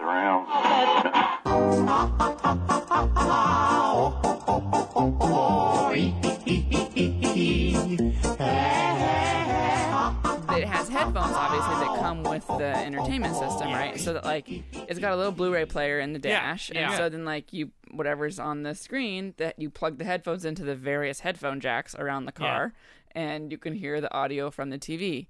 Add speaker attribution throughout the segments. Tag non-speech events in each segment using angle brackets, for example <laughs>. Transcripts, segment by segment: Speaker 1: around.
Speaker 2: It has headphones, obviously, that come with the entertainment system, right? So that like it's got a little Blu-ray player in the
Speaker 3: Yeah,
Speaker 2: dash, and
Speaker 3: yeah.
Speaker 2: so then like you whatever's on the screen that you plug the headphones into the various headphone jacks around the car, and you can hear the audio from the TV.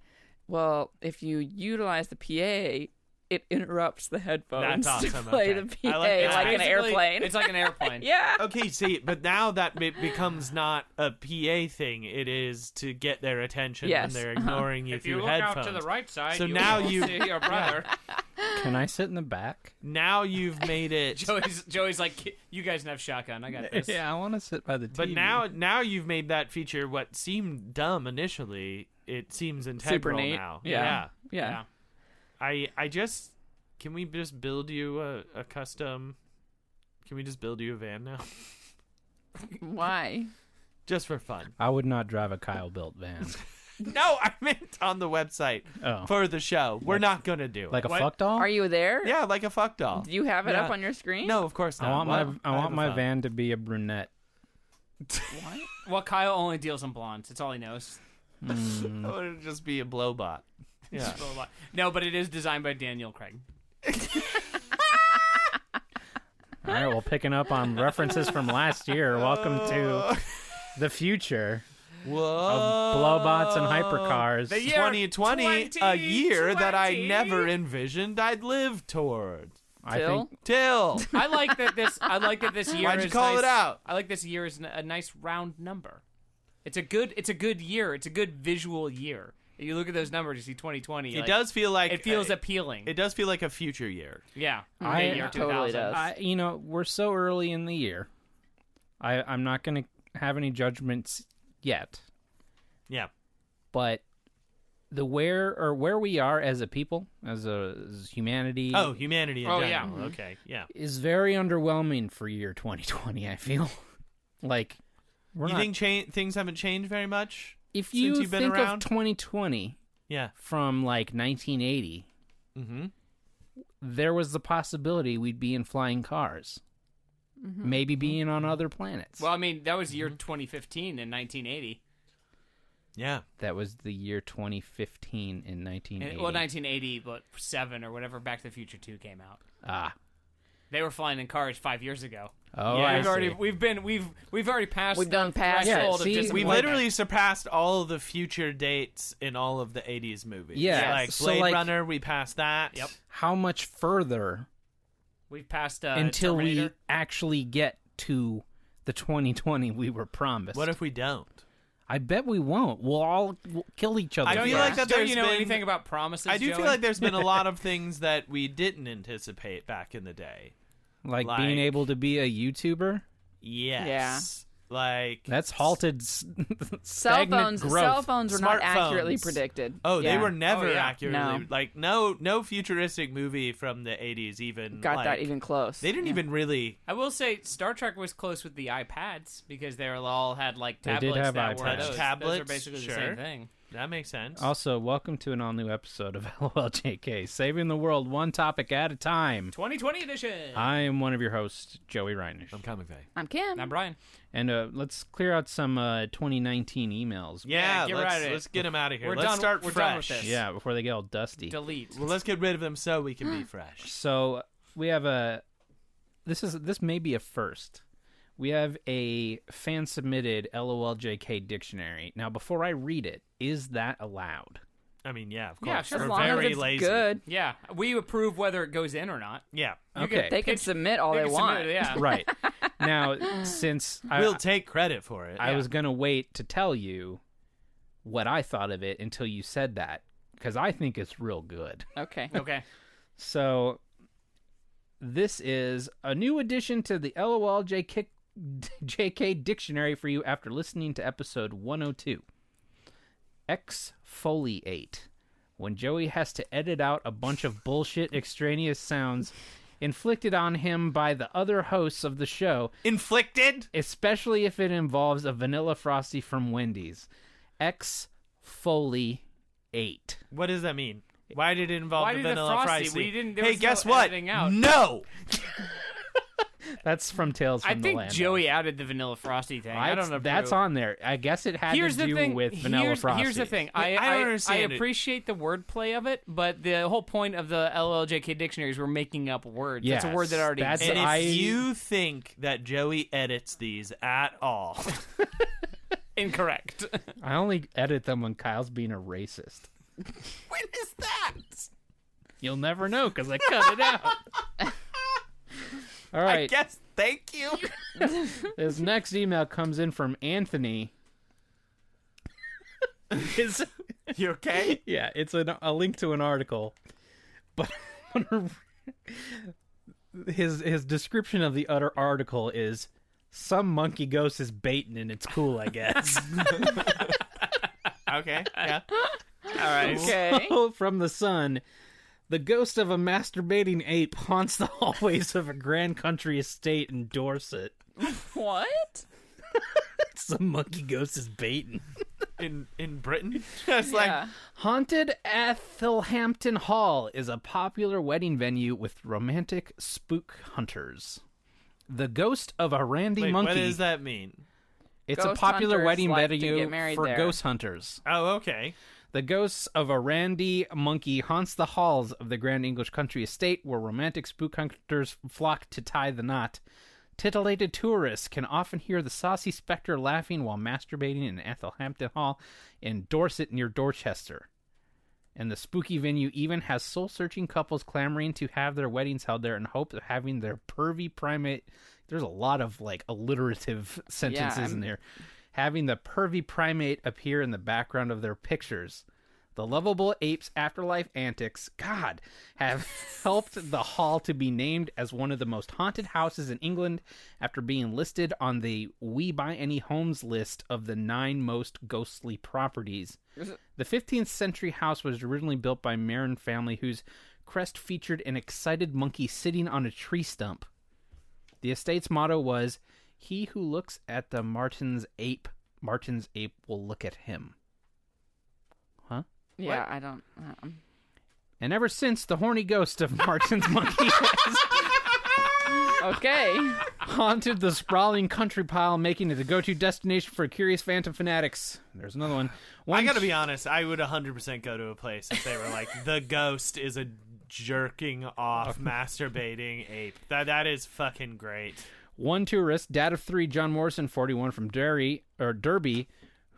Speaker 2: Well, if you utilize the PA. It interrupts the headphones
Speaker 3: That's awesome.
Speaker 2: to play
Speaker 3: okay.
Speaker 2: the PA
Speaker 3: I
Speaker 2: like,
Speaker 3: it's
Speaker 2: an
Speaker 3: basically-
Speaker 2: airplane.
Speaker 4: It's like an
Speaker 2: <laughs>
Speaker 4: airplane.
Speaker 2: yeah,
Speaker 3: Okay, see, but now that it becomes not a PA thing, it is to get their attention
Speaker 2: Yes,
Speaker 3: when they're
Speaker 2: uh-huh.
Speaker 3: ignoring you
Speaker 5: If you
Speaker 3: through
Speaker 5: look
Speaker 3: headphones.
Speaker 5: out to the right side,
Speaker 3: So
Speaker 5: you
Speaker 3: now
Speaker 5: will
Speaker 3: you-
Speaker 5: see
Speaker 3: <laughs>
Speaker 5: your brother.
Speaker 6: Can I sit in the back?
Speaker 3: Now you've made <laughs>
Speaker 4: <laughs>
Speaker 3: it
Speaker 4: Joey's Joey's like, you guys can have shotgun. I got this.
Speaker 6: Yeah, I want to sit by the TV.
Speaker 3: But now, now you've made that feature what seemed dumb initially. It seems integral
Speaker 2: super neat.
Speaker 3: now.
Speaker 2: yeah, yeah.
Speaker 4: Yeah.
Speaker 3: I, I just can we just build you a, a custom? Can we just build you a van now, <laughs>
Speaker 2: Why?
Speaker 3: just for fun?
Speaker 6: I would not drive a Kyle built
Speaker 3: <laughs>
Speaker 6: van.
Speaker 3: No, I meant on the website
Speaker 6: Oh.
Speaker 3: for the show. We're not gonna do it.
Speaker 6: Like a
Speaker 3: What?
Speaker 6: fuck doll?
Speaker 2: Are you there?
Speaker 3: Yeah, like a fuck doll.
Speaker 2: Do you have it
Speaker 3: Yeah.
Speaker 2: up on your screen?
Speaker 3: No, of course not.
Speaker 6: I want my
Speaker 3: Why-
Speaker 6: I
Speaker 3: have
Speaker 6: want
Speaker 3: a
Speaker 6: my
Speaker 3: phone.
Speaker 6: van to be a brunette.
Speaker 4: Well, Kyle only deals in blondes. That's all he knows.
Speaker 3: I want it to just be a blowbot. Yeah.
Speaker 4: Blah, blah, blah. No, but it is designed by Daniel Craig.
Speaker 6: All right, well, picking up on references from
Speaker 3: <laughs>
Speaker 6: last year. Welcome
Speaker 3: Oh.
Speaker 6: to the future of
Speaker 3: Whoa.
Speaker 6: blowbots and hypercars.
Speaker 4: The year
Speaker 3: 2020, a year that I
Speaker 4: 2020.
Speaker 3: never envisioned I'd live toward.
Speaker 6: I
Speaker 2: Till?
Speaker 6: think
Speaker 3: Till.
Speaker 4: I like that this. I like that
Speaker 3: <laughs>
Speaker 4: this year.
Speaker 3: Why'd you
Speaker 4: is
Speaker 3: call it
Speaker 4: nice-
Speaker 3: out?
Speaker 4: I like this year is n- a nice round number. It's a good. It's a good year. It's a good visual year. You look at those numbers. You see 2020.
Speaker 3: it
Speaker 4: like,
Speaker 3: does feel like
Speaker 4: It feels
Speaker 3: uh,
Speaker 4: appealing.
Speaker 3: It does feel like a future year.
Speaker 4: yeah.
Speaker 6: I-
Speaker 4: Okay, year
Speaker 6: it
Speaker 2: totally
Speaker 4: 2000.
Speaker 2: does.
Speaker 6: I, you know, we're so early in the year. I I'm not going to have any judgments yet,
Speaker 3: Yeah.
Speaker 6: but the where or where we are as a people, as a as humanity,
Speaker 3: Oh, humanity. In
Speaker 4: Oh, yeah.
Speaker 6: Mm-hmm.
Speaker 3: general. Okay. Yeah.
Speaker 6: is very underwhelming for year 2020. I feel <laughs> like we're
Speaker 3: you
Speaker 6: not,
Speaker 3: think cha- things haven't changed very much?
Speaker 6: if you
Speaker 3: since you've been
Speaker 6: think
Speaker 3: around?
Speaker 6: of 2020
Speaker 3: Yeah.
Speaker 6: from like 1980, Mm-hmm. there was the possibility we'd be in flying cars, maybe
Speaker 3: Mm-hmm.
Speaker 6: being on other planets.
Speaker 4: Well, I mean, that was year 2015 and 1980.
Speaker 3: Yeah.
Speaker 6: That was the year 2015 in
Speaker 4: And,
Speaker 3: Eh,
Speaker 6: 1980.
Speaker 4: Eh, well, 1980, but seven or whatever. Back to the Future 2 came out.
Speaker 6: ah.
Speaker 4: They were flying in cars five years ago.
Speaker 6: Oh,
Speaker 4: yeah,
Speaker 6: I
Speaker 4: we've
Speaker 6: see.
Speaker 4: already we've been we've we've already passed.
Speaker 2: We've
Speaker 4: the
Speaker 2: done past
Speaker 6: Yeah,
Speaker 4: threshold of
Speaker 6: see, we
Speaker 3: We
Speaker 4: disappointment.
Speaker 3: literally surpassed all the future dates in all of the 80s movies.
Speaker 6: Yeah,
Speaker 3: Like
Speaker 6: so,
Speaker 3: Blade
Speaker 6: like-
Speaker 3: Runner, we passed that.
Speaker 4: Yep.
Speaker 6: How much further
Speaker 4: we've passed uh,
Speaker 6: until we
Speaker 4: Terminator.
Speaker 6: actually get to the 2020 we were promised?
Speaker 3: What if we don't?
Speaker 6: I bet we won't. We'll all we'll kill each other.
Speaker 3: I feel
Speaker 6: first.
Speaker 3: like that
Speaker 4: Don't
Speaker 3: there's
Speaker 4: you know
Speaker 3: been-
Speaker 4: anything about promises?
Speaker 3: I do
Speaker 4: Joey?
Speaker 3: feel like there's been a lot of things that we didn't anticipate back in the day.
Speaker 6: like,
Speaker 3: like-
Speaker 6: being able to be a YouTuber.
Speaker 3: Yes. Yeah. Like
Speaker 6: That's halted s- <laughs>
Speaker 2: Cell
Speaker 6: stagnant
Speaker 2: phones.
Speaker 6: growth.
Speaker 2: Cell phones were not accurately
Speaker 3: Smartphones.
Speaker 2: predicted.
Speaker 3: Oh,
Speaker 2: Yeah.
Speaker 3: they were never
Speaker 4: Oh, yeah.
Speaker 3: accurately
Speaker 2: No.
Speaker 3: like no no futuristic movie from the 80s even
Speaker 2: got that
Speaker 3: like,
Speaker 2: even close.
Speaker 3: They didn't even really
Speaker 4: I will say Star Trek was close with the iPads because they were all had like
Speaker 6: They
Speaker 4: tablets
Speaker 6: did have
Speaker 4: that were
Speaker 6: iPads.
Speaker 4: those. Those
Speaker 3: Tablets,
Speaker 4: are basically the
Speaker 3: sure.
Speaker 4: same thing.
Speaker 3: that makes sense.
Speaker 6: Also, welcome to an all-new episode of <laughs> LOLJK, saving the world one topic at a time.
Speaker 4: 2020 edition.
Speaker 3: Uh,
Speaker 6: I am one of your hosts, Joey Reinish.
Speaker 3: comic Bay.
Speaker 2: I'm Kim.
Speaker 4: I'm Brian.
Speaker 6: And uh, let's clear out some uh, 2019 emails.
Speaker 3: Yeah,
Speaker 4: Yeah, get
Speaker 3: let's,
Speaker 4: right at it.
Speaker 3: let's get them out of here.
Speaker 4: We're
Speaker 3: let's
Speaker 4: done-
Speaker 3: start
Speaker 4: we're done with
Speaker 3: fresh.
Speaker 4: this.
Speaker 6: Yeah, before they get all dusty.
Speaker 4: Delete.
Speaker 3: Well, let's get rid of them so we can be fresh.
Speaker 6: So we have a. This is this may be a first. We have a fan submitted LOLJK dictionary. Now, before I read it, is that allowed?
Speaker 3: I mean, yeah, of course.
Speaker 4: Yeah, sure.
Speaker 2: as
Speaker 3: We're
Speaker 2: long
Speaker 3: very
Speaker 2: as it's
Speaker 3: lazy.
Speaker 2: good,
Speaker 4: Yeah, we approve whether it goes in or not.
Speaker 3: Yeah.
Speaker 6: okay,
Speaker 2: they can
Speaker 4: Pitch-
Speaker 2: submit all
Speaker 4: They
Speaker 2: they,
Speaker 4: can
Speaker 2: want.
Speaker 4: submit it, yeah.
Speaker 6: right. Now, since I,
Speaker 3: we'll take credit for it.
Speaker 6: I was gonna wait to tell you what I thought of it until you said that because I think it's real good.
Speaker 2: Okay. <laughs>
Speaker 4: Okay.
Speaker 6: So this is a new addition to the <laughs> LOLJK JK dictionary for you after listening to episode 102. Exfoliate. When Joey has to edit out a bunch of bullshit extraneous sounds inflicted on him by the other hosts of the show,
Speaker 3: inflicted.
Speaker 6: especially if it involves a vanilla frosty from Wendy's. Exfoliate.
Speaker 3: What does that mean? Why did it involve
Speaker 4: Why
Speaker 3: the
Speaker 4: did the
Speaker 3: vanilla
Speaker 4: Frosty?
Speaker 3: fries?
Speaker 4: We
Speaker 3: seed?
Speaker 4: didn't- there
Speaker 3: hey,
Speaker 4: was no
Speaker 3: guess what?
Speaker 4: editing out.
Speaker 3: No.
Speaker 6: That's from Tales from
Speaker 4: I
Speaker 6: the
Speaker 4: think
Speaker 6: Land.
Speaker 4: Joey added the vanilla frosty thing. I don't know.
Speaker 6: That's on there. I guess it had
Speaker 4: Here's
Speaker 6: to
Speaker 4: the
Speaker 6: do
Speaker 4: thing.
Speaker 6: with Vanilla
Speaker 4: here's,
Speaker 6: Frosty.
Speaker 4: here's the thing.
Speaker 3: Yeah,
Speaker 4: I
Speaker 3: I don't
Speaker 4: I,
Speaker 3: understand
Speaker 4: I
Speaker 3: it.
Speaker 4: appreciate the wordplay of it, but the whole point of the LLJK dictionaries were making up words. That's a word that
Speaker 6: Yes,
Speaker 4: already.
Speaker 6: that's-
Speaker 4: exists.
Speaker 3: And if
Speaker 6: I-
Speaker 3: you think that Joey edits these at <laughs> all,
Speaker 4: <laughs> incorrect.
Speaker 6: I only edit them when Kyle's being a racist.
Speaker 3: when is that?
Speaker 6: You'll never know because I cut it out. <laughs> All
Speaker 3: I
Speaker 6: right.
Speaker 3: guess. Thank <laughs> you.
Speaker 6: This next email comes in from Anthony. His-
Speaker 3: You okay?
Speaker 6: yeah, it's an, a link to an article, but <laughs> I'm gonna re- his his description of the utter article is some monkey ghost is baiting and it's cool, I guess.
Speaker 3: Okay. Yeah. All right.
Speaker 6: <laughs>
Speaker 2: Okay.
Speaker 6: Oh, from the sun. The ghost of a masturbating ape haunts the <laughs> hallways of a grand country estate in Dorset.
Speaker 2: what?
Speaker 6: Some monkey ghost is baiting.
Speaker 3: <laughs> In in <laughs> Britain, it's
Speaker 2: Yeah.
Speaker 6: Haunted Ethelhampton Hall is a popular wedding venue with romantic spook hunters. The ghost of a randy
Speaker 3: like, wait,
Speaker 6: monkey.
Speaker 3: what does that mean?
Speaker 6: It's a
Speaker 2: Ghost
Speaker 6: popular
Speaker 2: hunters
Speaker 6: wedding
Speaker 2: like to
Speaker 6: venue
Speaker 2: get married
Speaker 6: for
Speaker 2: there.
Speaker 6: ghost hunters.
Speaker 3: Oh, okay.
Speaker 6: The ghosts of a randy monkey haunts the halls of the grand English country estate where romantic spook hunters flock to tie the knot. Titillated tourists can often hear the saucy specter laughing while masturbating in Ethelhampton Hall in Dorset near Dorchester. And the spooky venue even has soul searching couples clamoring to have their weddings held there in hopes of having their pervy primate. There's a lot of like alliterative sentences in
Speaker 2: I'm-
Speaker 6: there. Having the pervy primate appear in the background of their pictures. The lovable ape's afterlife antics, God, have <laughs> helped the hall to be named as one of the most haunted houses in England after being listed on the We Buy Any Homes list of the nine most ghostly properties. The 15th century house was originally built by Marin family, whose crest featured an excited monkey sitting on a tree stump. The estate's motto was He who looks at the Martin's ape, Martin's ape will look at him.
Speaker 2: Yeah, I don't. Um,
Speaker 6: And ever since, the horny ghost of <laughs> Martin's monkey has
Speaker 2: okay.
Speaker 6: haunted the sprawling country pile, making it a go to destination for curious phantom fanatics. There's another one. one
Speaker 3: I gotta be honest. I would 100% go to a place if they were like <laughs> the ghost is a jerking <laughs> off, masturbating ape. That that is fucking great.
Speaker 6: One tourist, dad of three, John Morrison, 41, from Derry or Derby,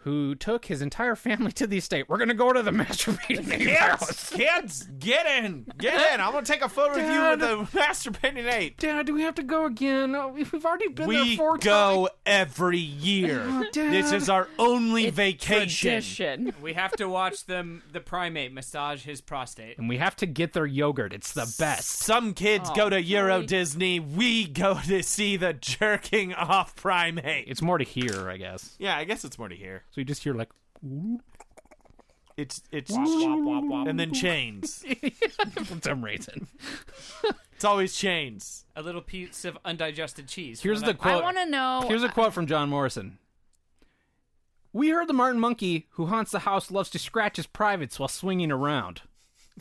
Speaker 6: who took his entire family to the estate. We're gonna go to the <laughs> masturbating ape house.
Speaker 3: <laughs> kids, get in, get in. I'm gonna take a photo of you with a masturbating ape.
Speaker 6: Dad, do we have to go again? Oh, we've already been there
Speaker 3: We
Speaker 6: four times. Oh,
Speaker 3: go every year.
Speaker 6: Dad.
Speaker 3: This is our only vacation.
Speaker 2: Tradition.
Speaker 4: <laughs> we have to watch them. The primate massage his prostate.
Speaker 6: And we have to get their yogurt. It's the best.
Speaker 3: Some kids go to Euro Disney. We go to see the jerking off primate.
Speaker 6: It's more to hear, I guess.
Speaker 3: Yeah, I guess it's more to hear.
Speaker 6: So you just hear like,
Speaker 3: It's it's
Speaker 4: Womp, womp, womp.
Speaker 6: <laughs>
Speaker 3: and then chains.
Speaker 6: for some reason.
Speaker 3: It's always chains.
Speaker 4: a little piece of undigested cheese.
Speaker 6: Here's the
Speaker 4: Remember
Speaker 2: I
Speaker 6: quote.
Speaker 2: want to know.
Speaker 6: <laughs> Here's a quote from John Morrison. We heard the Martin Monkey, who haunts the house, loves to scratch his privates while swinging around.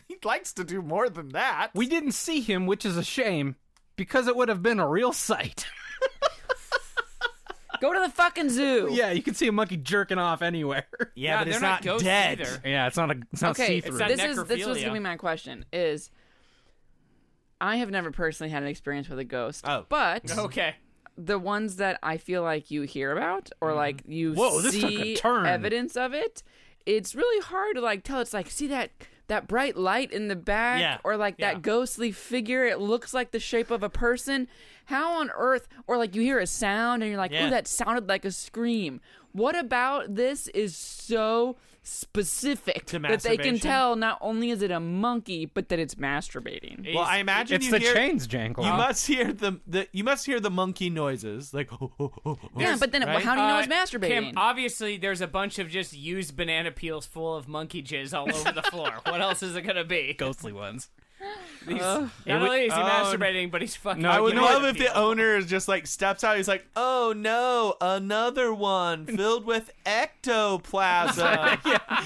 Speaker 3: He likes to do more than that.
Speaker 6: We didn't see him, which is a shame, because it would have been a real sight. <laughs>
Speaker 2: go to the fucking zoo.
Speaker 6: yeah, you can see a monkey jerking off anywhere. <laughs>
Speaker 3: yeah,
Speaker 4: Yeah,
Speaker 3: but it's
Speaker 4: they're not
Speaker 3: not,
Speaker 4: ghosts
Speaker 3: dead.
Speaker 4: either.
Speaker 6: Yeah, it's not a it's not
Speaker 2: Okay,
Speaker 6: see-through.
Speaker 4: not
Speaker 2: this is this was
Speaker 4: necrophilia.
Speaker 2: gonna be my question. Is I have never personally had an experience with a ghost.
Speaker 3: Oh.
Speaker 2: but
Speaker 4: that? Okay.
Speaker 2: the ones that I feel like you hear about or
Speaker 3: Mm-hmm.
Speaker 2: like you
Speaker 6: Whoa, this took a
Speaker 2: see
Speaker 6: turn.
Speaker 2: evidence of it, it's really hard to like tell. It's like see that that bright light in the back
Speaker 3: Yeah,
Speaker 2: or like
Speaker 3: yeah.
Speaker 2: that ghostly figure. It looks like the shape of a person. How on earth? Or like you hear a sound and you're like,
Speaker 3: Yeah.
Speaker 2: oh, that sounded like a scream. What about this is so specific
Speaker 3: To
Speaker 2: that they can
Speaker 3: masturbation?
Speaker 2: tell not only is it a monkey, but that it's masturbating.
Speaker 3: Well, I imagine
Speaker 6: it's
Speaker 3: you
Speaker 6: the
Speaker 3: hear,
Speaker 6: chains jangle.
Speaker 3: You must hear the, the you must hear the monkey noises like. <laughs> oh,
Speaker 2: Yeah, but then it-
Speaker 3: right?
Speaker 2: how do you know it's
Speaker 4: Uh,
Speaker 2: masturbating?
Speaker 4: Kim, obviously, there's a bunch of just used <laughs> banana peels full of monkey jizz all over the floor. what else is it gonna be?
Speaker 6: ghostly ones.
Speaker 4: He's,
Speaker 6: It
Speaker 4: not
Speaker 6: would-
Speaker 4: only is he
Speaker 3: oh,
Speaker 4: masturbating, but he's fucking.
Speaker 6: No,
Speaker 3: I would
Speaker 6: you know
Speaker 3: love
Speaker 4: what?
Speaker 3: if the owner is just like steps out. He's like, "Oh no, another one filled with
Speaker 2: <laughs>
Speaker 3: ectoplasm,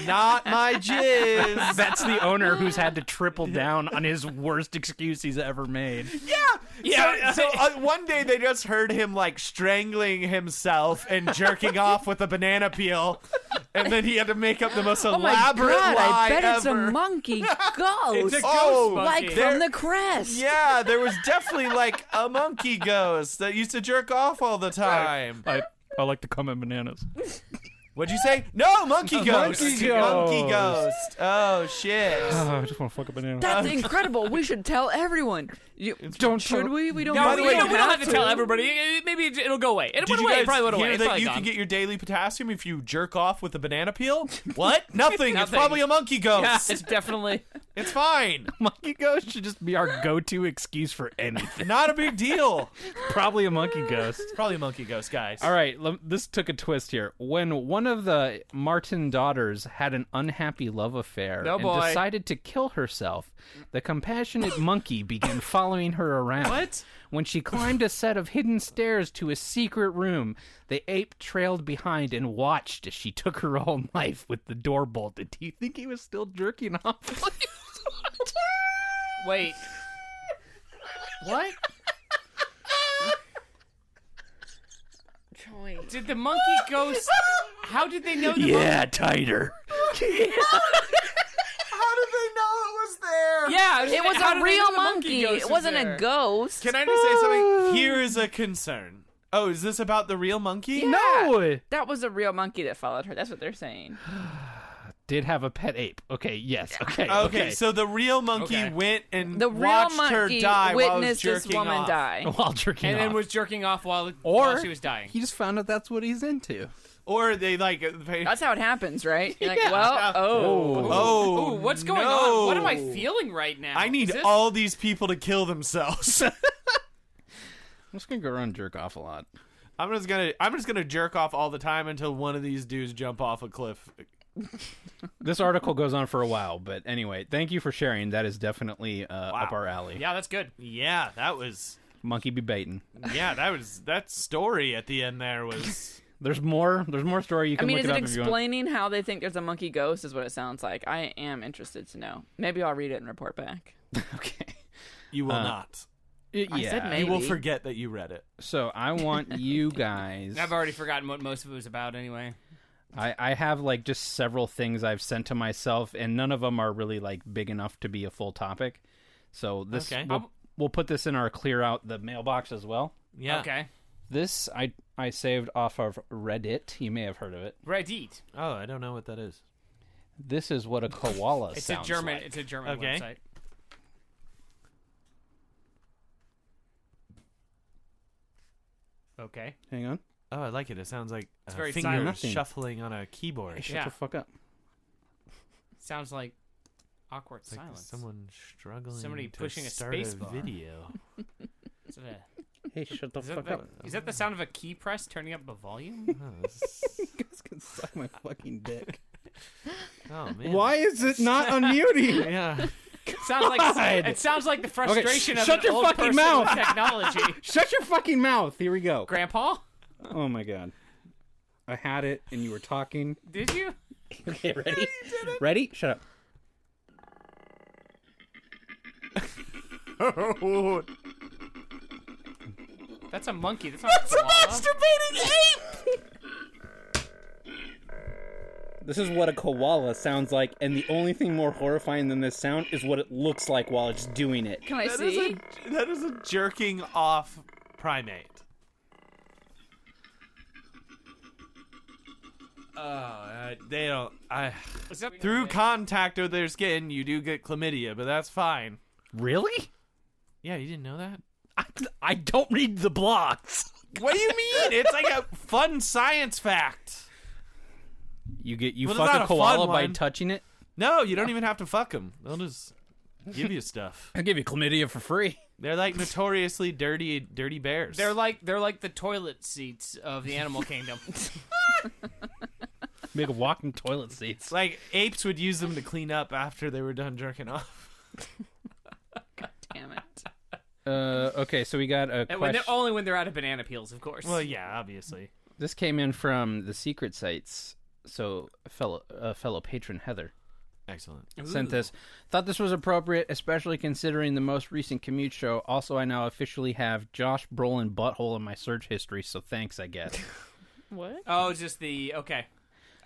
Speaker 3: not my jizz."
Speaker 6: <laughs> That's the owner who's had to <laughs> triple down on his worst excuse he's ever made.
Speaker 3: Yeah,
Speaker 4: Yeah.
Speaker 3: So, so uh, one day they just heard him like strangling himself and
Speaker 2: <laughs>
Speaker 3: jerking off with a banana peel, and then he had to make up the most
Speaker 2: Oh my
Speaker 3: elaborate
Speaker 2: god!
Speaker 3: lie
Speaker 2: I bet
Speaker 3: ever.
Speaker 2: it's a monkey ghost,
Speaker 4: It's a ghost
Speaker 3: Oh,
Speaker 2: like
Speaker 4: monkey.
Speaker 2: from the crest.
Speaker 3: Yeah, there was definitely like a monkey ghost that used to jerk off all the time.
Speaker 6: <laughs> I, I like to come in bananas.
Speaker 3: What'd you say? No, monkey ghost.
Speaker 6: monkey
Speaker 3: Monkey
Speaker 6: ghost.
Speaker 3: ghost. Oh
Speaker 4: <sighs>
Speaker 3: shit.
Speaker 6: <laughs> Oh, I just want to fuck a banana.
Speaker 2: That's incredible. We should tell everyone. You,
Speaker 6: Don't
Speaker 2: should
Speaker 6: tell-
Speaker 2: we? We don't.
Speaker 4: No,
Speaker 3: By
Speaker 4: we,
Speaker 3: the way,
Speaker 4: no, we don't have to tell everybody. Eh, Maybe it- it'll go away. It
Speaker 3: Did
Speaker 4: went
Speaker 3: you
Speaker 4: away.
Speaker 3: guys
Speaker 4: It probably went away.
Speaker 3: hear
Speaker 4: It's
Speaker 3: that
Speaker 4: probably
Speaker 3: you
Speaker 4: gone.
Speaker 3: can get your daily potassium if you jerk off with a
Speaker 4: <laughs>
Speaker 3: banana peel? What? Nothing. It's
Speaker 4: Nothing.
Speaker 3: probably a monkey
Speaker 4: yeah, <laughs>
Speaker 3: ghost.
Speaker 4: it's definitely.
Speaker 3: It's fine.
Speaker 6: monkey <laughs> ghost should just be our go-to excuse for anything.
Speaker 3: Not a big deal.
Speaker 6: <laughs> Probably a monkey ghost.
Speaker 3: Probably a monkey ghost, guys.
Speaker 6: All right, lem- this took a twist here. When one of the Martin daughters had an unhappy love affair
Speaker 4: Oh,
Speaker 6: and
Speaker 4: boy.
Speaker 6: decided to kill herself, the <laughs> compassionate monkey began following her around.
Speaker 4: What?
Speaker 6: When she climbed a set of hidden stairs to a secret room, the ape trailed behind and watched as she took her own <laughs> life with the door bolted. Do you think he was still jerking off? <laughs> while he was watching?
Speaker 4: Wait. What? Did the monkey ghost? How did they know? The Monkey?
Speaker 6: tighter.
Speaker 3: How did they know it was there?
Speaker 4: Yeah.
Speaker 2: It was
Speaker 4: how
Speaker 2: a
Speaker 4: did they know
Speaker 2: real
Speaker 4: the
Speaker 2: monkey.
Speaker 4: ghost
Speaker 2: It
Speaker 4: was
Speaker 2: wasn't
Speaker 4: there?
Speaker 2: a ghost.
Speaker 3: Can I just
Speaker 4: <sighs>
Speaker 3: say something? Here is a concern. Oh, is this about the real monkey?
Speaker 6: No.
Speaker 2: That was a real monkey that followed her. That's what they're saying.
Speaker 6: Did have a pet ape. Okay, yes. Okay.
Speaker 3: Okay, so the real monkey
Speaker 4: Okay.
Speaker 3: went and
Speaker 2: The real
Speaker 3: watched
Speaker 2: monkey
Speaker 3: her die while it was
Speaker 2: witnessed this
Speaker 3: jerking
Speaker 2: woman
Speaker 3: off.
Speaker 2: die.
Speaker 6: <laughs> while jerking
Speaker 4: And then
Speaker 6: off.
Speaker 4: was jerking off while
Speaker 6: <laughs> or
Speaker 4: while she was dying.
Speaker 6: He just found out that's what he's into.
Speaker 3: Or they like. They,
Speaker 2: That's how it happens, right? You're like,
Speaker 6: Yeah.
Speaker 2: well, oh,
Speaker 3: <laughs> oh,
Speaker 4: Ooh, what's going
Speaker 3: no.
Speaker 4: on? What am I feeling right now?
Speaker 3: I need
Speaker 4: Is this-
Speaker 3: all these people to kill themselves. <laughs>
Speaker 6: I'm just gonna go around and jerk off a lot.
Speaker 3: I'm just gonna I'm just gonna jerk off all the time until one of these dudes jump off a cliff.
Speaker 6: This article goes on for a while, but anyway, thank you for sharing. That is definitely uh,
Speaker 3: Wow.
Speaker 6: up our alley.
Speaker 4: Yeah, that's good.
Speaker 3: Yeah, that was
Speaker 6: Monkey be baiting.
Speaker 3: yeah, that was that story at the end there was
Speaker 6: There's more. There's more story
Speaker 2: I
Speaker 6: you can
Speaker 2: mean,
Speaker 6: look
Speaker 2: is
Speaker 6: it
Speaker 2: it
Speaker 6: up if you want.
Speaker 2: explaining how they think there's a monkey ghost? Is what it sounds like. I am interested to know. Maybe I'll read it and report back.
Speaker 6: <laughs> Okay.
Speaker 3: you will
Speaker 6: Uh,
Speaker 3: not.
Speaker 6: Y-
Speaker 2: I
Speaker 6: yeah.
Speaker 2: said
Speaker 3: You will
Speaker 2: maybe.
Speaker 3: forget that you read it.
Speaker 6: So I want
Speaker 4: <laughs>
Speaker 6: you guys.
Speaker 4: I've already forgotten what most of it was about anyway.
Speaker 6: I, I have like just several things I've sent to myself, and none of them are really like big enough to be a full topic. So this
Speaker 3: Okay.
Speaker 6: we'll, we'll put this in our clear out the mailbox as well.
Speaker 3: Yeah.
Speaker 4: Okay.
Speaker 6: This I I saved off of Reddit. You may have heard of it.
Speaker 4: Reddit.
Speaker 3: Oh, I don't know what that is.
Speaker 6: This is what a koala
Speaker 4: It's a
Speaker 6: sounds
Speaker 4: German.
Speaker 6: like.
Speaker 4: It's a German
Speaker 3: Okay.
Speaker 4: website. Okay.
Speaker 6: Hang on.
Speaker 3: Oh, I like it. It sounds like
Speaker 4: It's
Speaker 3: a
Speaker 4: very
Speaker 3: finger
Speaker 4: silent.
Speaker 6: Nothing.
Speaker 3: shuffling on a
Speaker 6: Hey,
Speaker 3: keyboard.
Speaker 6: shut
Speaker 4: Yeah.
Speaker 6: the fuck up. <laughs>
Speaker 4: Sounds like awkward
Speaker 3: It's like
Speaker 4: silence.
Speaker 3: someone struggling
Speaker 4: Somebody
Speaker 3: to
Speaker 4: pushing a
Speaker 3: start
Speaker 4: space bar.
Speaker 3: <laughs> video.
Speaker 4: Is that a-
Speaker 6: Hey, shut the
Speaker 4: is that
Speaker 6: fuck
Speaker 4: the,
Speaker 6: up.
Speaker 4: is that the sound of a key press turning up the volume?
Speaker 3: oh, this-
Speaker 6: You guys can suck my fucking dick.
Speaker 3: oh, man.
Speaker 6: Why is it not unmuting?
Speaker 3: Yeah.
Speaker 4: sounds like
Speaker 6: God.
Speaker 4: it sounds like the frustration of
Speaker 6: shut
Speaker 4: an
Speaker 6: your
Speaker 4: old
Speaker 6: fucking
Speaker 4: person
Speaker 6: mouth.
Speaker 4: with technology. <laughs>
Speaker 6: Shut your fucking mouth. Here we go.
Speaker 4: Grandpa,
Speaker 6: Oh my god. I had it and you were talking.
Speaker 4: did you?
Speaker 6: <laughs> Okay, ready? Ready? Shut up.
Speaker 4: That's a monkey. That's not a koala.
Speaker 6: This is what a koala sounds like, and the only thing more horrifying than this sound is what it looks like while it's doing it.
Speaker 2: Can I
Speaker 3: That is
Speaker 2: see?
Speaker 3: a that is a jerking off primate. Oh, uh, they don't. I
Speaker 4: Is that-
Speaker 3: through contact with their skin, you do get chlamydia, but that's fine.
Speaker 6: Really?
Speaker 3: Yeah, you didn't know that.
Speaker 6: I, I don't read the blogs.
Speaker 3: What do you mean? it's like <laughs> a fun science fact.
Speaker 6: You get you
Speaker 3: Well, it's
Speaker 6: fuck
Speaker 3: not
Speaker 6: a
Speaker 3: a fun
Speaker 6: koala by
Speaker 3: one.
Speaker 6: touching it.
Speaker 3: No, you don't even have to fuck them. They'll just give you stuff.
Speaker 6: I'll give you chlamydia for free.
Speaker 3: They're like notoriously dirty, dirty bears.
Speaker 4: They're like they're like the toilet seats of the animal
Speaker 6: <laughs>
Speaker 4: kingdom.
Speaker 6: Make a walking toilet seats.
Speaker 3: like apes would use them to clean up after they were done jerking off.
Speaker 6: Uh, okay, so we got a
Speaker 4: And when
Speaker 6: question.
Speaker 4: they're, only when they're out of banana peels, of course.
Speaker 3: <laughs> Well, yeah, obviously.
Speaker 6: This came in from the secret sites. So a fellow a fellow patron Heather
Speaker 7: Excellent.
Speaker 6: sent this. Thought this was appropriate, especially considering the most recent commute show. Also, I now officially have Josh Brolin butthole in my search history. So thanks,
Speaker 3: <laughs>
Speaker 6: I guess.
Speaker 2: What?
Speaker 4: Oh, just the okay.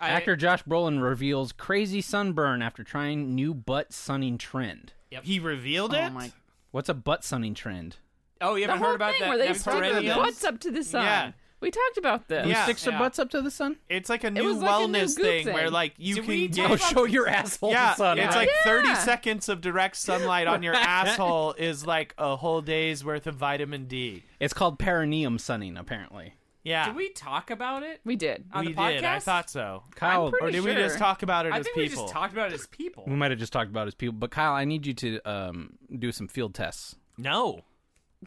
Speaker 4: I-
Speaker 6: Actor Josh Brolin reveals crazy sunburn after trying new butt sunning trend.
Speaker 3: He revealed
Speaker 2: Oh
Speaker 3: it.
Speaker 2: my-
Speaker 6: What's a butt sunning trend?
Speaker 4: Oh, you
Speaker 2: The
Speaker 4: haven't
Speaker 2: whole
Speaker 4: heard about
Speaker 2: thing
Speaker 4: that?
Speaker 2: where they
Speaker 4: that
Speaker 2: stick their
Speaker 4: perennial-
Speaker 2: butts up to the sun.
Speaker 3: Yeah.
Speaker 2: We talked about this.
Speaker 6: Who
Speaker 3: Yeah.
Speaker 6: sticks their
Speaker 4: Yeah.
Speaker 6: butts up to the sun?
Speaker 3: It's like a
Speaker 2: was
Speaker 3: new
Speaker 2: like a new
Speaker 3: wellness
Speaker 2: goop
Speaker 3: thing, where
Speaker 2: thing.
Speaker 3: like you
Speaker 4: Did
Speaker 3: can
Speaker 4: we
Speaker 3: get
Speaker 4: talk
Speaker 6: Oh, show your asshole
Speaker 3: yeah,
Speaker 6: to sun.
Speaker 3: it's
Speaker 6: right?
Speaker 3: like thirty
Speaker 2: Yeah.
Speaker 3: seconds of direct sunlight
Speaker 4: <laughs>
Speaker 3: on your asshole is like a whole day's worth of vitamin D.
Speaker 6: it's called perineum sunning, apparently.
Speaker 3: Yeah,
Speaker 4: Did we talk about it
Speaker 2: We did.
Speaker 4: on
Speaker 3: We
Speaker 4: the podcast?
Speaker 3: did. I thought so.
Speaker 6: Kyle,
Speaker 2: pretty
Speaker 3: Or did we
Speaker 2: sure.
Speaker 3: just talk about it
Speaker 4: I
Speaker 3: as
Speaker 4: think we
Speaker 3: people? Mm.
Speaker 4: just talked about it as people.
Speaker 6: we might have just talked about his people, but Kyle, I need you to um, do some field tests.
Speaker 3: no, <laughs>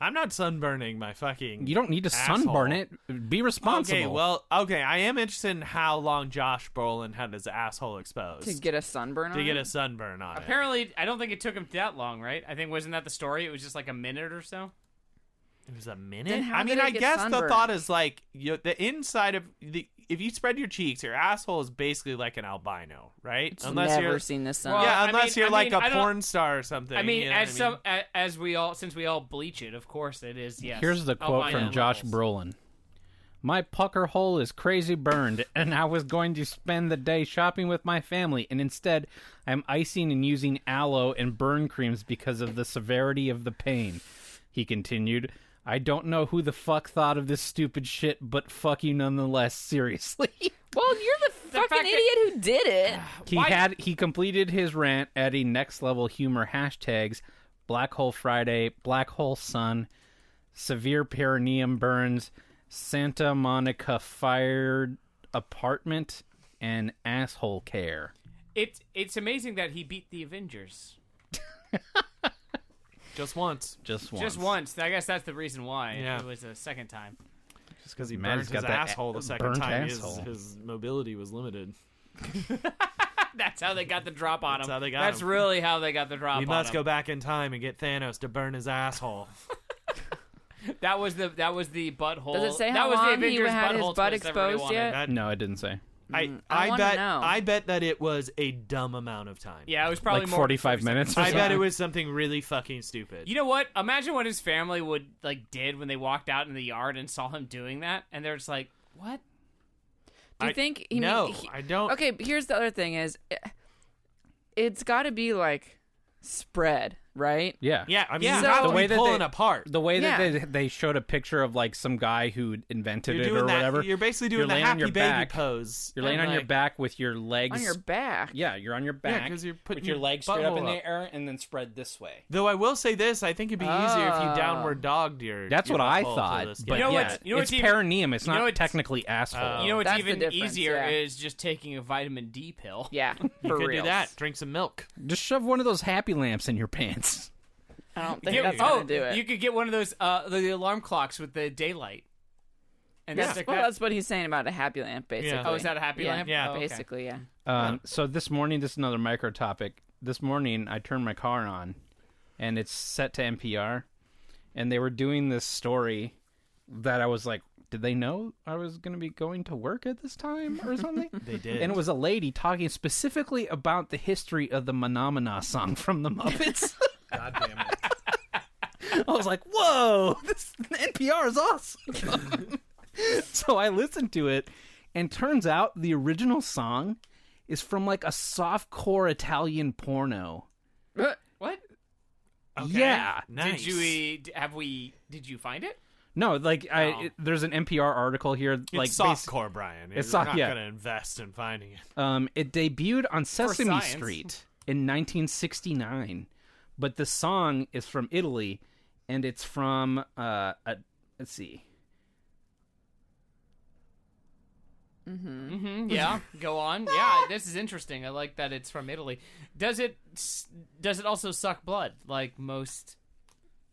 Speaker 3: I'm not sunburning my fucking.
Speaker 6: You don't need to
Speaker 3: Asshole.
Speaker 6: sunburn it. Be responsible.
Speaker 3: Okay, well, okay. I am interested in how long Josh Brolin had his asshole exposed
Speaker 2: To get a sunburn
Speaker 3: to
Speaker 2: on
Speaker 3: get
Speaker 2: it?
Speaker 3: a sunburn on it.
Speaker 4: Apparently, I don't think it took him that long, right? I think wasn't that the story? It was just like a minute or so.
Speaker 3: It was a
Speaker 2: Then
Speaker 3: minute.
Speaker 2: how
Speaker 3: I
Speaker 2: did
Speaker 3: mean,
Speaker 2: it
Speaker 3: I
Speaker 2: get
Speaker 3: guess the
Speaker 2: sunburned?
Speaker 3: thought is like you, the inside of the if you spread your cheeks, your asshole is basically like an albino, right? Unless
Speaker 2: Never
Speaker 3: you're
Speaker 2: seen the sun.
Speaker 4: Well,
Speaker 3: yeah,
Speaker 4: I
Speaker 3: unless
Speaker 4: mean-
Speaker 3: you're
Speaker 4: I
Speaker 3: like
Speaker 4: mean, I
Speaker 3: a
Speaker 4: don't-
Speaker 3: porn star or something.
Speaker 4: I mean,
Speaker 3: you know
Speaker 4: as
Speaker 3: what I
Speaker 4: some a- as we all since we all bleach it, of course it is. Yes. Oh,
Speaker 6: Here's the quote
Speaker 4: Albino
Speaker 6: from Josh
Speaker 4: levels.
Speaker 6: Brolin. My pucker hole is crazy burned, and I was going to spend the day shopping with my family, and instead, I'm icing and using aloe and burn creams because of the severity of the pain. He continued, I don't know who the fuck thought of this stupid shit, but fuck you nonetheless, seriously.
Speaker 2: Well, you're the,
Speaker 4: fact
Speaker 2: fucking
Speaker 4: that-
Speaker 2: idiot who did it.
Speaker 6: He
Speaker 4: Why-
Speaker 6: had he completed his rant adding next level humor hashtags Black Hole Friday, Black Hole Sun, Severe Perineum Burns, Santa Monica Fired Apartment, and Asshole Care.
Speaker 4: It's it's amazing that he beat the Avengers
Speaker 3: mean? just once,
Speaker 6: Just once.
Speaker 4: just once. I guess that's the reason why.
Speaker 3: Yeah.
Speaker 4: It was a second time. <laughs>
Speaker 3: just because he
Speaker 6: Man,
Speaker 3: burned
Speaker 6: he's
Speaker 3: his
Speaker 6: got that
Speaker 3: asshole the second
Speaker 6: burnt
Speaker 3: time, his,
Speaker 6: asshole.
Speaker 3: his mobility was limited.
Speaker 4: That's how they got the drop on him.
Speaker 3: That's how they got
Speaker 4: That's
Speaker 3: him.
Speaker 4: really how they got the drop
Speaker 3: We
Speaker 4: on
Speaker 3: must
Speaker 4: him.
Speaker 3: go back in time and get Thanos to burn his asshole.
Speaker 4: That was the that was the butthole.
Speaker 2: Does it say
Speaker 4: that
Speaker 2: how
Speaker 4: was the
Speaker 2: long he
Speaker 4: Avengers
Speaker 2: had his
Speaker 4: butthole
Speaker 2: butt
Speaker 4: twist everybody
Speaker 2: exposed
Speaker 4: wanted.
Speaker 2: yet?
Speaker 3: That-
Speaker 6: No, I didn't say. Mm,
Speaker 3: I,
Speaker 2: I
Speaker 3: I,
Speaker 2: wanna
Speaker 3: bet
Speaker 2: know.
Speaker 3: I bet that it was a dumb amount of time.
Speaker 4: Yeah, it was probably
Speaker 6: like
Speaker 4: more
Speaker 6: 45 minutes or
Speaker 3: I
Speaker 6: something.
Speaker 3: bet it was something really fucking stupid.
Speaker 4: You know what? Imagine what his family would like did when they walked out in the yard and saw him doing that, and they're just like, "What?
Speaker 2: Do you
Speaker 3: I-
Speaker 2: think? He,
Speaker 3: no,
Speaker 2: he-
Speaker 3: I don't.
Speaker 2: Okay, but here's the other thing: is eh, it's got to be like spread, right?
Speaker 6: Yeah.
Speaker 3: Yeah, I mean,
Speaker 2: Yeah.
Speaker 3: you
Speaker 2: So-
Speaker 3: have
Speaker 2: The
Speaker 3: to
Speaker 6: way
Speaker 3: be
Speaker 6: that
Speaker 3: pulling
Speaker 6: they-
Speaker 3: apart.
Speaker 6: The way that
Speaker 2: Yeah.
Speaker 6: they, they showed a picture of like some guy who invented
Speaker 3: You're
Speaker 6: it
Speaker 3: doing
Speaker 6: or
Speaker 3: that.
Speaker 6: whatever.
Speaker 3: You're basically doing
Speaker 6: You're
Speaker 3: the
Speaker 6: laying on
Speaker 3: happy
Speaker 6: your
Speaker 3: baby
Speaker 6: back.
Speaker 3: pose.
Speaker 6: You're laying
Speaker 4: I'm
Speaker 6: on your
Speaker 4: like-
Speaker 6: back with your legs
Speaker 2: On your back.
Speaker 6: Yeah, you're on your back.
Speaker 3: 'cause you're putting
Speaker 6: with your
Speaker 3: your
Speaker 6: legs straight up
Speaker 3: butthole
Speaker 6: in
Speaker 3: up.
Speaker 6: the air and then spread this way.
Speaker 3: Though I will say this, I think it'd be easier if
Speaker 2: Ah.
Speaker 3: you downward dogged your.
Speaker 6: Oh. That's
Speaker 3: your
Speaker 6: what I
Speaker 3: butthole to
Speaker 6: thought,
Speaker 3: this
Speaker 6: but
Speaker 3: guy.
Speaker 4: You know
Speaker 6: yeah,
Speaker 4: what's- you know
Speaker 6: it's
Speaker 4: what's even-
Speaker 6: perineum. It's
Speaker 4: you know
Speaker 6: not
Speaker 4: what's-
Speaker 6: technically asshole.
Speaker 3: Oh.
Speaker 4: You know what's
Speaker 2: That's the
Speaker 4: even
Speaker 2: difference,
Speaker 4: easier
Speaker 2: yeah.
Speaker 4: is just taking a vitamin D pill."
Speaker 2: Yeah, for
Speaker 3: you could
Speaker 2: real.
Speaker 3: do that. Drink some milk.
Speaker 6: Just shove one of those happy lamps in your pants.
Speaker 4: <laughs>
Speaker 2: I don't think
Speaker 4: You-
Speaker 2: that's
Speaker 4: oh,
Speaker 2: gonna do it.
Speaker 4: you could get one of those uh, the, the alarm clocks with the daylight, and
Speaker 2: That's,
Speaker 4: stick
Speaker 2: well, <laughs>
Speaker 4: that.
Speaker 2: that's what he's saying about a happy lamp, basically.
Speaker 3: Yeah.
Speaker 4: Oh, is that a happy
Speaker 2: Yeah,
Speaker 4: lamp?
Speaker 3: Yeah.
Speaker 4: Oh, okay.
Speaker 2: basically, yeah.
Speaker 6: Um, so this morning, this is another micro topic. This morning, I turned my car on, and it's set to NPR, and they were doing this story that I was like, did they know I was going to be going to work at this time or something?
Speaker 4: <laughs>
Speaker 3: They did.
Speaker 6: and it was a lady talking specifically about the history of the Manamana song from
Speaker 3: <laughs>
Speaker 6: the Muppets.
Speaker 3: God damn it.
Speaker 6: I was like, "Whoa, this NPR is awesome!" <laughs> so I listened to it, and turns out the original song is from like a softcore Italian porno.
Speaker 4: What
Speaker 6: Yeah,
Speaker 3: Nice.
Speaker 4: did you we- d- have we? Did you find it?
Speaker 6: no, like I
Speaker 4: Oh.
Speaker 6: it- there's an NPR article here. like
Speaker 3: it's softcore, Brian. You're
Speaker 6: It's soft-
Speaker 3: not
Speaker 6: yeah.
Speaker 3: gonna invest in finding it.
Speaker 6: basi- um, it debuted on Sesame
Speaker 4: science.
Speaker 6: Street in 1969, but the song is from Italy, and it's from uh, a, let's see.
Speaker 4: Mm-hmm, yeah, go on. Yeah, this is interesting. I like that it's from Italy. Does it? s- Does it also suck blood like most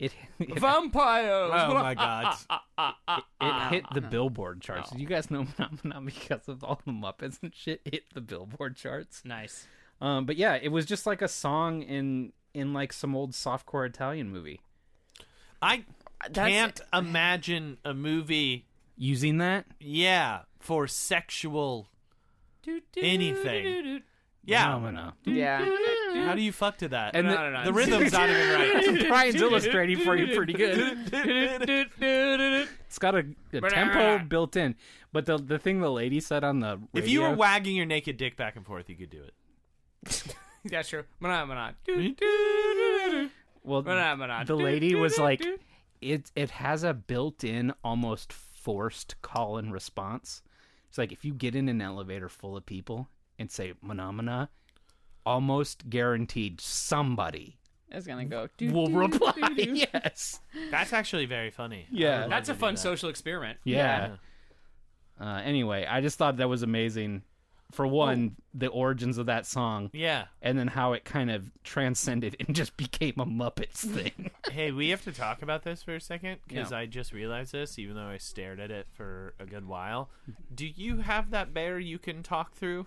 Speaker 6: It, <laughs> it
Speaker 4: vampires?
Speaker 3: Oh my god.
Speaker 6: <laughs> it hit the Billboard charts. Did you guys know <laughs> Phenomenon because of all the Muppets and shit hit the Billboard charts?
Speaker 4: <laughs> Nice.
Speaker 6: Um, but yeah, it was just like a song in in like some old softcore Italian movie.
Speaker 3: I
Speaker 2: That's-
Speaker 3: can't imagine a movie.
Speaker 6: Using that?
Speaker 3: Yeah, for sexual. Anything. Yeah.
Speaker 6: Phenomena.
Speaker 2: Yeah.
Speaker 3: How do you fuck to that?
Speaker 6: And
Speaker 4: No, no,
Speaker 6: the-
Speaker 4: no.
Speaker 3: the <laughs> rhythm's not even
Speaker 6: <laughs>
Speaker 3: right.
Speaker 6: Brian's illustrating for you pretty good. It's got a, a tempo built in. But the the thing the lady said on the radio,
Speaker 3: uh, If you were wagging your naked dick back and forth, you could do it.
Speaker 4: Yeah, sure. Mana, mana.
Speaker 6: well,
Speaker 3: uh,
Speaker 4: Phenomena.
Speaker 6: the lady was like, it it has a built-in almost forced call and response. It's like if you get in an elevator full of people and say phenomena, almost guaranteed somebody
Speaker 2: It's gonna go.
Speaker 6: will reply <laughs> yes.
Speaker 3: That's actually very funny.
Speaker 6: Yeah.
Speaker 4: That's a
Speaker 3: do
Speaker 4: fun
Speaker 3: that.
Speaker 4: social experiment.
Speaker 6: Yeah. Uh, anyway, I just thought that was amazing. For one, the origins of that song,
Speaker 3: Yeah.
Speaker 6: and then how it kind of transcended <laughs> and just became a Muppets thing.
Speaker 3: Hey, we have to talk about this for a second because
Speaker 6: Yeah.
Speaker 3: I just realized this, even though I stared at it for a good while. Do you have that bear you can talk through?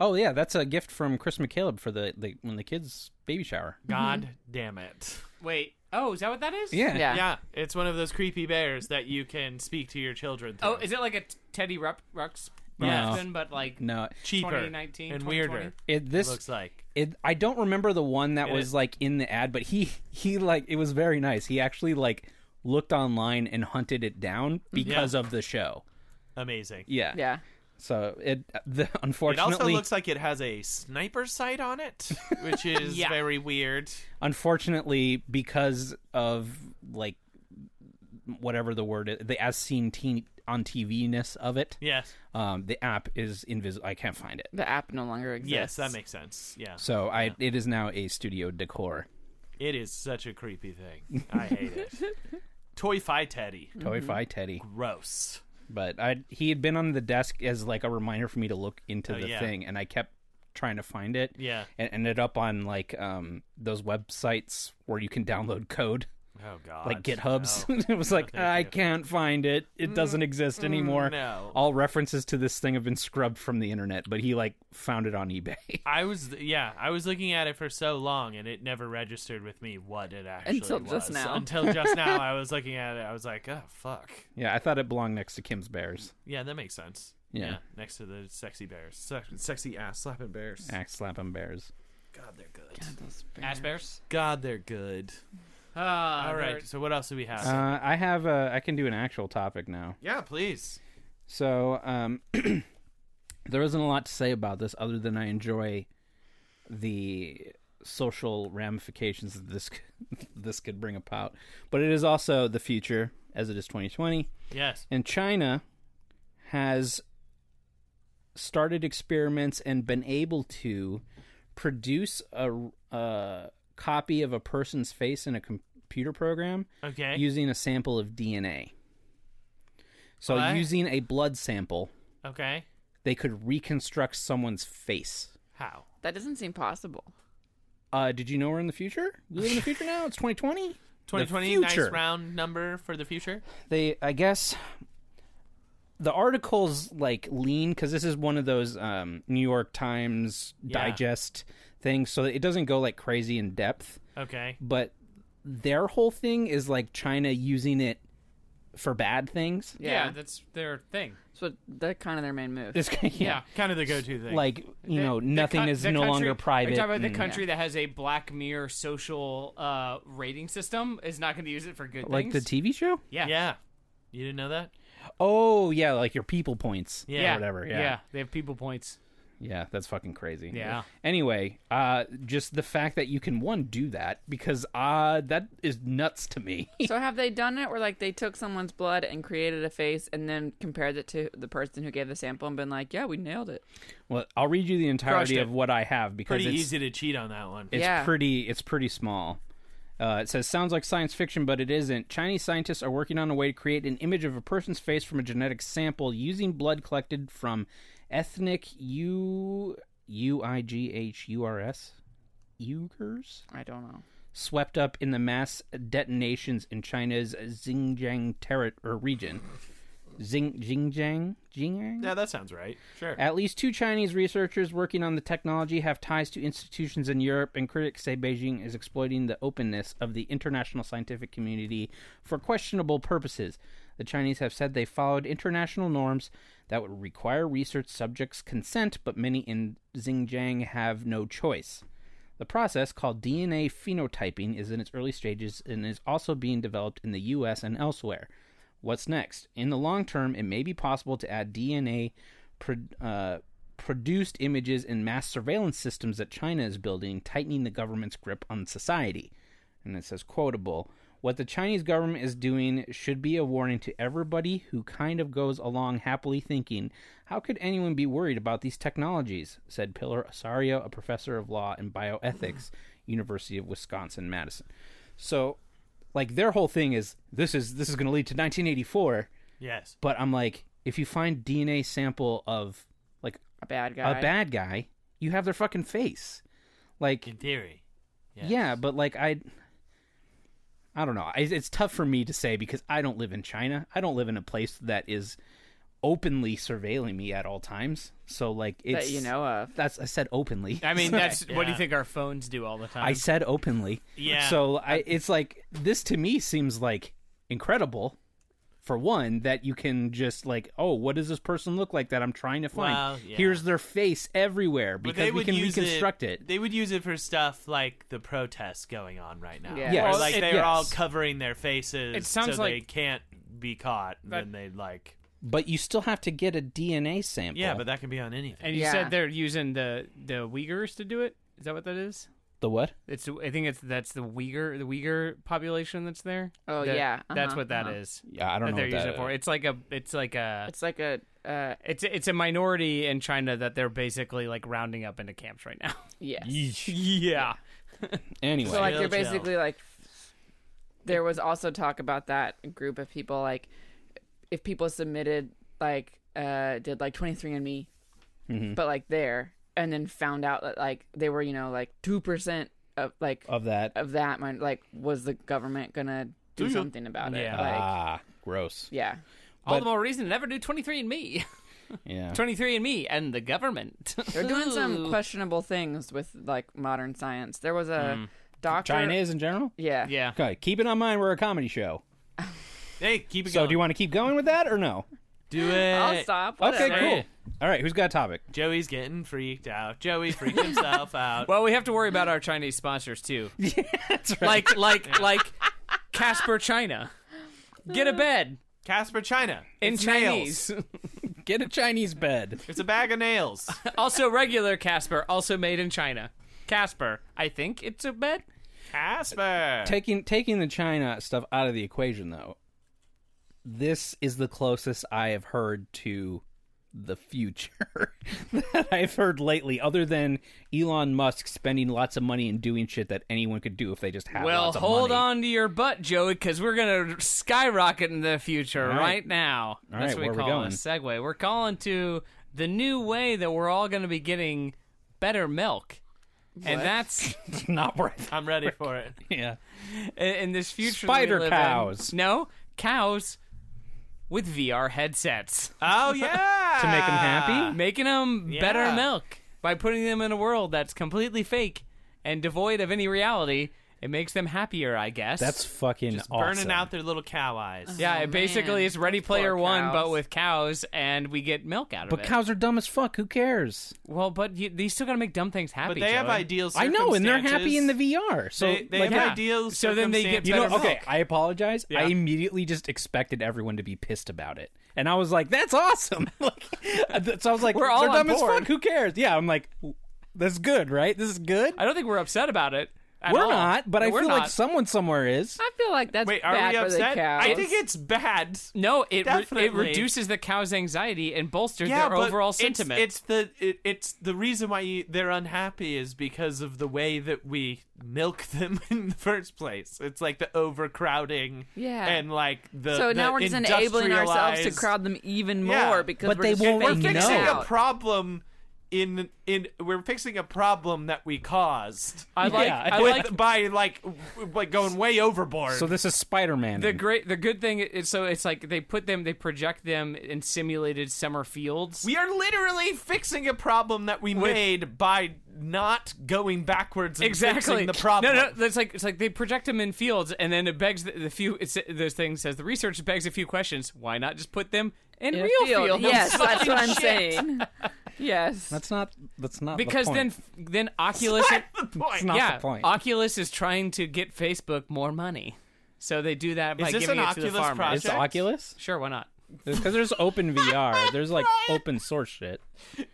Speaker 6: oh yeah, that's a gift from Chris McCaleb for the, the when the kids baby shower.
Speaker 3: God damn it.
Speaker 4: Wait. Oh, is that what that is?
Speaker 2: Yeah.
Speaker 3: Yeah, it's one of those creepy bears that you can speak to your children through.
Speaker 4: Oh, is it like a t- Teddy Rup- Rux?
Speaker 6: No.
Speaker 4: Ruxpin, but like
Speaker 6: No,
Speaker 3: cheaper
Speaker 4: 2019,
Speaker 3: and
Speaker 4: 2020?
Speaker 3: weirder?
Speaker 6: it
Speaker 3: This
Speaker 6: this
Speaker 3: looks like
Speaker 6: it, I don't remember the one that
Speaker 3: Get
Speaker 6: was
Speaker 3: it?
Speaker 6: like in the ad, but he <laughs> he like it was very nice. He actually like looked online and hunted it down because of the show.
Speaker 3: amazing.
Speaker 6: Yeah,
Speaker 2: Yeah.
Speaker 6: So it the <laughs>
Speaker 3: It also
Speaker 6: unfortunately
Speaker 3: looks like it has a sniper sight on
Speaker 6: <laughs>
Speaker 3: it, which is
Speaker 4: Yeah.
Speaker 3: very weird.
Speaker 6: unfortunately because of like whatever the word is, the as seen teen, on TV ness of it.
Speaker 3: Yes,
Speaker 6: Um, the app is invisible. I can't find it.
Speaker 2: The app no longer exists.
Speaker 3: yes, that makes sense. Yeah,
Speaker 6: So I it is now a studio decor.
Speaker 3: it is such a creepy thing. I hate it.
Speaker 6: <laughs>
Speaker 3: Toy Fi Teddy,
Speaker 6: Toy Fi Teddy.
Speaker 3: gross.
Speaker 6: But I he had been on the desk as like a reminder for me to look into
Speaker 3: Oh,
Speaker 6: the
Speaker 3: yeah.
Speaker 6: thing, and I kept trying to find it.
Speaker 3: Yeah.
Speaker 6: and ended up on like um those websites where you can download code,
Speaker 3: Oh God,
Speaker 6: like GitHub's.
Speaker 3: No.
Speaker 6: <laughs> it was like
Speaker 3: thank
Speaker 6: I
Speaker 3: you.
Speaker 6: can't find it. It doesn't exist <laughs> anymore.
Speaker 3: Mm, no.
Speaker 6: All references to this thing have been scrubbed from the internet, but he like found it on eBay. <laughs>
Speaker 3: I was yeah, I was looking at it for so long and it never registered with me what it actually
Speaker 2: Until
Speaker 3: was.
Speaker 2: just now.
Speaker 3: Until just now,
Speaker 2: <laughs>
Speaker 3: I was looking at it. I was like, oh fuck.
Speaker 6: yeah, I thought it belonged next to Kim's Bears.
Speaker 3: Yeah, that makes sense.
Speaker 6: Yeah.
Speaker 3: next to the sexy bears, Se- sexy ass slapping bears.
Speaker 6: Axe slap 'em bears.
Speaker 3: God, they're good.
Speaker 4: Ash Bears.
Speaker 3: God, they're good.
Speaker 4: Uh,
Speaker 3: All right. So what else do we have?
Speaker 6: Uh, I have a, I can do an actual topic now.
Speaker 3: yeah, please.
Speaker 6: So um, <clears throat> there isn't a lot to say about this other than I enjoy the social ramifications that this <laughs> this could bring about. But it is also the future, as it is 2020,
Speaker 3: Yes.
Speaker 6: and China has started experiments and been able to produce a, a copy of a person's face in a computer program
Speaker 3: Okay.
Speaker 6: using a sample of DNA. So
Speaker 3: What?
Speaker 6: using a blood sample,
Speaker 3: okay.
Speaker 6: they could reconstruct someone's face.
Speaker 3: How?
Speaker 2: That doesn't seem possible.
Speaker 6: Uh, did you know we're in the future?
Speaker 3: <laughs>
Speaker 6: We live in the future now. It's 2020.
Speaker 3: 2020,
Speaker 6: The
Speaker 3: nice
Speaker 6: future.
Speaker 3: round number for the future.
Speaker 6: They, I guess, the articles like lean because this is one of those um, New York Times
Speaker 3: Yeah.
Speaker 6: digest things, so it doesn't go like crazy in depth.
Speaker 3: Okay.
Speaker 6: But their whole thing is like China using it for bad things.
Speaker 4: Yeah.
Speaker 2: Yeah.
Speaker 4: that's their thing.
Speaker 2: so that kind of their main move.
Speaker 6: <laughs> It's, yeah.
Speaker 3: Kind of the go-to thing.
Speaker 6: like you
Speaker 4: The-
Speaker 6: know
Speaker 4: the
Speaker 6: nothing
Speaker 4: coun-
Speaker 6: is
Speaker 4: the
Speaker 6: no
Speaker 4: country-
Speaker 6: longer
Speaker 4: Are
Speaker 6: private Mm.
Speaker 4: you talking about the
Speaker 6: and-
Speaker 4: country that has a Black Mirror social uh, rating system is not going to use it for good
Speaker 6: like the
Speaker 4: things?
Speaker 6: tv show
Speaker 4: yeah.
Speaker 3: yeah. You didn't know that?
Speaker 6: oh yeah like your people points
Speaker 3: Yeah.
Speaker 6: or whatever yeah. yeah
Speaker 4: They have people points.
Speaker 6: that's fucking crazy
Speaker 4: Yeah.
Speaker 6: anyway uh just the fact that you can one do that because uh that is nuts to me <laughs>
Speaker 2: so have they done it where like they took someone's blood and created a face and then compared it to the person who gave the sample and been like, yeah, we nailed it.
Speaker 6: well i'll read you the entirety
Speaker 3: Crushed it.
Speaker 6: of what i have because
Speaker 3: Pretty
Speaker 6: it's,
Speaker 3: easy to cheat on that one.
Speaker 6: It's
Speaker 2: Yeah.
Speaker 6: pretty. It's pretty small. Uh, it says sounds like science fiction, but it isn't. Chinese scientists are working on a way to create an image of a person's face from a genetic sample using blood collected from ethnic U U I G H U R S Uyghurs
Speaker 2: I don't know.
Speaker 6: swept up in the mass detonations in China's Xinjiang terror or region. Xing Xinjiang Jingyang.
Speaker 3: Yeah, that sounds right. Sure.
Speaker 6: At least two Chinese researchers working on the technology have ties to institutions in Europe, and critics say Beijing is exploiting the openness of the international scientific community for questionable purposes. The Chinese have said they followed international norms that would require research subjects' consent, but many in Xinjiang have no choice. The process, called DNA phenotyping, is in its early stages and is also being developed in the US and elsewhere. What's next? In the long term, it may be possible to add DNA pro- uh, produced images in mass surveillance systems that China is building, tightening the government's grip on society. And it says, quotable, what the Chinese government is doing should be a warning to everybody who kind of goes along happily thinking, how could anyone be worried about these technologies? said Pilar Osario, a professor of law and bioethics, University of Wisconsin Madison. So, like their whole thing is this is this is going to lead to 1984,
Speaker 3: Yes.
Speaker 6: but I'm like if you find DNA sample of like
Speaker 2: A bad guy.
Speaker 6: a bad guy, you have their fucking face. Like
Speaker 3: In theory. Yes.
Speaker 6: yeah, but like I, I don't know. I, it's tough for me to say because I don't live in China. I don't live in a place that is openly surveilling me at all times. So like, it's,
Speaker 2: that you know of.
Speaker 6: that's I said openly. <laughs>
Speaker 4: I mean, that's what do
Speaker 3: Yeah.
Speaker 4: you think our phones do all the time?
Speaker 6: I said openly.
Speaker 3: Yeah.
Speaker 6: So I, it's like this to me seems like incredible. For one, that you can just like, oh, what does this person look like that I'm trying to find?
Speaker 3: Well, yeah.
Speaker 6: Here's their face everywhere
Speaker 3: But
Speaker 6: because we can reconstruct it.
Speaker 3: They would use it for stuff like the protests going on right now.
Speaker 2: Yeah.
Speaker 3: Where,
Speaker 6: Yes.
Speaker 3: like
Speaker 6: Well,
Speaker 3: they're
Speaker 6: it-
Speaker 3: all
Speaker 6: yes.
Speaker 3: covering their faces
Speaker 4: It sounds
Speaker 3: so they
Speaker 4: like-
Speaker 3: can't be caught.
Speaker 4: That-
Speaker 3: then they like
Speaker 6: But you still have to get a DNA sample.
Speaker 3: Yeah, but that can be on anything.
Speaker 4: and you
Speaker 2: Yeah.
Speaker 4: said they're using the the Uyghurs to do it. Is that what that is?
Speaker 6: the what?
Speaker 4: It's I think it's that's the Uyghur the Uyghur population that's there.
Speaker 2: Oh,
Speaker 4: That-
Speaker 2: yeah.
Speaker 4: that's
Speaker 2: Uh-huh,
Speaker 4: what that
Speaker 2: uh-huh.
Speaker 4: is.
Speaker 6: Yeah, I
Speaker 4: That
Speaker 6: don't know
Speaker 4: they're
Speaker 6: what that
Speaker 4: using it for. It's like a it's like a
Speaker 2: It's like a uh,
Speaker 4: it's it's a minority in China that they're basically like rounding up into camps right now. <laughs>
Speaker 2: yes.
Speaker 4: yeah.
Speaker 6: Anyway,
Speaker 2: So like
Speaker 3: Chill,
Speaker 2: they're
Speaker 3: chill.
Speaker 2: basically like there was also talk about that group of people like if people submitted like uh did like 23andme but like there and then found out that like they were you know like 2% of like
Speaker 6: of that,
Speaker 2: of that mon- like was the government going to do something about it
Speaker 4: Yeah.
Speaker 2: like
Speaker 6: ah, gross.
Speaker 2: yeah
Speaker 4: All the more reason to never do 23andMe.
Speaker 6: Yeah,
Speaker 4: 23andMe and the government. <laughs>
Speaker 2: they're doing some questionable things with like modern science there was
Speaker 3: Hmm.
Speaker 2: a doctor
Speaker 6: China is in general.
Speaker 2: yeah
Speaker 4: Yeah.
Speaker 6: Okay, keep it on mind. We're a comedy show.
Speaker 3: Hey, keep it
Speaker 6: So,
Speaker 3: going.
Speaker 6: do you want to keep going with that or no?
Speaker 3: do it?
Speaker 2: I'll stop.
Speaker 6: Okay,
Speaker 2: whatever.
Speaker 6: cool. All right, who's got a topic?
Speaker 3: Joey's getting freaked out. Joey freaked himself out.
Speaker 4: Well, we have to worry about our Chinese sponsors too.
Speaker 6: That's
Speaker 4: Like like like Casper China. Get a bed
Speaker 3: Casper China.
Speaker 4: in
Speaker 3: It's nails.
Speaker 4: Chinese.
Speaker 6: <laughs> get a Chinese bed.
Speaker 3: It's a bag of nails.
Speaker 4: <laughs> also regular Casper, also made in China. Casper, I think it's a bed.
Speaker 3: Casper.
Speaker 6: Taking taking the China stuff out of the equation, though, this is the closest I have heard to the future <laughs> that I've heard lately, other than Elon Musk spending lots of money and doing shit that anyone could do if they just had.
Speaker 4: Well,
Speaker 6: lots of
Speaker 4: hold
Speaker 6: money.
Speaker 4: on to your butt, Joey, because we're gonna skyrocket in the future
Speaker 6: All
Speaker 4: right,
Speaker 6: right.
Speaker 4: now.
Speaker 6: All
Speaker 4: That's
Speaker 6: right,
Speaker 4: what we
Speaker 6: where we
Speaker 4: call
Speaker 6: going?
Speaker 4: a segue. We're calling to the new way that we're all gonna be getting better milk, and that's
Speaker 6: <laughs> Not worth.
Speaker 3: I'm ready for it.
Speaker 6: Yeah.
Speaker 4: in- in this future. that we
Speaker 6: Spider
Speaker 4: live in.
Speaker 6: cows.
Speaker 4: no cows with VR
Speaker 6: <laughs>
Speaker 4: headsets,
Speaker 3: Oh yeah.
Speaker 6: To make them happy?
Speaker 3: Ah.
Speaker 4: making them
Speaker 3: Yeah.
Speaker 4: better milk by putting them in a world that's completely fake and devoid of any reality. It makes them happier, I guess.
Speaker 6: That's fucking awesome.
Speaker 3: Burning out their little cow eyes.
Speaker 4: Yeah, it basically
Speaker 2: man.
Speaker 4: is Ready Player
Speaker 2: Poor
Speaker 4: One, but
Speaker 2: cows.
Speaker 4: with cows, and we get milk out of
Speaker 6: But
Speaker 4: it.
Speaker 6: cows are dumb as fuck. Who cares?
Speaker 4: well, but you, they still gotta make dumb things happy.
Speaker 3: But they have
Speaker 4: Joey.
Speaker 3: ideal
Speaker 6: I know, and they're happy in the
Speaker 3: circumstances.
Speaker 6: VR. So
Speaker 3: They, they
Speaker 6: like,
Speaker 3: have
Speaker 4: yeah.
Speaker 3: ideal
Speaker 4: So then they get
Speaker 3: circumstances.
Speaker 6: you know,
Speaker 4: better milk.
Speaker 6: okay. I apologize. I
Speaker 4: Yeah.
Speaker 6: immediately just expected everyone to be pissed about it, and I was like, "That's awesome!" <laughs> like, uh, so I was like,
Speaker 4: We're all
Speaker 6: they're dumb
Speaker 4: on
Speaker 6: as
Speaker 4: board."
Speaker 6: fuck. Who cares?" Yeah, I'm like, "That's good, right? This is good."
Speaker 4: I don't think we're upset about it. at
Speaker 6: We're
Speaker 4: all.
Speaker 6: not, but
Speaker 4: No,
Speaker 6: I
Speaker 4: we're
Speaker 6: feel like
Speaker 4: not.
Speaker 6: someone somewhere is.
Speaker 2: i feel like that's
Speaker 3: Wait, are
Speaker 2: bad
Speaker 3: we
Speaker 2: for the
Speaker 3: upset?
Speaker 2: cows
Speaker 3: I think it's bad.
Speaker 4: No, it re- it
Speaker 3: Definitely.
Speaker 4: reduces the cow's anxiety and bolsters
Speaker 3: Yeah,
Speaker 4: their
Speaker 3: but
Speaker 4: overall
Speaker 3: it's-
Speaker 4: sentiment.
Speaker 3: It's, the it, it's the reason why you, they're unhappy is because of the way that we milk <laughs> them in the first place. It's like the overcrowding.
Speaker 2: Yeah.
Speaker 3: and like the
Speaker 2: So
Speaker 3: the
Speaker 2: now we're just enabling ourselves to
Speaker 3: industrialized-
Speaker 2: crowd them even more
Speaker 3: Yeah.
Speaker 2: because
Speaker 6: But
Speaker 2: we're
Speaker 6: they
Speaker 2: just
Speaker 6: won't
Speaker 2: faking
Speaker 3: We're
Speaker 6: No.
Speaker 3: fixing
Speaker 2: it out.
Speaker 3: a problem in in we're fixing a problem that we caused
Speaker 4: I like.
Speaker 5: Yeah.
Speaker 4: I
Speaker 3: with
Speaker 6: <laughs>
Speaker 4: like
Speaker 3: by like w- like going way overboard.
Speaker 5: So this is Spider-Man.
Speaker 4: the great. The good thing is, so it's like they put them, they project them in simulated summer fields.
Speaker 3: we are literally fixing a problem that we made by not going backwards and
Speaker 4: exactly
Speaker 3: fixing the problem.
Speaker 4: No, no, that's like it's like they project them in fields, and then it begs the, the few. It's those things says the research begs a few questions. Why not just put them in,
Speaker 2: In a
Speaker 4: real
Speaker 2: field.
Speaker 4: fields?
Speaker 2: Yes, that's what I'm
Speaker 4: Shit.
Speaker 2: saying. <laughs> Yes.
Speaker 5: that's not. That's not. the
Speaker 4: Because then,
Speaker 6: <laughs>
Speaker 5: point.
Speaker 4: then Oculus.
Speaker 5: it's not
Speaker 4: yeah,
Speaker 5: the point.
Speaker 4: Oculus is trying to get Facebook more money, so they do that by
Speaker 3: this
Speaker 4: giving
Speaker 3: an
Speaker 4: it to the
Speaker 3: Oculus
Speaker 4: farmers.
Speaker 3: project?
Speaker 5: It's the Oculus.
Speaker 4: Sure, why not?
Speaker 5: Because there's
Speaker 4: <laughs>
Speaker 5: open VR. There's like open source shit.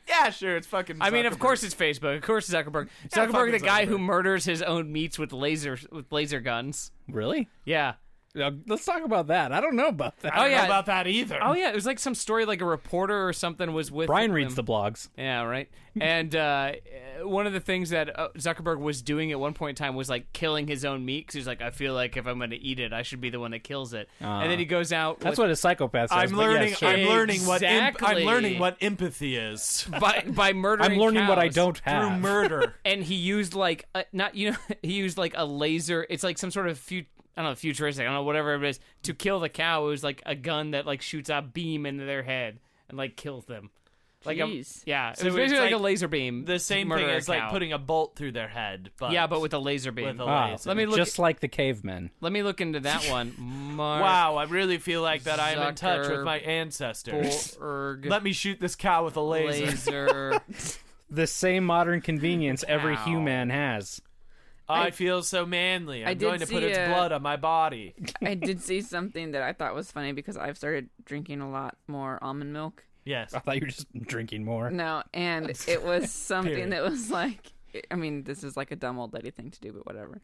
Speaker 3: yeah, sure, it's fucking.
Speaker 4: I mean, of
Speaker 3: Zuckerberg.
Speaker 4: course it's Facebook. Of course it's Zuckerberg.
Speaker 3: Yeah,
Speaker 4: Zuckerberg, the
Speaker 3: fucking
Speaker 4: guy who
Speaker 3: Zuckerberg.
Speaker 4: murders his own meats with laser with laser guns.
Speaker 5: Really?
Speaker 4: Yeah.
Speaker 5: Uh, Let's talk about that. I don't know about that.
Speaker 3: I don't
Speaker 4: oh,
Speaker 3: know
Speaker 4: yeah.
Speaker 3: about that either.
Speaker 4: Oh yeah, it was like some story, like a reporter or something was with
Speaker 5: Brian
Speaker 4: them.
Speaker 5: reads the blogs.
Speaker 4: Yeah, right. And uh, one of the things that uh, Zuckerberg was doing at one point in time was like killing his own meat because he's like, I feel like if I'm going to eat it, I should be the one that kills it. and then he goes out.
Speaker 5: That's
Speaker 4: with,
Speaker 5: what a psychopath says.
Speaker 3: I'm
Speaker 5: but yeah,
Speaker 3: learning.
Speaker 5: sure.
Speaker 3: I'm learning what imp-
Speaker 4: Exactly.
Speaker 3: I'm learning what empathy is
Speaker 4: <laughs> by by murdering.
Speaker 5: I'm learning what I
Speaker 4: cows.
Speaker 5: don't
Speaker 3: through
Speaker 5: have.
Speaker 3: murder.
Speaker 4: And he used like a, not you know <laughs> he used like a laser. It's like some sort of fut I don't know futuristic. I don't know whatever it is to kill the cow. It was like a gun that like shoots a beam into their head and like kills them. Like a,
Speaker 2: Jeez.
Speaker 4: yeah, it
Speaker 3: So
Speaker 4: was
Speaker 3: it's
Speaker 4: basically like,
Speaker 3: like
Speaker 4: a laser beam.
Speaker 3: <laughs> the
Speaker 4: to
Speaker 3: same
Speaker 4: murder
Speaker 3: thing
Speaker 4: a
Speaker 3: as like
Speaker 4: cow.
Speaker 3: putting a bolt through their head. But
Speaker 4: yeah, but with a laser beam.
Speaker 3: with a
Speaker 5: Ah,
Speaker 3: laser.
Speaker 4: Let me look
Speaker 5: just like the cavemen.
Speaker 4: Let me look into that one. Mark
Speaker 3: Wow, I really feel like that I am in touch with my ancestors.
Speaker 4: Borg
Speaker 3: Let me shoot this cow with a laser.
Speaker 4: laser.
Speaker 5: The same modern convenience every
Speaker 4: Wow.
Speaker 5: human has.
Speaker 3: I feel so manly. I'm
Speaker 2: I did
Speaker 3: going to put
Speaker 2: see
Speaker 3: its
Speaker 2: a-
Speaker 3: blood on my body.
Speaker 2: I did see something that I thought was funny because I've started drinking a lot more almond milk
Speaker 3: Yes.
Speaker 5: I thought you were just drinking more.
Speaker 2: now, and it
Speaker 3: <laughs>
Speaker 2: was something
Speaker 3: Period.
Speaker 2: that was like, I mean, this is like a dumb old lady thing to do, but whatever.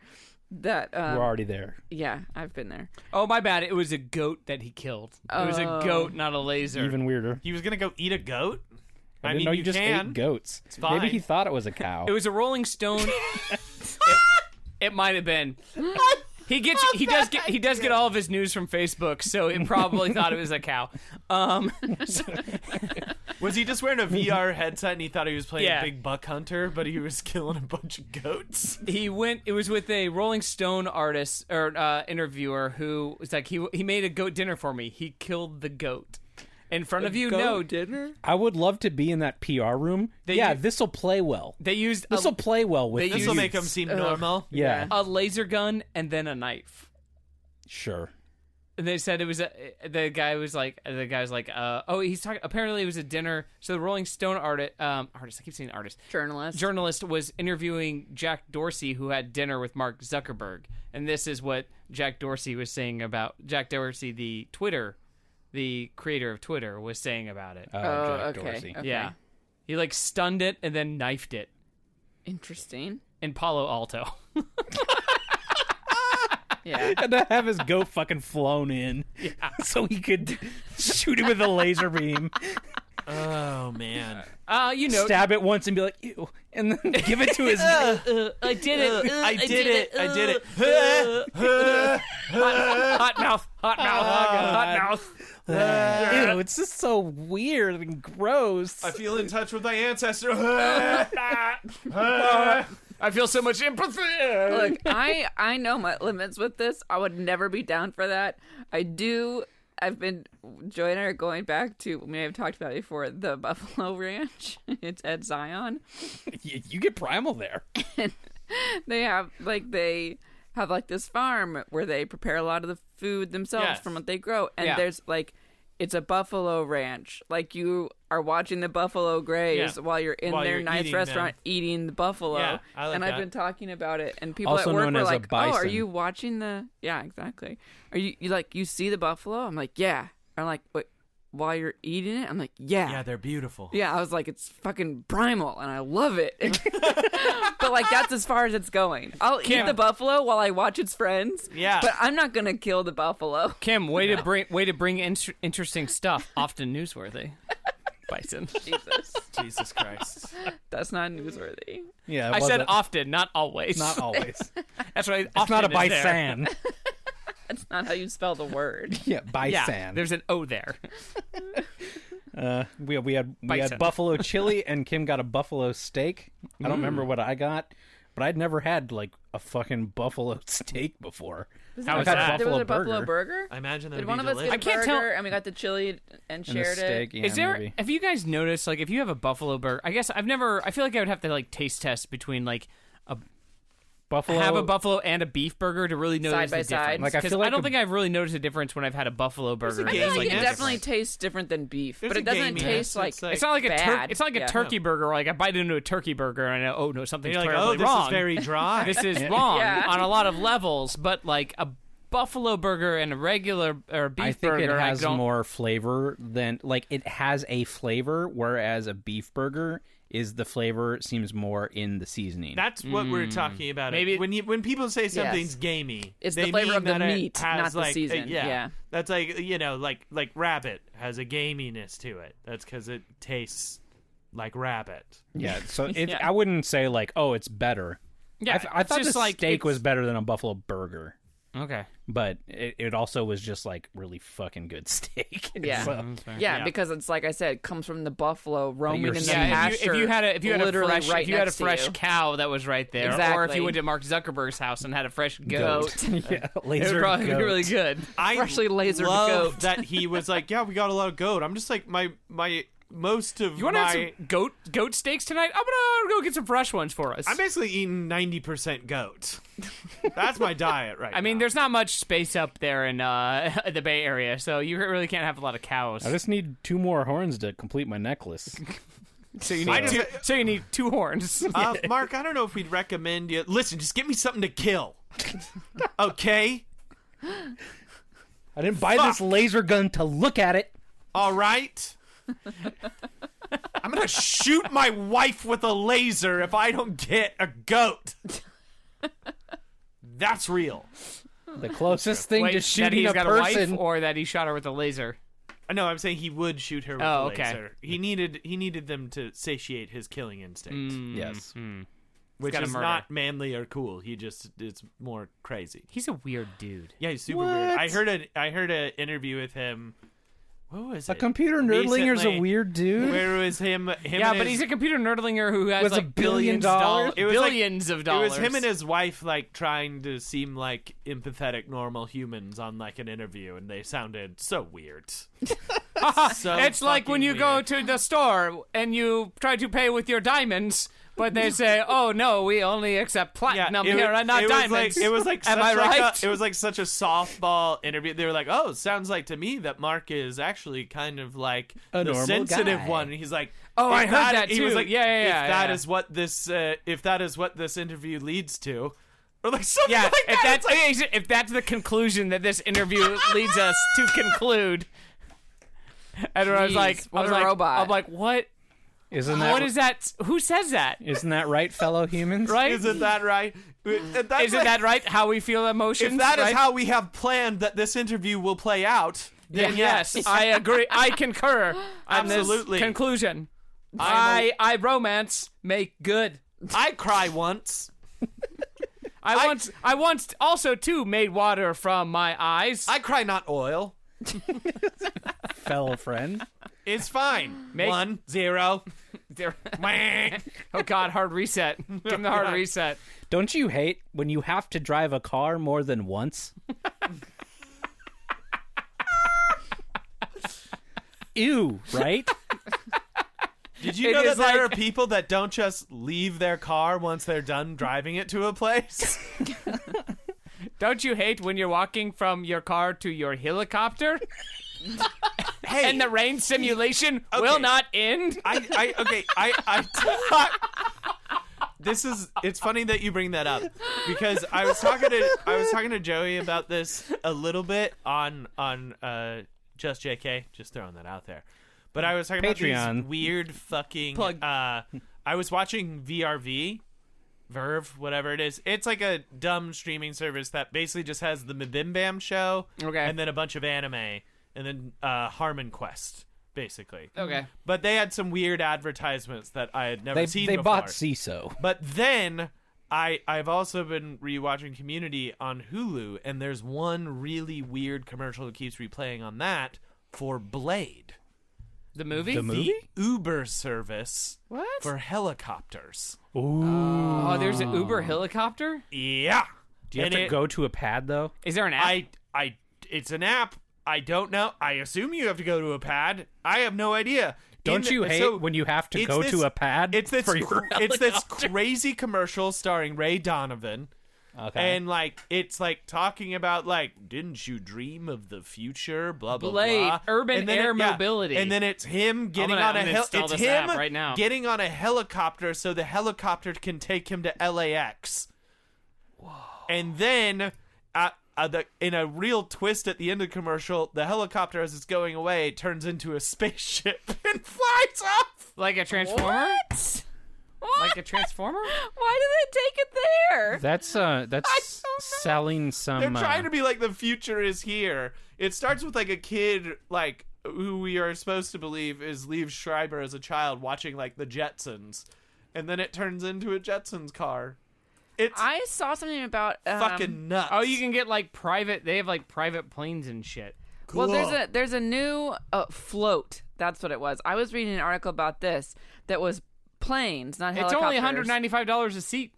Speaker 2: That um,
Speaker 5: We're already there.
Speaker 2: yeah, I've been
Speaker 3: <laughs>
Speaker 2: there.
Speaker 4: oh my bad. It was a goat that he killed. It was a
Speaker 2: Oh.
Speaker 4: goat, not a laser.
Speaker 5: Even weirder.
Speaker 3: He was going to go eat a goat?
Speaker 5: I,
Speaker 3: I
Speaker 5: didn't
Speaker 3: mean,
Speaker 5: know you,
Speaker 3: you
Speaker 5: just
Speaker 3: can.
Speaker 5: ate goats.
Speaker 3: fine.
Speaker 5: Maybe he thought it was a cow.
Speaker 4: it was a Rolling Stone. it, it might have been. He gets he does get he does get all of his news from Facebook, so it probably thought it was a cow. Um, <laughs>
Speaker 3: Was he just wearing a VR headset and he thought he was playing
Speaker 4: Yeah.
Speaker 3: Big Buck Hunter, but he was <laughs> killing a bunch of goats?
Speaker 4: he went it was with a rolling stone artist or uh, interviewer who was like he he made a goat dinner for me he killed the goat in front of you no
Speaker 2: dinner.
Speaker 5: I would love to be in that PR room.
Speaker 4: They
Speaker 5: yeah,
Speaker 4: u-
Speaker 5: this will play well.
Speaker 4: they used
Speaker 5: This will
Speaker 4: a,
Speaker 5: play well with
Speaker 4: they
Speaker 3: This
Speaker 5: you.
Speaker 3: will
Speaker 4: Dude.
Speaker 3: make him seem normal.
Speaker 5: yeah,
Speaker 4: a laser gun and then a knife
Speaker 5: sure.
Speaker 4: and they said it was a, the guy was like the guy was like uh, oh he's talking apparently it was a dinner so the rolling stone artist um, artist i keep saying artist
Speaker 2: Journalist.
Speaker 4: journalist was interviewing Jack Dorsey, who had dinner with Mark Zuckerberg, and this is what Jack Dorsey was saying about Jack Dorsey, the Twitter, the creator of Twitter, was saying about it.
Speaker 5: Uh,
Speaker 2: oh,
Speaker 5: Jack
Speaker 2: okay.
Speaker 5: Dorsey. <laughs>
Speaker 2: okay.
Speaker 4: Yeah, he like stunned it and then knifed it
Speaker 3: <laughs>
Speaker 2: Interesting.
Speaker 4: in Palo Alto. <laughs>
Speaker 2: Yeah.
Speaker 5: Had to have his goat fucking flown in <laughs> so he could shoot it with a laser beam,
Speaker 3: Oh, man.
Speaker 4: Uh, you know,
Speaker 5: stab it once, and be like, ew, and then <laughs> give it to his.
Speaker 4: I did it.
Speaker 3: I did it. I did it.
Speaker 4: Hot mouth. Hot mouth. hot mouth.
Speaker 5: ew, it's just so weird and gross.
Speaker 3: I feel in touch with my <laughs> ancestor.
Speaker 4: I feel so much empathy.
Speaker 2: Look, I I know my limits with this. I would never be down for that. I do. I've been Joy and I are going back to we may have talked about it before the <laughs> Buffalo Ranch. it's at Zion.
Speaker 5: you, you get primal there.
Speaker 2: <laughs> They have like they have like this farm where they prepare a lot of the food themselves
Speaker 3: Yes.
Speaker 2: from what they grow, and
Speaker 4: Yeah.
Speaker 2: there's like it's a buffalo ranch. Like you are watching the buffalo graze
Speaker 3: Yeah.
Speaker 2: while you're in
Speaker 3: While
Speaker 2: their
Speaker 3: you're
Speaker 2: nice
Speaker 3: eating
Speaker 2: restaurant
Speaker 3: them.
Speaker 2: eating the buffalo.
Speaker 3: Yeah, I like
Speaker 2: and I've
Speaker 3: that.
Speaker 2: been talking about it, and people
Speaker 5: Also
Speaker 2: at work
Speaker 5: known
Speaker 2: were
Speaker 5: as a
Speaker 2: like, "Oh, are
Speaker 5: bison.
Speaker 2: you watching the? Yeah, exactly. Are you you like you see the buffalo? I'm like, yeah. I'm like, but while you're eating it, I'm like, yeah.
Speaker 3: Yeah, they're beautiful.
Speaker 2: Yeah, I was like, it's fucking primal, and I love it. <laughs> but like, that's as far as it's going. I'll eat the buffalo while I watch its friends.
Speaker 3: Yeah.
Speaker 2: but I'm not gonna kill the buffalo. <laughs>
Speaker 4: Kim, way to bring way to bring in- interesting stuff, often newsworthy. Bison.
Speaker 2: Jesus,
Speaker 3: Jesus Christ. <laughs>
Speaker 2: that's not newsworthy.
Speaker 5: Yeah, it
Speaker 4: I said
Speaker 5: wasn't-
Speaker 4: often, not
Speaker 5: <laughs>
Speaker 4: always.
Speaker 5: Not always.
Speaker 4: That's right.
Speaker 5: it's not a
Speaker 6: <laughs>
Speaker 5: bison.
Speaker 2: That's not how you spell the word.
Speaker 5: <laughs> yeah,
Speaker 4: Yeah,
Speaker 5: bison.
Speaker 4: there's an O there.
Speaker 6: Uh, we we had we
Speaker 4: Bison.
Speaker 5: <laughs>
Speaker 6: had buffalo chili, and Kim got a buffalo steak. I don't
Speaker 5: Mm.
Speaker 6: remember what I got, but I'd never had like a fucking buffalo <laughs> steak before.
Speaker 4: How
Speaker 6: I've
Speaker 4: is
Speaker 6: had
Speaker 4: that?
Speaker 2: There
Speaker 6: buffalo
Speaker 2: was a buffalo
Speaker 6: burger.
Speaker 2: burger.
Speaker 3: I imagine that
Speaker 2: Did
Speaker 3: would
Speaker 2: one
Speaker 3: be
Speaker 2: of us
Speaker 3: delicious.
Speaker 2: get a
Speaker 4: I can't
Speaker 2: burger
Speaker 4: tell-
Speaker 2: and we got the chili and
Speaker 8: And a
Speaker 2: shared
Speaker 8: steak.
Speaker 2: it?
Speaker 8: Yeah,
Speaker 4: is there?
Speaker 8: maybe.
Speaker 4: Have you guys noticed? Like, if you have a buffalo burger, I guess I've never. I feel like I would have to like taste test between like a
Speaker 6: Buffalo
Speaker 4: have a buffalo and a beef burger to really notice
Speaker 2: by
Speaker 4: the
Speaker 2: side.
Speaker 4: difference.
Speaker 6: Like, I
Speaker 4: 'Cause
Speaker 6: feel like
Speaker 4: don't
Speaker 6: a-
Speaker 4: think I've really noticed a difference when I've had a buffalo burger.
Speaker 3: a
Speaker 4: and
Speaker 2: I feel
Speaker 3: game Games
Speaker 2: like
Speaker 3: like
Speaker 2: it
Speaker 3: that.
Speaker 2: definitely tastes different than beef,
Speaker 3: There's
Speaker 2: but
Speaker 3: a
Speaker 2: it doesn't
Speaker 3: gaminess.
Speaker 2: taste like.
Speaker 3: It's like-
Speaker 4: It's not like a tur-
Speaker 2: bad.
Speaker 4: it's not like a
Speaker 2: Yeah.
Speaker 4: turkey burger. Where, like I bite into a turkey burger and I know, oh no, something's
Speaker 3: You're like,
Speaker 4: terribly
Speaker 3: oh, this
Speaker 4: wrong.
Speaker 3: is very dry.
Speaker 4: this
Speaker 6: <laughs>
Speaker 4: is wrong
Speaker 2: Yeah.
Speaker 4: on a lot of levels, but like a buffalo burger and a regular or beef
Speaker 6: I think
Speaker 4: burger,
Speaker 6: it has
Speaker 4: I don't.
Speaker 6: more flavor than like it has a flavor, whereas a beef burger is the flavor seems more in the seasoning.
Speaker 3: That's what we're talking about.
Speaker 4: Maybe-
Speaker 3: when you, when people say something's gamey,
Speaker 2: It's
Speaker 3: they
Speaker 2: the flavor
Speaker 3: mean
Speaker 2: of the
Speaker 3: that it
Speaker 2: meat,
Speaker 3: has,
Speaker 2: not the
Speaker 3: like, a-
Speaker 2: season.
Speaker 3: yeah,
Speaker 2: Yeah.
Speaker 3: that's like you know, like like rabbit has a gaminess to it. That's because it tastes like rabbit.
Speaker 6: yeah,
Speaker 4: <laughs>
Speaker 6: so it, I wouldn't say like, oh, it's better.
Speaker 4: Yeah,
Speaker 6: I, f- I
Speaker 4: it's
Speaker 6: thought
Speaker 4: just
Speaker 6: the
Speaker 4: like
Speaker 6: steak
Speaker 4: it's-
Speaker 6: was better than a buffalo burger,
Speaker 4: Okay,
Speaker 6: but it, it also was just like really fucking good <laughs> steak.
Speaker 2: Yeah.
Speaker 6: So-
Speaker 2: uh, Yeah, because it's like I said, it comes from the buffalo roaming in
Speaker 6: you're
Speaker 2: the
Speaker 6: saying-
Speaker 4: yeah.
Speaker 2: pasture.
Speaker 4: If you, if you had a if you had a
Speaker 2: literally
Speaker 4: fresh
Speaker 2: right
Speaker 4: if you had a
Speaker 2: next to
Speaker 4: fresh
Speaker 2: you.
Speaker 4: cow that was right there, or if
Speaker 2: Exactly.
Speaker 4: you went to Mark Zuckerberg's house and had a fresh
Speaker 6: <laughs>
Speaker 4: goat,
Speaker 2: Goat.
Speaker 6: yeah,
Speaker 4: it
Speaker 6: laser
Speaker 4: would probably
Speaker 6: goat.
Speaker 4: be really good.
Speaker 3: I
Speaker 2: Freshly lasered
Speaker 3: love
Speaker 2: goat.
Speaker 3: that he was like, yeah, we got a lot of goat. I'm just like my my most of
Speaker 4: You
Speaker 3: my.
Speaker 4: want to have some goat goat steaks tonight? I'm gonna go get some fresh ones for us.
Speaker 3: I'm basically eating ninety percent goat. That's my diet right.
Speaker 4: I mean,
Speaker 3: now.
Speaker 4: there's not much space up there in uh, <laughs> the Bay Area, so you really can't have a lot of cows.
Speaker 6: I just need two more horns to complete my necklace.
Speaker 4: <laughs> so you
Speaker 3: I
Speaker 4: need two,
Speaker 3: just-
Speaker 4: so you need two
Speaker 6: <laughs>
Speaker 4: horns.
Speaker 3: Uh, Mark, I don't know if we'd recommend you. Listen, just get me something
Speaker 4: <laughs>
Speaker 3: to kill. okay?
Speaker 6: I didn't buy this
Speaker 3: Fuck.
Speaker 6: laser gun to look at it.
Speaker 3: All right? I'm going to shoot my wife with a laser if I don't get a goat. That's real.
Speaker 4: <laughs>
Speaker 6: The closest thing
Speaker 4: Wait,
Speaker 6: to
Speaker 4: that
Speaker 6: shooting
Speaker 4: he's
Speaker 6: a
Speaker 4: got a
Speaker 6: person.
Speaker 4: wife, or that he shot her with a laser.
Speaker 3: Uh, No, I'm saying he would shoot her with
Speaker 4: Oh,
Speaker 3: a
Speaker 4: okay.
Speaker 3: laser. He needed he needed them to satiate his killing instinct,
Speaker 6: Mm, yes.
Speaker 4: Hmm.
Speaker 3: which
Speaker 4: gotta
Speaker 3: is
Speaker 4: murder.
Speaker 3: not manly or cool. He just it's more crazy.
Speaker 4: He's a weird dude.
Speaker 3: Yeah, he's super weird. I heard a I heard an interview with him. What was
Speaker 6: A
Speaker 3: it?
Speaker 6: computer nerdlinger's a
Speaker 3: Recently-
Speaker 6: weird dude.
Speaker 3: Where was him? him
Speaker 4: yeah,
Speaker 3: and
Speaker 4: but he's
Speaker 3: his-
Speaker 4: a computer nerdlinger who has
Speaker 6: With a
Speaker 4: like
Speaker 6: billion
Speaker 4: billions doll-
Speaker 6: dollars?
Speaker 3: It was like-
Speaker 4: billions of
Speaker 3: It
Speaker 4: dollars.
Speaker 3: was him and his wife like trying to seem like empathetic, normal humans on like an interview, and they sounded so weird. <laughs> so
Speaker 4: It's like when
Speaker 3: fucking
Speaker 4: you go
Speaker 3: weird.
Speaker 4: to the store and you try to pay with your diamonds, but they <laughs> say, "Oh no, we only accept platinum
Speaker 3: it,
Speaker 4: here
Speaker 3: was-
Speaker 4: and not
Speaker 3: it
Speaker 4: diamonds."
Speaker 3: Was like, it was like,
Speaker 4: Am
Speaker 3: such
Speaker 4: I
Speaker 3: like
Speaker 4: right?
Speaker 3: a,
Speaker 4: <laughs>
Speaker 3: it was like such a softball interview. They were like, "Oh, sounds like to me that Mark is actually kind of like
Speaker 6: A
Speaker 3: the
Speaker 6: normal
Speaker 3: sensitive
Speaker 6: guy.
Speaker 3: one." And he's like,
Speaker 4: Oh,
Speaker 3: "If
Speaker 4: I heard that
Speaker 3: He was
Speaker 4: too.
Speaker 3: like,
Speaker 4: Yeah, yeah,
Speaker 3: if
Speaker 4: yeah,
Speaker 3: that
Speaker 4: yeah.
Speaker 3: is what this, uh, if that is what this interview leads to, or like something
Speaker 4: yeah,
Speaker 3: like that."
Speaker 4: if that's <laughs> if that's the conclusion that this <laughs> interview leads us to conclude, and I was
Speaker 2: Jeez,
Speaker 4: like,
Speaker 2: what
Speaker 4: I was
Speaker 2: a
Speaker 4: like,
Speaker 2: robot.
Speaker 4: I'm like, what?
Speaker 6: Isn't that
Speaker 4: What is that? Who says that?
Speaker 6: Isn't that right, fellow humans?
Speaker 4: Right?
Speaker 3: Isn't that right? Isn't
Speaker 4: <laughs> Isn't that right? How we feel emotions?
Speaker 3: If that is
Speaker 4: right?
Speaker 3: how we have planned that this interview will play out,
Speaker 4: Then
Speaker 3: then
Speaker 4: yes, I agree. I <gasps> concur. on this
Speaker 3: Absolutely.
Speaker 4: conclusion.
Speaker 3: I'm
Speaker 4: I I romance make good.
Speaker 3: I cry once.
Speaker 4: I, once I once also too made water from my eyes.
Speaker 3: I cry not oil.
Speaker 4: <laughs>
Speaker 6: Fellow friend.
Speaker 3: It's fine.
Speaker 4: Make-
Speaker 3: One zero.
Speaker 4: <laughs>
Speaker 3: Mwah.
Speaker 4: oh God, hard <laughs> reset. Give him the hard reset.
Speaker 6: Don't you hate when you have to drive a car more than once? Ew, right?
Speaker 5: <laughs>
Speaker 3: Did you
Speaker 4: It
Speaker 3: know
Speaker 4: is
Speaker 3: that there
Speaker 4: like-
Speaker 3: are people that don't just leave their car once they're done driving it to
Speaker 4: <laughs>
Speaker 3: a place?
Speaker 4: Don't you hate when you're walking from your car to your <laughs> helicopter
Speaker 3: hey,
Speaker 4: and the rain simulation will
Speaker 3: Okay.
Speaker 4: not end?
Speaker 3: I, I okay, I, I this is it's funny that you bring that up because I was talking to I was talking to Joey about this a little bit on on uh just JK, just throwing that out there. But I was talking about
Speaker 6: Patreon.
Speaker 3: these weird fucking
Speaker 4: Plug.
Speaker 3: uh I was watching VRV Verve, whatever it is. It's like a dumb streaming service that basically just has the Mabim Bam show
Speaker 4: Okay.
Speaker 3: and then a bunch of anime and then uh Harmon Quest, basically.
Speaker 4: Okay.
Speaker 3: But they had some weird advertisements that I had never
Speaker 6: They,
Speaker 3: seen
Speaker 6: they
Speaker 3: before.
Speaker 6: bought CISO.
Speaker 3: but then I I've also been rewatching Community on Hulu, and there's one really weird commercial that keeps replaying on that for Blade.
Speaker 4: The movie?
Speaker 5: The movie?
Speaker 3: Uber service
Speaker 4: What?
Speaker 3: for helicopters.
Speaker 4: oh, there's an Uber helicopter?
Speaker 3: Yeah.
Speaker 5: Do you have
Speaker 3: And
Speaker 5: to
Speaker 3: it-
Speaker 5: go to a pad though?
Speaker 4: Is there an app?
Speaker 3: I I it's an app. I don't know. I assume you have to go to a pad. I have no idea.
Speaker 5: Don't
Speaker 3: In-
Speaker 5: you hate
Speaker 3: so
Speaker 5: when you have to
Speaker 3: it's
Speaker 5: go
Speaker 3: this-
Speaker 5: to a pad?
Speaker 3: It's this
Speaker 5: for your <laughs>
Speaker 3: cr- it's this crazy commercial starring Ray Donovan.
Speaker 5: Okay.
Speaker 3: And like it's like talking about like didn't you dream of the future blah blah
Speaker 4: Blade,
Speaker 3: blah
Speaker 4: urban
Speaker 3: And then
Speaker 4: air
Speaker 3: it- yeah.
Speaker 4: mobility.
Speaker 3: and then it's him getting
Speaker 4: gonna-
Speaker 3: on a
Speaker 4: I'm gonna
Speaker 3: hel-
Speaker 4: install
Speaker 3: it's
Speaker 4: this
Speaker 3: him
Speaker 4: app right now.
Speaker 3: getting on a helicopter so the helicopter can take him to LAX and then uh, uh, the, in a real twist at the end of the commercial the helicopter as it's going away turns into a spaceship <laughs> and flies off
Speaker 4: like a transformer?
Speaker 2: What? What?
Speaker 4: Like a transformer?
Speaker 2: Why did they take it there?
Speaker 6: That's uh, that's selling some.
Speaker 3: they're
Speaker 6: uh,
Speaker 3: trying to be like the future is here it starts with like a kid like who we are supposed to believe is Liev Schreiber as a child watching like the Jetsons and then it turns into a Jetsons car it's
Speaker 2: I saw something about um,
Speaker 3: fucking nuts
Speaker 4: Oh, you can get like private. They have like private planes and shit.
Speaker 2: Well, there's a there's a new uh, float. That's what it was. I was reading an article about this that was planes, not
Speaker 4: It's
Speaker 2: helicopters.
Speaker 4: only one hundred ninety five dollars a seat.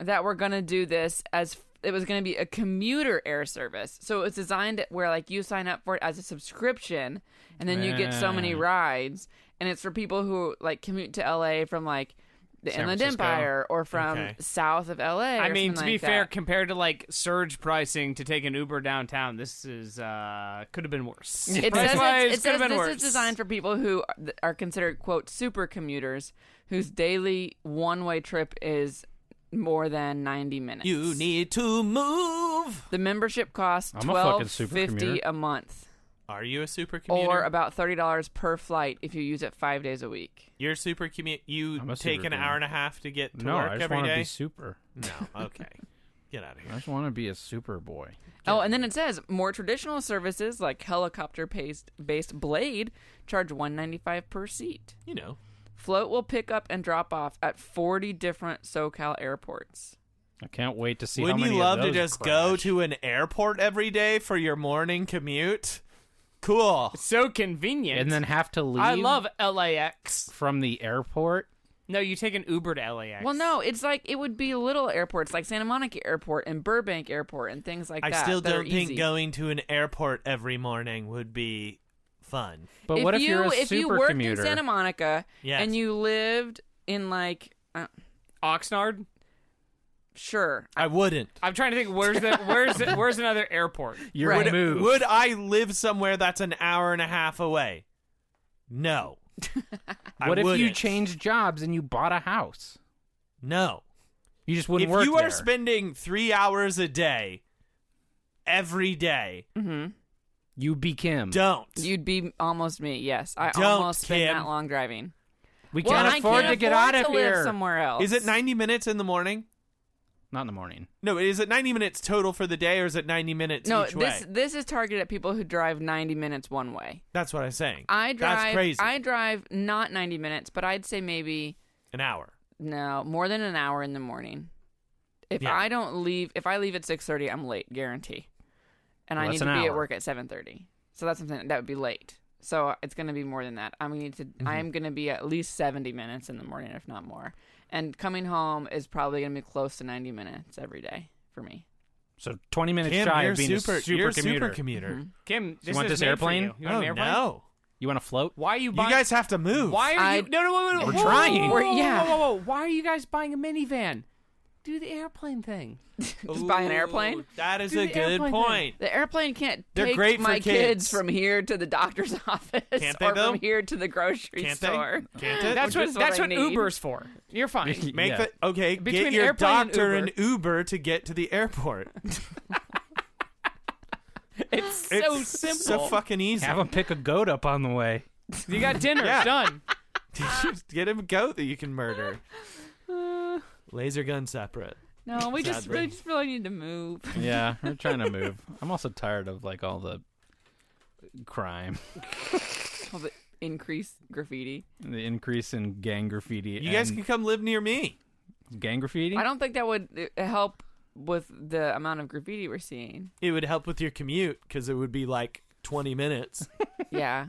Speaker 2: that we're gonna do this as it was gonna be a commuter air service. So it was designed where like you sign up for it as a subscription, and then you get so many rides, and it's for people who like commute to LA from like the Inland
Speaker 6: Francisco.
Speaker 2: Empire or from
Speaker 3: Okay.
Speaker 2: south of LA.
Speaker 4: I
Speaker 2: or
Speaker 4: mean, to
Speaker 2: something
Speaker 4: be
Speaker 2: like
Speaker 4: fair, <laughs>
Speaker 2: that.
Speaker 4: compared to like surge pricing to take an Uber downtown, this is uh could have been worse.
Speaker 2: <laughs> It says,
Speaker 4: Price-wise,
Speaker 2: it's, it says
Speaker 4: could've been
Speaker 2: this
Speaker 4: worse.
Speaker 2: is designed for people who are- th- are considered quote super commuters whose daily one way trip is more than ninety minutes.
Speaker 3: You need to move.
Speaker 2: the membership costs
Speaker 6: I'm a fucking
Speaker 2: twelve
Speaker 6: super
Speaker 2: fifty
Speaker 6: commuter.
Speaker 2: a month,
Speaker 3: Are you a super commuter?
Speaker 2: or about thirty dollars per flight if you use it five days a week.
Speaker 3: You're super commute. You
Speaker 6: I'm a
Speaker 3: take
Speaker 6: super
Speaker 3: an hour
Speaker 6: commuter.
Speaker 3: and a half to get to
Speaker 6: No,
Speaker 3: work
Speaker 6: I just
Speaker 3: every
Speaker 6: want to
Speaker 3: day.
Speaker 6: be super.
Speaker 3: no, okay. Get out of
Speaker 6: I
Speaker 3: here.
Speaker 6: just want to be a super boy.
Speaker 2: Oh, and then it says more traditional services like helicopter based based Blade charge one ninety five per seat.
Speaker 3: You know.
Speaker 2: Float will pick up and drop off at forty different SoCal airports.
Speaker 6: I can't wait to see. how
Speaker 3: Wouldn't
Speaker 6: many
Speaker 3: you
Speaker 6: of
Speaker 3: love to
Speaker 6: those
Speaker 3: just
Speaker 6: crash.
Speaker 3: go to an airport every day for your morning commute? Cool.
Speaker 4: so convenient.
Speaker 6: and then have to leave?
Speaker 4: I love LAX.
Speaker 6: from the airport.
Speaker 4: No, you take an Uber to LAX.
Speaker 2: Well, no, it's like it would be little airports like Santa Monica Airport and Burbank Airport and things like
Speaker 3: I
Speaker 2: that.
Speaker 3: still
Speaker 2: that are
Speaker 3: don't think
Speaker 2: easy.
Speaker 3: going to an airport every morning would be fun.
Speaker 6: But what if
Speaker 2: you
Speaker 6: you're a
Speaker 2: if
Speaker 6: super
Speaker 2: you worked
Speaker 6: commuter?
Speaker 2: in Santa Monica
Speaker 3: Yes.
Speaker 2: and you lived in like uh,
Speaker 4: Oxnard.
Speaker 2: sure
Speaker 3: I wouldn't.
Speaker 4: I'm trying to think. Where's the where's the, where's another airport?
Speaker 6: you're
Speaker 2: Right.
Speaker 6: moved.
Speaker 3: Would I live somewhere that's an hour and a half away?
Speaker 2: <laughs>
Speaker 3: No. I
Speaker 6: what if you
Speaker 3: wouldn't.
Speaker 6: changed jobs and you bought a house?
Speaker 3: No.
Speaker 6: You just wouldn't
Speaker 3: if
Speaker 6: work
Speaker 3: you
Speaker 6: there.
Speaker 3: are spending three hours a day every day,
Speaker 6: you be Kim.
Speaker 3: don't.
Speaker 2: you'd be almost me. Yes, I
Speaker 3: Don't,
Speaker 2: almost spend
Speaker 3: Kim.
Speaker 2: that long driving.
Speaker 6: we
Speaker 2: well,
Speaker 6: can't
Speaker 2: I
Speaker 6: afford
Speaker 2: can't
Speaker 6: to get
Speaker 2: afford
Speaker 6: out of
Speaker 2: to
Speaker 6: here.
Speaker 2: Live somewhere else.
Speaker 3: is it 90 minutes in the morning?
Speaker 6: Not in the morning.
Speaker 3: No, is it 90 minutes total for the day or is it 90 minutes
Speaker 2: No,
Speaker 3: each
Speaker 2: this
Speaker 3: way?
Speaker 2: this is targeted at people who drive ninety minutes one way.
Speaker 3: That's what I'm saying.
Speaker 2: I drive.
Speaker 3: That's crazy.
Speaker 2: I drive not ninety minutes, but I'd say maybe
Speaker 3: An hour.
Speaker 2: No, more than an hour in the morning. If
Speaker 3: Yeah.
Speaker 2: I don't leave, if I leave at six thirty, I'm late, guarantee. And
Speaker 6: Well,
Speaker 2: I need
Speaker 6: that's
Speaker 2: to be
Speaker 6: an
Speaker 2: at
Speaker 6: hour.
Speaker 2: work at seven thirty, so that's something that would be late. So it's going to be more than that. I'm going to.
Speaker 3: Mm-hmm.
Speaker 2: I am going to be at least seventy minutes in the morning, if not more. And coming home is probably going to be close to ninety minutes every day for me. <laughs>
Speaker 6: So 20 minutes
Speaker 3: Kim,
Speaker 6: shy
Speaker 3: you're
Speaker 6: of being
Speaker 3: super,
Speaker 6: a super
Speaker 3: you're a
Speaker 6: commuter.
Speaker 3: super commuter.
Speaker 2: Mm-hmm.
Speaker 6: <laughs>
Speaker 4: Kim, this
Speaker 6: want
Speaker 4: is
Speaker 6: this
Speaker 4: made for
Speaker 6: airplane?
Speaker 4: You. You want an
Speaker 3: oh,
Speaker 4: airplane?
Speaker 3: no.
Speaker 6: you want
Speaker 3: <laughs>
Speaker 6: to float? <laughs>
Speaker 4: Why are you
Speaker 3: You
Speaker 4: buying?
Speaker 3: guys have to move.
Speaker 4: Why are
Speaker 2: I-
Speaker 4: you? No, no, wait, wait, wait,
Speaker 6: We're
Speaker 4: whoa,
Speaker 6: trying.
Speaker 4: Whoa, whoa,
Speaker 2: We're-
Speaker 4: whoa, whoa,
Speaker 2: yeah.
Speaker 4: whoa, whoa, whoa. Why are you guys buying a minivan? Do the airplane thing.
Speaker 2: Just buy an airplane.
Speaker 3: That is
Speaker 4: Do
Speaker 3: a
Speaker 4: the
Speaker 3: good
Speaker 4: airplane
Speaker 3: point.
Speaker 2: The airplane can't
Speaker 3: They're
Speaker 2: take
Speaker 3: great for
Speaker 2: my
Speaker 3: kids.
Speaker 2: from here to the doctor's <laughs> office
Speaker 3: Can't they,
Speaker 2: or
Speaker 3: though?
Speaker 2: from here to the grocery
Speaker 3: Can't
Speaker 2: store.
Speaker 3: they? Can't
Speaker 4: <laughs>
Speaker 3: it?
Speaker 4: That's
Speaker 2: Which
Speaker 4: what
Speaker 2: is
Speaker 4: that's
Speaker 2: what
Speaker 4: what
Speaker 2: I need.
Speaker 4: Uber's for. You're fine.
Speaker 3: Make
Speaker 6: Yeah.
Speaker 3: the okay.
Speaker 4: Between
Speaker 3: get your
Speaker 4: airplane and
Speaker 3: doctor
Speaker 4: Uber.
Speaker 3: an Uber to get to the airport.
Speaker 4: <laughs> it's <laughs> so
Speaker 3: It's
Speaker 4: simple.
Speaker 3: so fucking easy.
Speaker 6: Have him pick a goat up on
Speaker 3: <laughs>
Speaker 6: the way.
Speaker 4: <laughs> you got dinner
Speaker 3: Yeah.
Speaker 4: done.
Speaker 3: <laughs> Just get him a goat that you
Speaker 4: <sighs>
Speaker 3: can murder. Laser gun separate.
Speaker 2: No, we just
Speaker 3: Sadly.
Speaker 2: we just really need to move. <laughs>
Speaker 6: Yeah, we're trying to move. I'm also tired of like all the crime,
Speaker 2: All the increased graffiti.
Speaker 6: the increase in gang graffiti.
Speaker 3: You guys can
Speaker 6: and-
Speaker 3: come live near me.
Speaker 6: gang graffiti.
Speaker 2: I don't think that would uh, help with the amount of graffiti we're
Speaker 4: <laughs>
Speaker 2: seeing.
Speaker 3: It would help with your commute because it would be like 20 minutes.
Speaker 2: Yeah.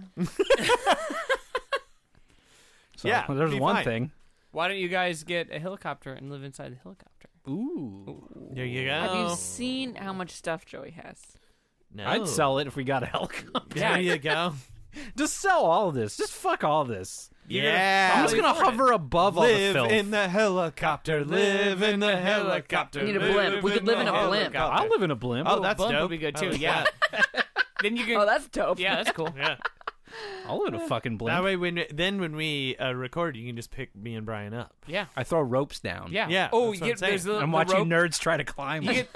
Speaker 6: So
Speaker 3: Yeah,
Speaker 6: there's
Speaker 3: be
Speaker 6: one
Speaker 3: fine.
Speaker 6: thing.
Speaker 4: Why don't you guys get a helicopter and live inside the helicopter?
Speaker 6: Ooh.
Speaker 3: There you go.
Speaker 2: Have you seen how much stuff Joey has?
Speaker 3: no.
Speaker 6: I'd sell it if we got a helicopter. <laughs>
Speaker 3: There you go.
Speaker 6: Just sell all of this. Just fuck all this.
Speaker 3: yeah.
Speaker 6: I'm just gonna hover above
Speaker 3: live
Speaker 6: all the filth.
Speaker 3: in the helicopter. Live in the helicopter.
Speaker 2: We need a blimp. We could live in a blimp.
Speaker 6: I'll live in a blimp.
Speaker 3: Oh, that's
Speaker 4: Blimp
Speaker 3: dope.
Speaker 4: would be good
Speaker 3: I
Speaker 4: too.
Speaker 3: like
Speaker 4: Yeah.
Speaker 3: that.
Speaker 4: then you can.
Speaker 2: Oh, that's dope.
Speaker 4: yeah, that's
Speaker 6: <laughs>
Speaker 4: cool.
Speaker 3: yeah.
Speaker 6: I'll live in a fucking
Speaker 3: That
Speaker 6: blimp.
Speaker 3: way, when then when we uh, record, you can just pick me and Brian up.
Speaker 4: Yeah.
Speaker 6: I throw ropes down.
Speaker 4: Yeah.
Speaker 3: Yeah,
Speaker 4: Oh,
Speaker 3: that's
Speaker 4: you
Speaker 3: what
Speaker 4: get
Speaker 3: I'm
Speaker 4: there's
Speaker 3: saying.
Speaker 4: the,
Speaker 6: I'm
Speaker 4: the
Speaker 6: watching
Speaker 4: rope.
Speaker 6: nerds try to climb.
Speaker 4: You get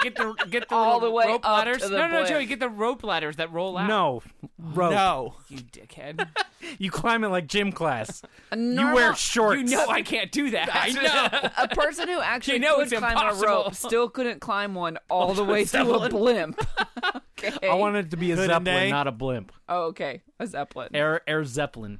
Speaker 4: get the get the
Speaker 2: All the
Speaker 4: little
Speaker 2: way
Speaker 4: rope
Speaker 2: up to
Speaker 4: ladders.
Speaker 2: the
Speaker 4: no, no,
Speaker 2: blimp.
Speaker 4: Joey, get the rope ladders that roll out.
Speaker 6: no rope.
Speaker 3: No.
Speaker 4: you dickhead.
Speaker 6: You climb it like gym class.
Speaker 2: A
Speaker 6: You
Speaker 2: normal- <laughs>
Speaker 6: wear shorts.
Speaker 4: you know I can't do that. <laughs> I know.
Speaker 2: a person who actually
Speaker 4: You know
Speaker 2: could
Speaker 4: it's
Speaker 2: climb
Speaker 4: impossible. Oh,
Speaker 2: a rope <laughs> still couldn't climb
Speaker 4: <laughs>
Speaker 2: one all the way to a blimp. okay.
Speaker 6: I want it to be a
Speaker 3: Couldn't
Speaker 6: zeppelin,
Speaker 3: they?
Speaker 6: not a blimp.
Speaker 2: Oh, okay. A zeppelin.
Speaker 6: Air air zeppelin.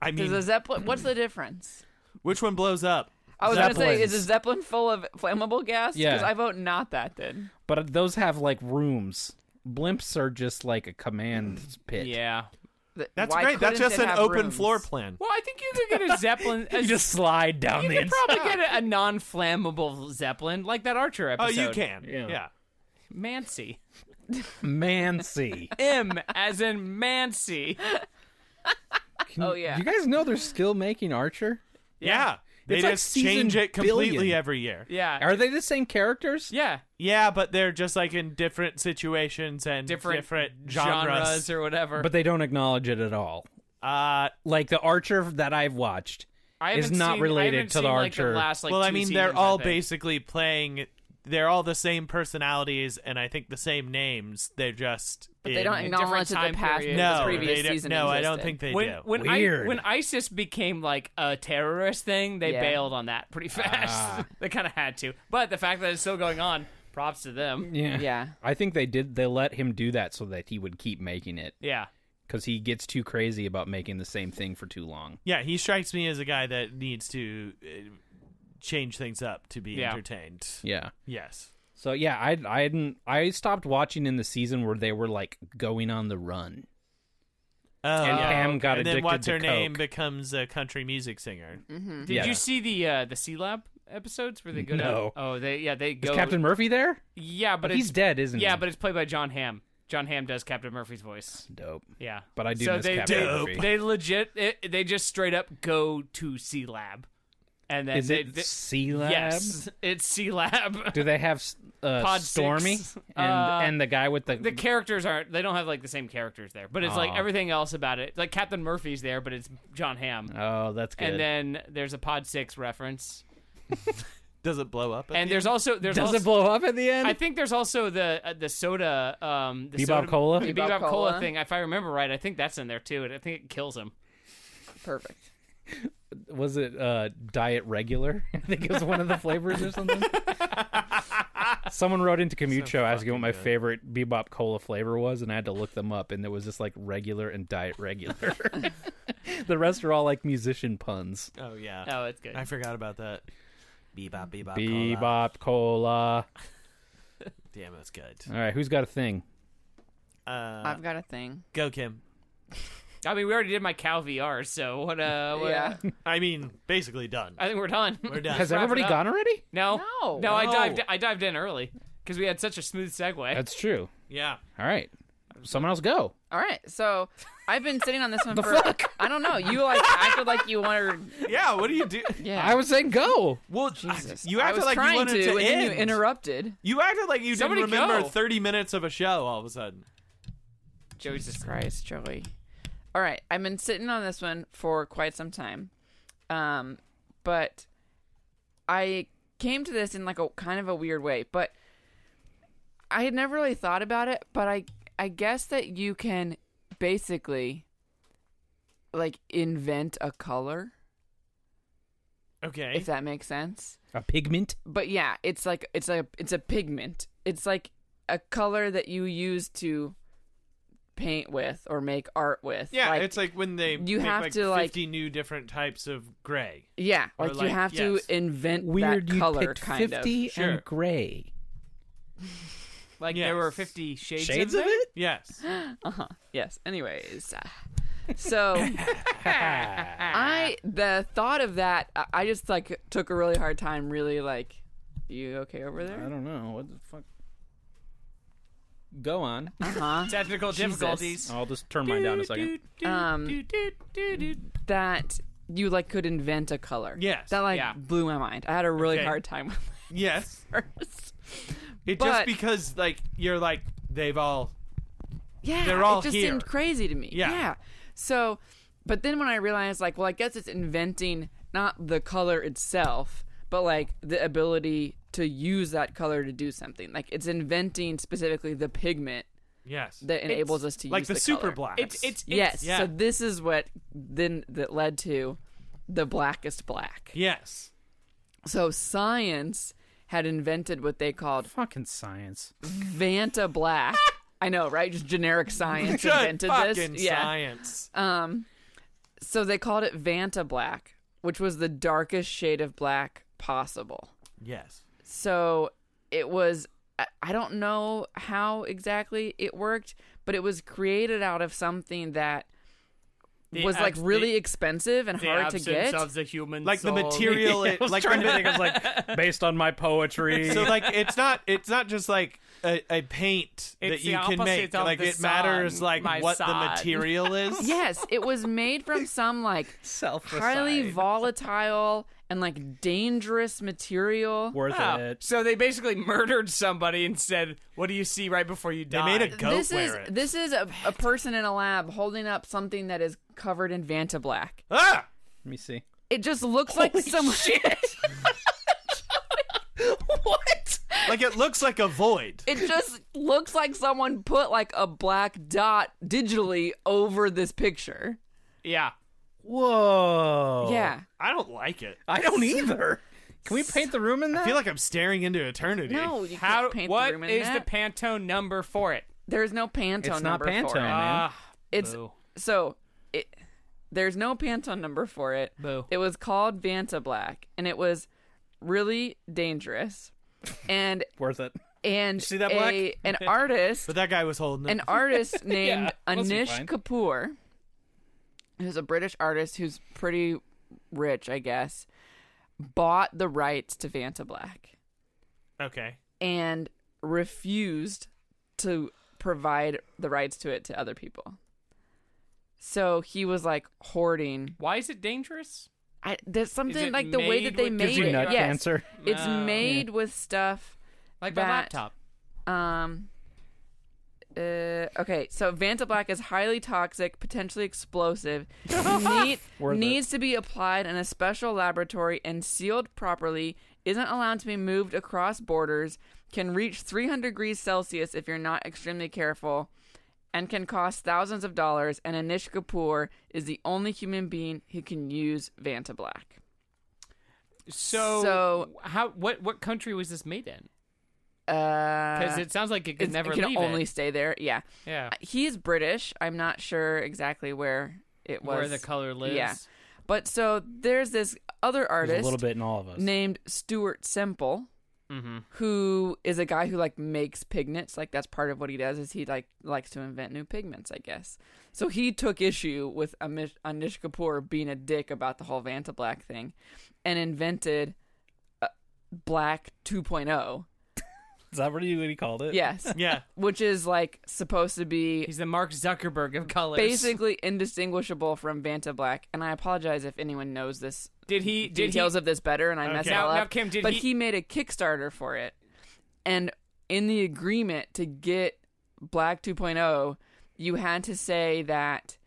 Speaker 3: I
Speaker 2: Is
Speaker 3: mean,
Speaker 2: a zeppelin? What's the difference?
Speaker 3: which one blows up?
Speaker 2: I was going to say,
Speaker 6: Zeppelins.
Speaker 2: is a zeppelin full of flammable gas?
Speaker 6: Yeah.
Speaker 2: Because I vote not that then.
Speaker 6: But those have like rooms. Blimps are just like a command pit.
Speaker 4: Yeah.
Speaker 2: Th-
Speaker 3: That's
Speaker 2: why
Speaker 3: great. That's
Speaker 2: couldn't
Speaker 3: just
Speaker 2: it
Speaker 3: an
Speaker 2: have
Speaker 3: open
Speaker 2: rooms?
Speaker 3: floor plan.
Speaker 4: Well, I think you could <laughs> get a zeppelin. A,
Speaker 6: You just slide down
Speaker 4: you
Speaker 6: the
Speaker 4: could
Speaker 6: inside.
Speaker 4: probably get a, a non-flammable zeppelin like that Archer
Speaker 3: Oh,
Speaker 4: episode.
Speaker 3: you can.
Speaker 6: Yeah.
Speaker 3: Yeah.
Speaker 4: Mancy. <laughs>
Speaker 6: Mancy.
Speaker 4: M as in Mancy.
Speaker 6: Can-
Speaker 2: Oh, yeah.
Speaker 6: Do you guys know they're still making Archer?
Speaker 3: Yeah. They
Speaker 6: It's like
Speaker 3: just
Speaker 6: season
Speaker 3: change it completely
Speaker 6: billion.
Speaker 3: every year.
Speaker 4: Yeah.
Speaker 6: Are they the same characters?
Speaker 4: yeah.
Speaker 3: Yeah, but they're just like in different situations and
Speaker 4: Different,
Speaker 3: different, genres.
Speaker 4: or whatever.
Speaker 6: But they don't acknowledge it at all.
Speaker 3: uh,
Speaker 6: Like the Archer that I've watched.
Speaker 4: I
Speaker 6: is
Speaker 4: haven't
Speaker 6: not
Speaker 4: seen- I
Speaker 6: related
Speaker 4: haven't
Speaker 6: to
Speaker 4: seen,
Speaker 6: the
Speaker 4: like,
Speaker 6: Archer.
Speaker 4: last, like,
Speaker 3: well, I
Speaker 4: two
Speaker 3: mean,
Speaker 4: seasons,
Speaker 3: they're
Speaker 4: I
Speaker 3: all
Speaker 4: think.
Speaker 3: basically playing. They're all the same personalities and I think the same names. They're just.
Speaker 2: But they don't
Speaker 4: in
Speaker 2: acknowledge
Speaker 4: different
Speaker 2: that
Speaker 4: time
Speaker 2: the past
Speaker 4: periods.
Speaker 2: the
Speaker 3: No,
Speaker 2: previous
Speaker 3: they don't-
Speaker 2: season.
Speaker 3: no, I don't
Speaker 2: existed.
Speaker 3: think they
Speaker 4: when
Speaker 3: do.
Speaker 4: when, I,
Speaker 6: Weird.
Speaker 4: when ISIS became like a terrorist thing, they
Speaker 2: Yeah.
Speaker 4: bailed on that pretty fast. <laughs> they kind of had to. But the fact that it's still going on, props to them.
Speaker 6: Yeah.
Speaker 2: Yeah.
Speaker 6: I think they did. They let him do that so that he would keep making it
Speaker 4: Yeah.
Speaker 6: because he gets too crazy about making the same thing for too long.
Speaker 3: Yeah, he strikes me as a guy that needs to uh, change things up to be
Speaker 4: Yeah.
Speaker 3: entertained.
Speaker 6: Yeah.
Speaker 3: Yes.
Speaker 6: So yeah, I I didn't I stopped watching in the season where they were like going on the run.
Speaker 3: Oh,
Speaker 6: And
Speaker 3: yeah.
Speaker 6: Pam got
Speaker 3: and
Speaker 6: addicted
Speaker 3: then what's
Speaker 6: to
Speaker 3: her name
Speaker 6: coke.
Speaker 3: becomes a country music singer.
Speaker 2: Mm-hmm.
Speaker 4: Did
Speaker 6: Yeah.
Speaker 4: you see the uh, the Sea Lab episodes where they go?
Speaker 6: No.
Speaker 4: To, oh, they yeah they
Speaker 6: Is
Speaker 4: go.
Speaker 6: Captain Murphy there?
Speaker 4: Yeah, but
Speaker 6: He's
Speaker 4: it's,
Speaker 6: dead, isn't he?
Speaker 4: Yeah, but it's played by John Hamm. John Hamm does Captain Murphy's voice.
Speaker 6: dope.
Speaker 4: Yeah,
Speaker 6: But I do
Speaker 4: so
Speaker 6: miss
Speaker 4: they,
Speaker 6: Captain
Speaker 4: they,
Speaker 6: Murphy.
Speaker 4: They legit it, they just straight up go to C Lab, and then
Speaker 6: Is
Speaker 4: they,
Speaker 6: it
Speaker 4: they-
Speaker 6: Sea Lab?
Speaker 4: Yes, it's C Lab.
Speaker 6: Do they have uh,
Speaker 4: Pod
Speaker 6: Stormy
Speaker 4: six.
Speaker 6: and
Speaker 4: Uh,
Speaker 6: and the guy with
Speaker 4: <laughs>
Speaker 6: the,
Speaker 4: the characters aren't they don't have like the same characters there but it's like
Speaker 6: Aw.
Speaker 4: everything else about it like captain murphy's there but it's john ham
Speaker 6: oh that's good.
Speaker 4: and then there's a pod six reference
Speaker 3: Does it blow up? at
Speaker 4: and
Speaker 3: the end?
Speaker 4: there's also there's
Speaker 6: does
Speaker 4: also,
Speaker 6: it blow up at the end?
Speaker 4: i think there's also the uh, the soda um the
Speaker 6: Bebop
Speaker 4: soda,
Speaker 6: Cola?
Speaker 4: the
Speaker 2: Bebop
Speaker 4: bebop, cola.
Speaker 2: Cola.
Speaker 4: thing if i remember right i think that's in there too and i think it kills him
Speaker 2: Perfect.
Speaker 6: Was it uh, Diet Regular? <laughs> I think it was one of the flavors or <laughs> something. Someone wrote into Commute Show asking what my favorite Bebop Cola flavor was, and I had to look them up, and there was just like regular and Diet Regular. <laughs> the rest are all like musician puns.
Speaker 3: oh yeah.
Speaker 4: oh it's good
Speaker 3: I forgot about that. Bebop, bebop, call out.
Speaker 6: Bebop Cola.
Speaker 3: Damn, that's good.
Speaker 6: All right, who's got a thing?
Speaker 3: Uh,
Speaker 2: I've got a thing.
Speaker 3: go Kim.
Speaker 4: i mean we already did my cow vr so what uh what,
Speaker 3: <laughs>
Speaker 2: yeah.
Speaker 3: I mean, basically done.
Speaker 4: i think we're done
Speaker 3: We're done.
Speaker 6: Has
Speaker 4: wrap it
Speaker 6: everybody
Speaker 4: up.
Speaker 6: gone already?
Speaker 4: no
Speaker 2: No.
Speaker 4: no i
Speaker 3: No.
Speaker 4: dived i dived in early because we had such a smooth segue
Speaker 6: That's true.
Speaker 3: yeah.
Speaker 6: All right, someone else go.
Speaker 2: All right. So I've been sitting on this one for. I don't know. You like acted like you
Speaker 3: <laughs>
Speaker 2: wanted.
Speaker 3: Yeah. What do you do?
Speaker 2: Yeah.
Speaker 6: I was saying go.
Speaker 3: Well,
Speaker 2: Jesus.
Speaker 3: you
Speaker 2: I
Speaker 3: acted
Speaker 2: was
Speaker 3: like you
Speaker 2: trying
Speaker 3: wanted to,
Speaker 2: and
Speaker 3: end.
Speaker 2: then you interrupted.
Speaker 3: You acted like you
Speaker 4: Somebody
Speaker 3: didn't remember
Speaker 4: go.
Speaker 3: 30 minutes of a show all of a sudden.
Speaker 4: joey's
Speaker 2: Jesus
Speaker 4: just
Speaker 2: Christ, Joey. All right, I've been sitting on this one for quite some time, um, but I came to this in like a kind of a weird way. But I had never really thought about it. But I, I guess that you can basically like invent a color,
Speaker 3: Okay.
Speaker 2: if that makes sense
Speaker 6: A pigment.
Speaker 2: but yeah, it's like it's a it's a pigment. It's like a color that you use to paint with or make art with.
Speaker 3: yeah,
Speaker 2: like,
Speaker 3: it's like when they
Speaker 2: you
Speaker 3: make
Speaker 2: have
Speaker 3: like
Speaker 2: to, like-
Speaker 3: 50 new different types of gray.
Speaker 2: yeah,
Speaker 3: or
Speaker 2: like, you
Speaker 3: like-
Speaker 2: have
Speaker 3: yes.
Speaker 2: to invent
Speaker 6: Weird.
Speaker 2: that
Speaker 6: You
Speaker 2: color
Speaker 6: picked
Speaker 2: kind
Speaker 6: fifty
Speaker 2: of.
Speaker 3: Sure.
Speaker 6: and gray.
Speaker 4: Like
Speaker 3: Yes.
Speaker 4: there were 50 shades,
Speaker 6: Shades
Speaker 4: of
Speaker 6: of
Speaker 4: it?
Speaker 6: it.
Speaker 3: Yes.
Speaker 2: Uh huh. Yes. Anyways, uh, So I the thought of that, I- I just like took a really hard time. Really like, you okay over
Speaker 5: I
Speaker 2: there?
Speaker 5: don't know. What the fuck? Go on.
Speaker 2: Uh
Speaker 4: <gasps> Technical difficulties.
Speaker 5: <laughs> I'll just turn mine down a second.
Speaker 2: huh. Um, that you like could invent a color.
Speaker 3: Yes,
Speaker 2: That like
Speaker 4: yeah.
Speaker 2: blew my mind. I had a really
Speaker 3: Okay.
Speaker 2: hard time with <laughs>
Speaker 3: Yes.
Speaker 2: that first.
Speaker 3: It
Speaker 2: But-
Speaker 3: just because like you're like they've all
Speaker 2: Yeah,
Speaker 3: They're all
Speaker 2: it just
Speaker 3: here.
Speaker 2: seemed crazy to me.
Speaker 3: Yeah.
Speaker 2: So, but then when I realized, like, well, I guess it's inventing not the color itself, but like the ability to use that color to do something. Like, it's inventing specifically the pigment
Speaker 3: yes
Speaker 2: that enables us to
Speaker 3: like
Speaker 2: use
Speaker 3: the, super
Speaker 2: color.
Speaker 3: blacks.
Speaker 4: It's it's
Speaker 2: Yes.
Speaker 3: yeah.
Speaker 2: So this is what then that led to the blackest black.
Speaker 3: yes.
Speaker 2: So science had invented what they called
Speaker 5: Fucking science.
Speaker 2: Vanta
Speaker 3: <laughs>
Speaker 2: Black. I know, right? Just generic science
Speaker 3: Good
Speaker 2: invented
Speaker 3: fucking
Speaker 2: this. Yeah. Um,
Speaker 3: science.
Speaker 2: So they called it Vanta black, which was the darkest shade of black possible.
Speaker 3: yes.
Speaker 2: So it was I- I don't know how exactly it worked, but it was created out of something that
Speaker 4: The
Speaker 2: was like
Speaker 4: abs-
Speaker 2: really
Speaker 4: the-
Speaker 2: expensive and
Speaker 4: the
Speaker 2: hard to
Speaker 4: absence
Speaker 2: get.
Speaker 4: of the human
Speaker 3: Like the
Speaker 4: soul. <laughs>
Speaker 3: material <laughs> it, like the ma-
Speaker 5: I was
Speaker 3: <laughs>
Speaker 5: like, based on my poetry.
Speaker 3: so like it's not it's not just like a, a paint
Speaker 4: It's
Speaker 3: that you
Speaker 4: the
Speaker 3: can
Speaker 4: opposite
Speaker 3: make
Speaker 4: of
Speaker 3: like
Speaker 4: the
Speaker 3: it matters
Speaker 4: sun,
Speaker 3: like
Speaker 4: my
Speaker 3: what the
Speaker 4: son.
Speaker 3: material
Speaker 2: <laughs> <laughs>
Speaker 3: is
Speaker 2: yes, it was made from some like
Speaker 5: Self-aside.
Speaker 2: highly volatile and like dangerous material.
Speaker 5: worth
Speaker 4: Wow.
Speaker 5: it.
Speaker 4: So they basically murdered somebody and said, "What do you see right before you
Speaker 3: they
Speaker 4: die?"
Speaker 3: made a goat
Speaker 2: this
Speaker 3: wear
Speaker 2: is
Speaker 3: it
Speaker 2: this is a, a person in a lab holding up something that is covered in Vanta black.
Speaker 3: ah
Speaker 5: Let me see.
Speaker 2: It just looks like some <laughs> what?
Speaker 3: like it looks like a void
Speaker 2: It just looks like someone put like a black dot digitally over this picture.
Speaker 4: yeah. Oh.
Speaker 5: Whoa.
Speaker 2: Yeah.
Speaker 3: I don't like it
Speaker 5: I don't either. Can we paint the room in that?
Speaker 3: I feel like I'm staring into eternity
Speaker 2: No, you
Speaker 4: How?
Speaker 2: can't paint
Speaker 4: what
Speaker 2: the room in
Speaker 4: is
Speaker 2: that.
Speaker 4: the Pantone number for it?
Speaker 2: There's no Pantone
Speaker 5: it's not
Speaker 2: number for
Speaker 5: Pantone,
Speaker 2: it.
Speaker 5: man.
Speaker 4: Ah,
Speaker 2: It's
Speaker 4: boo.
Speaker 2: so it. There's no Pantone number for it.
Speaker 4: Boo.
Speaker 2: It was called Vanta Black, and it was really dangerous. And
Speaker 5: worth it.
Speaker 2: and
Speaker 3: see that
Speaker 2: a,
Speaker 4: <laughs>
Speaker 2: an artist
Speaker 3: but that guy was holding
Speaker 5: <laughs>
Speaker 3: it
Speaker 2: an artist named
Speaker 5: must be
Speaker 2: Anish
Speaker 5: fine.
Speaker 2: Kapoor, who's a British artist who's pretty rich, I guess, bought the rights to Vanta Black
Speaker 3: okay
Speaker 2: and refused to provide the rights to it to other people. So he was like hoarding.
Speaker 4: Why is it dangerous?
Speaker 2: I, there's something
Speaker 4: it
Speaker 2: like the way
Speaker 4: made
Speaker 2: that they
Speaker 4: with-
Speaker 2: made
Speaker 4: Gives
Speaker 5: you
Speaker 2: it.
Speaker 5: nut
Speaker 2: yes.
Speaker 5: cancer?
Speaker 2: It's
Speaker 4: No.
Speaker 2: made with stuff
Speaker 4: Like
Speaker 2: That-
Speaker 4: my laptop.
Speaker 2: Um. Uh, okay, so Vanta Black is highly toxic, potentially explosive. Need,
Speaker 5: Worth it.
Speaker 2: needs to be applied in a special laboratory and sealed properly. Isn't allowed to be moved across borders. Can reach 300 degrees Celsius if you're not extremely careful, and can cost thousands of dollars. And Anish Kapoor is the only human being who can use Vanta Black.
Speaker 4: So,
Speaker 2: so-
Speaker 4: how? What? What country was this made in? Because
Speaker 2: Because
Speaker 4: it sounds like it could never
Speaker 2: Uh, it can
Speaker 4: leave
Speaker 2: only
Speaker 4: it.
Speaker 2: stay there. Yeah.
Speaker 4: Yeah.
Speaker 2: he's British. I'm not sure exactly where it was.
Speaker 4: Where the color lives.
Speaker 2: Yeah. But so there's this other
Speaker 5: There's
Speaker 2: artist
Speaker 5: a little bit in all of us.
Speaker 2: named Stuart Semple,
Speaker 4: Mhm.
Speaker 2: who is a guy who like makes pigments. Like that's part of what he does is he like likes to invent new pigments, I guess. So he took issue with Amish, Anish Kapoor being a dick about the whole Vanta Black thing, and invented uh, Black 2.0.
Speaker 5: Is that what you what he called it?
Speaker 4: <laughs>
Speaker 2: Yes,
Speaker 3: yeah
Speaker 2: which is like supposed to be
Speaker 4: He's the Mark Zuckerberg of colors.
Speaker 2: basically indistinguishable from Vanta Black. And I apologize if anyone knows this
Speaker 4: did he? Did he?
Speaker 2: details of this better and I mess it
Speaker 4: Now-
Speaker 2: all
Speaker 4: now,
Speaker 2: up.
Speaker 4: Kim, did
Speaker 2: but
Speaker 4: he-
Speaker 2: he made a Kickstarter for it, and in the agreement to get Black 2.0, you had to say that.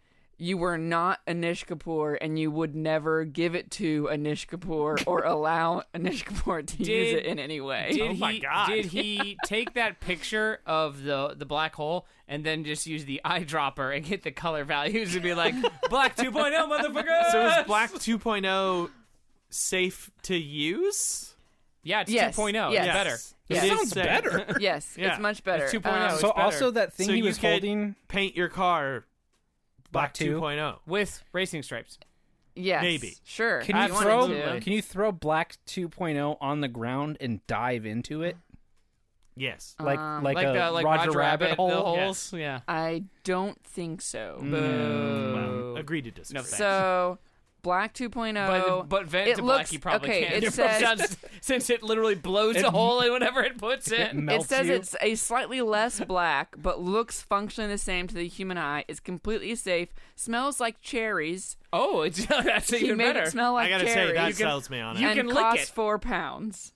Speaker 2: You were not Anish Kapoor, and you would never give it to Anish Kapoor
Speaker 4: <laughs>
Speaker 2: or allow Anish Kapoor to use
Speaker 4: Did-
Speaker 2: it in any way.
Speaker 4: Did
Speaker 3: Oh
Speaker 4: he,
Speaker 3: my God.
Speaker 2: <laughs>
Speaker 4: Did he take that picture of the the black hole and then just use the eyedropper and get the color values and be like <laughs> black oh, 2.0 motherfucker?
Speaker 3: so is black 2.0 safe to use
Speaker 4: yeah, it's
Speaker 2: Yes,
Speaker 4: 2.0.
Speaker 2: yes.
Speaker 4: oh, It's
Speaker 3: Yes.
Speaker 4: better.
Speaker 3: It
Speaker 2: Yes.
Speaker 3: is
Speaker 5: Sounds <laughs>
Speaker 3: safe.
Speaker 5: better.
Speaker 4: <laughs>
Speaker 2: yes,
Speaker 3: Yeah.
Speaker 2: it's much better.
Speaker 4: It's oh. 2.0.
Speaker 2: Um,
Speaker 5: So
Speaker 4: It's better.
Speaker 5: also that thing
Speaker 3: So
Speaker 5: he
Speaker 3: you
Speaker 5: was
Speaker 3: could-
Speaker 5: holding
Speaker 3: paint your car black oh.
Speaker 5: Black two.
Speaker 3: 2.0
Speaker 4: With racing stripes.
Speaker 2: yes,
Speaker 3: Maybe.
Speaker 2: sure.
Speaker 5: Can
Speaker 2: if
Speaker 5: you
Speaker 2: wanted
Speaker 5: throw
Speaker 2: to.
Speaker 5: oh can you throw black 2.0 on the ground and dive into it?
Speaker 3: Yes.
Speaker 5: Like
Speaker 2: Um,
Speaker 5: like,
Speaker 4: Like,
Speaker 5: a
Speaker 4: the like
Speaker 5: Roger, Rabbit, hole.
Speaker 4: the holes. Yeah.
Speaker 2: I don't think so.
Speaker 4: Boo.
Speaker 3: Agree to disagree.
Speaker 4: Oh. No Mm, thanks.
Speaker 2: So, Black oh, 2.0.
Speaker 4: but but vent
Speaker 2: it
Speaker 4: to
Speaker 2: looks-
Speaker 4: black, you probably
Speaker 2: okay,
Speaker 4: can't.
Speaker 2: it says-
Speaker 4: Since- since it literally blows a hole in whatever it puts in.
Speaker 5: melts
Speaker 2: it says
Speaker 5: you.
Speaker 2: it's a slightly less black, but looks functionally the same to the human eye. Is completely safe. Smells like cherries.
Speaker 4: <laughs> Oh, it's <laughs> that's
Speaker 2: he
Speaker 4: even
Speaker 2: made
Speaker 4: better.
Speaker 2: it smell like
Speaker 3: I gotta
Speaker 2: cherries.
Speaker 3: say that sells me on it.
Speaker 4: you
Speaker 2: and
Speaker 4: can lick
Speaker 2: costs
Speaker 4: it.
Speaker 2: four pounds.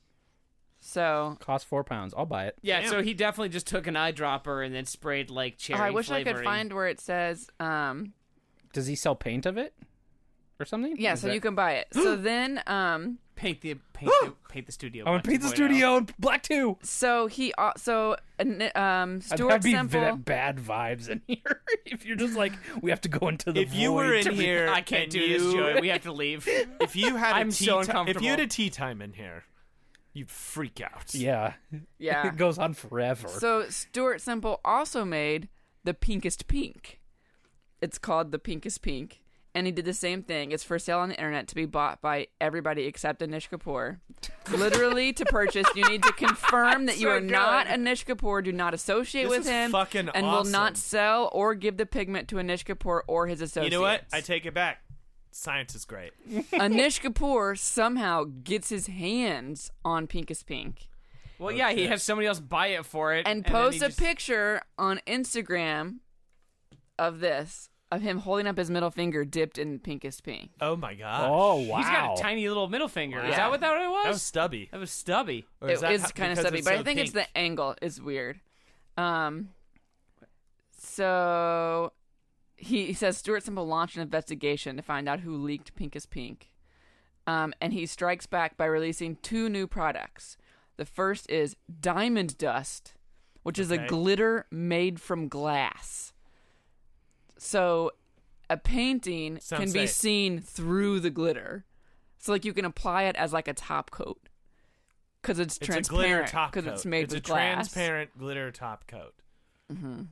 Speaker 2: So
Speaker 5: costs four pounds. I'll buy it.
Speaker 4: yeah,
Speaker 3: Damn.
Speaker 4: so he definitely just took an eyedropper and then sprayed like cherry.
Speaker 2: oh, I wish I could
Speaker 4: flavoring.
Speaker 2: find where it says. Um,
Speaker 5: Does he sell paint of it or something?
Speaker 2: yeah,
Speaker 5: Is
Speaker 2: so
Speaker 5: that-
Speaker 2: you can buy it. So then, um,
Speaker 4: paint the
Speaker 2: <gasps>
Speaker 4: paint the paint the studio.
Speaker 5: I would
Speaker 4: black
Speaker 5: paint the
Speaker 4: 2.0.
Speaker 5: studio in black too.
Speaker 2: so he al- so uh, um Stuart
Speaker 5: That'd be
Speaker 2: Semple.
Speaker 5: that bad vibes in <laughs> here. if you're just like, we have to go into the.
Speaker 3: If you were
Speaker 2: <laughs>
Speaker 5: void
Speaker 3: in
Speaker 5: to be-
Speaker 3: here,
Speaker 4: <laughs> I can't
Speaker 3: and
Speaker 4: do
Speaker 3: you,
Speaker 4: this, Joey. We have to leave.
Speaker 3: If you had
Speaker 4: I'm
Speaker 3: a tea
Speaker 4: so
Speaker 3: ti- if
Speaker 4: uncomfortable.
Speaker 3: you had a tea time in here, you'd freak
Speaker 5: <laughs>
Speaker 3: out.
Speaker 5: yeah,
Speaker 2: Yeah.
Speaker 6: <laughs>
Speaker 5: it goes on forever.
Speaker 2: So Stuart Semple also made the Pinkest Pink. It's called the Pinkest Pink, and he did the same thing. It's for sale on the internet to be bought by everybody except Anish Kapoor. Literally, to purchase, you need to confirm
Speaker 3: <laughs>
Speaker 2: that you
Speaker 4: So
Speaker 2: are not
Speaker 4: good.
Speaker 2: Anish Kapoor. Do not associate
Speaker 3: This
Speaker 2: with
Speaker 3: is
Speaker 2: him,
Speaker 3: fucking
Speaker 2: and will
Speaker 3: awesome.
Speaker 2: not sell or give the pigment to Anish Kapoor or his
Speaker 3: You
Speaker 2: associates.
Speaker 3: know what? I take it back. Science is great. <laughs>
Speaker 2: Anish Kapoor somehow gets his hands on Pinkest Pink.
Speaker 4: Well, yeah, he has somebody else buy it for it
Speaker 2: and
Speaker 4: then
Speaker 2: post
Speaker 4: he
Speaker 2: a
Speaker 4: just-
Speaker 2: picture on Instagram of this of him holding up his middle finger dipped in pinkest pink.
Speaker 3: Oh my god.
Speaker 5: oh wow,
Speaker 4: He's got a tiny little middle finger. Is that
Speaker 2: Yeah.
Speaker 4: what that was?
Speaker 3: that was stubby.
Speaker 4: That was stubby.
Speaker 3: Or
Speaker 2: It
Speaker 3: that
Speaker 2: is
Speaker 3: how-
Speaker 2: kind of
Speaker 3: because
Speaker 2: stubby, but
Speaker 3: so
Speaker 2: I think it's
Speaker 3: pink?
Speaker 2: the angle is weird. Um, so he, he says Stuart Simple launched an investigation to find out who leaked Pinkest Pink, um, and he strikes back by releasing two new products. The first is Diamond Dust, which is a
Speaker 3: Okay.
Speaker 2: glitter made from glass. So a painting
Speaker 3: Sounds
Speaker 2: can be
Speaker 3: safe.
Speaker 2: seen through the glitter. So like you can apply it as like a top coat because it's,
Speaker 3: It's a glitter
Speaker 2: transparent
Speaker 3: top coat.
Speaker 2: because it's made
Speaker 3: it's
Speaker 2: with
Speaker 3: a
Speaker 2: glass.
Speaker 3: transparent glitter top coat.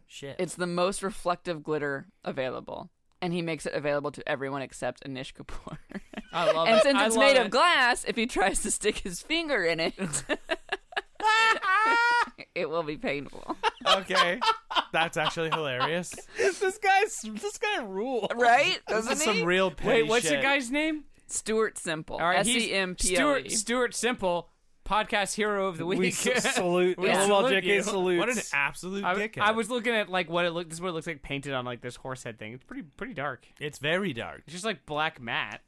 Speaker 3: Shit.
Speaker 2: It's the most reflective glitter available, and he makes it available to everyone except Anish Kapoor.
Speaker 4: I love
Speaker 2: and
Speaker 4: it.
Speaker 2: since
Speaker 4: I
Speaker 2: it's
Speaker 4: love
Speaker 2: made
Speaker 4: it.
Speaker 2: of glass, if he tries to stick his finger in it, it will be painful,
Speaker 3: <laughs> okay. That's actually hilarious.
Speaker 5: this guy's this guy rules.
Speaker 2: right?
Speaker 3: This
Speaker 2: Doesn't
Speaker 3: is
Speaker 2: he?
Speaker 3: some real petty
Speaker 4: Wait, what's
Speaker 3: shit.
Speaker 4: the guy's name?
Speaker 2: Stuart Simple,
Speaker 4: All right,
Speaker 2: S
Speaker 4: he's
Speaker 2: E M P L E.
Speaker 4: Stuart Stuart Simple, podcast hero of the week.
Speaker 5: We
Speaker 4: <laughs>
Speaker 5: s- salute.
Speaker 4: We
Speaker 5: LOL JK
Speaker 4: salute you.
Speaker 5: salutes.
Speaker 3: What an absolute
Speaker 4: I,
Speaker 3: dickhead.
Speaker 4: I was looking at like what it looked. This is what it looks like painted on like this horse head thing. It's pretty pretty dark.
Speaker 3: It's very dark.
Speaker 4: It's just like black matte.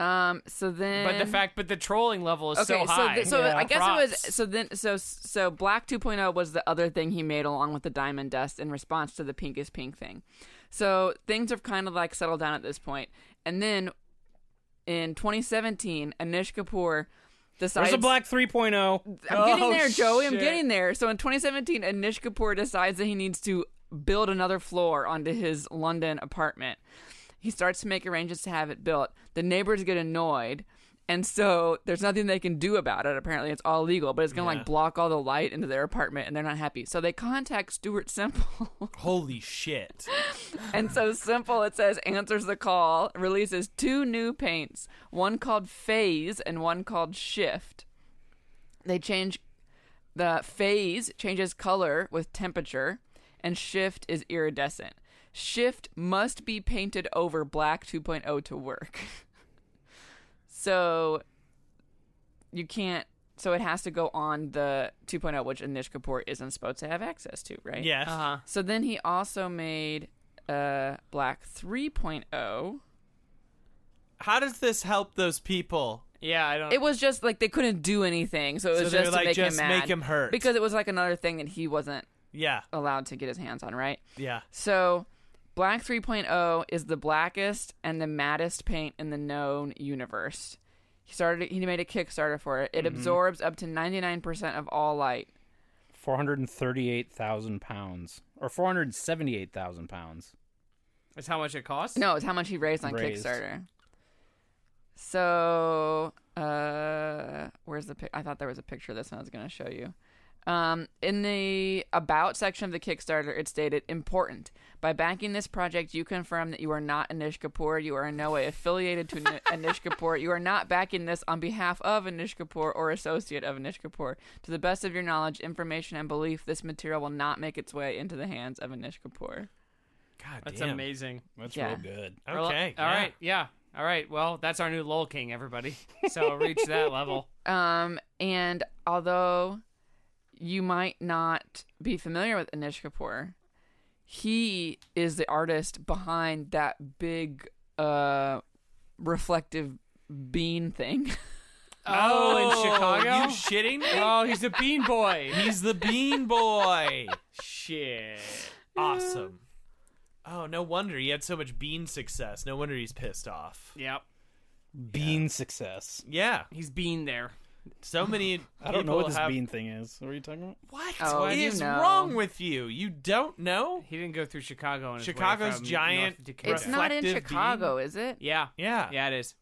Speaker 2: Um. So then,
Speaker 4: But the fact, but the trolling level is
Speaker 2: Okay,
Speaker 4: so high.
Speaker 2: th- so
Speaker 5: Yeah.
Speaker 2: I guess it
Speaker 4: Props.
Speaker 2: was so then so so Black 2.0 was the other thing he made along with the Diamond Dust in response to the Pink is Pink thing. So things have kind of like settled down at this point. And then in 2017, Anish Kapoor decides
Speaker 5: There's a black 3.0.
Speaker 2: I'm getting
Speaker 4: Oh,
Speaker 2: there, Joey. I'm
Speaker 4: shit.
Speaker 2: getting there. So in 2017, Anish Kapoor decides that he needs to build another floor onto his London apartment. He starts to make arrangements to have it built. The neighbors get annoyed. And so there's nothing they can do about it. Apparently, it's all legal, but it's going to like block all the light into their apartment, and they're not happy. So they contact Stuart Simple.
Speaker 3: Holy shit.
Speaker 2: And so simple, it says answers the call, releases two new paints, one called Phase and one called Shift. They change the phase changes color with temperature, and shift is iridescent. Shift must be painted over black 2.0 to work. <laughs> so you can't. So it has to go on the 2.0, which Anish Kapoor isn't supposed to have access to, right?
Speaker 3: Yes.
Speaker 4: uh-huh.
Speaker 2: So then he also made uh, Black oh. 3.0.
Speaker 3: How does this help those people?
Speaker 4: Yeah, I don't.
Speaker 2: It was just like they couldn't do anything, so it was
Speaker 3: So they
Speaker 2: just
Speaker 3: were
Speaker 2: to
Speaker 3: like,
Speaker 2: make
Speaker 3: "Just
Speaker 2: him mad.
Speaker 3: make him hurt."
Speaker 2: because it was like another thing that he wasn't
Speaker 3: Yeah.
Speaker 2: allowed to get his hands on, right?
Speaker 3: Yeah.
Speaker 2: So Black 3.0 is the blackest and the maddest paint in the known universe. He started. He made a Kickstarter for it.
Speaker 3: Mm-hmm.
Speaker 2: It absorbs up to 99% of all light.
Speaker 5: 438,000 pounds or 478,000 pounds.
Speaker 4: That's how much it costs.
Speaker 2: No, it's how much he raised on
Speaker 5: Raised.
Speaker 2: Kickstarter. So, uh, where's the pic? I thought there was a picture of this and I was going to show you. Um, in the about section of the Kickstarter, it stated important. By backing this project, you confirm that you are not Anish Kapoor. You are in no way affiliated to Ni- Anish Kapoor. You are not backing this on behalf of Anish Kapoor or associate of Anish Kapoor. To the best of your knowledge, information, and belief, this material will not make its way into the hands of Anish Kapoor.
Speaker 3: God
Speaker 4: That's
Speaker 3: damn.
Speaker 4: amazing.
Speaker 5: That's
Speaker 2: Yeah.
Speaker 5: real good.
Speaker 3: Okay.
Speaker 4: All right. yeah.
Speaker 3: yeah.
Speaker 4: All right. Well, that's our new Lol King, everybody. So reach that level.
Speaker 2: Um, and although you might not be familiar with Anish Kapoor, he is the artist behind that big uh, reflective bean thing.
Speaker 4: Oh, in Chicago?
Speaker 3: You shitting me?
Speaker 4: Oh, he's a bean boy.
Speaker 3: He's the Bean Boy.
Speaker 4: Shit.
Speaker 3: awesome. Oh, no wonder he had so much bean success. No wonder he's pissed off.
Speaker 4: <laughs> Yep.
Speaker 5: Bean success.
Speaker 3: Yeah,
Speaker 4: He's been there.
Speaker 3: so many.
Speaker 5: I don't know
Speaker 3: people
Speaker 5: what this
Speaker 3: have...
Speaker 5: bean thing is. What are you talking about?
Speaker 3: What
Speaker 2: Oh, you
Speaker 3: is
Speaker 2: know.
Speaker 3: wrong with you? You don't know?
Speaker 4: He didn't go through Chicago. On his way
Speaker 3: Chicago's
Speaker 4: from
Speaker 3: giant
Speaker 4: North
Speaker 2: <laughs>
Speaker 4: Dakota.
Speaker 2: It's not in
Speaker 3: Reflective
Speaker 2: Chicago, is it?
Speaker 4: Yeah.
Speaker 3: Yeah,
Speaker 4: Yeah, it is.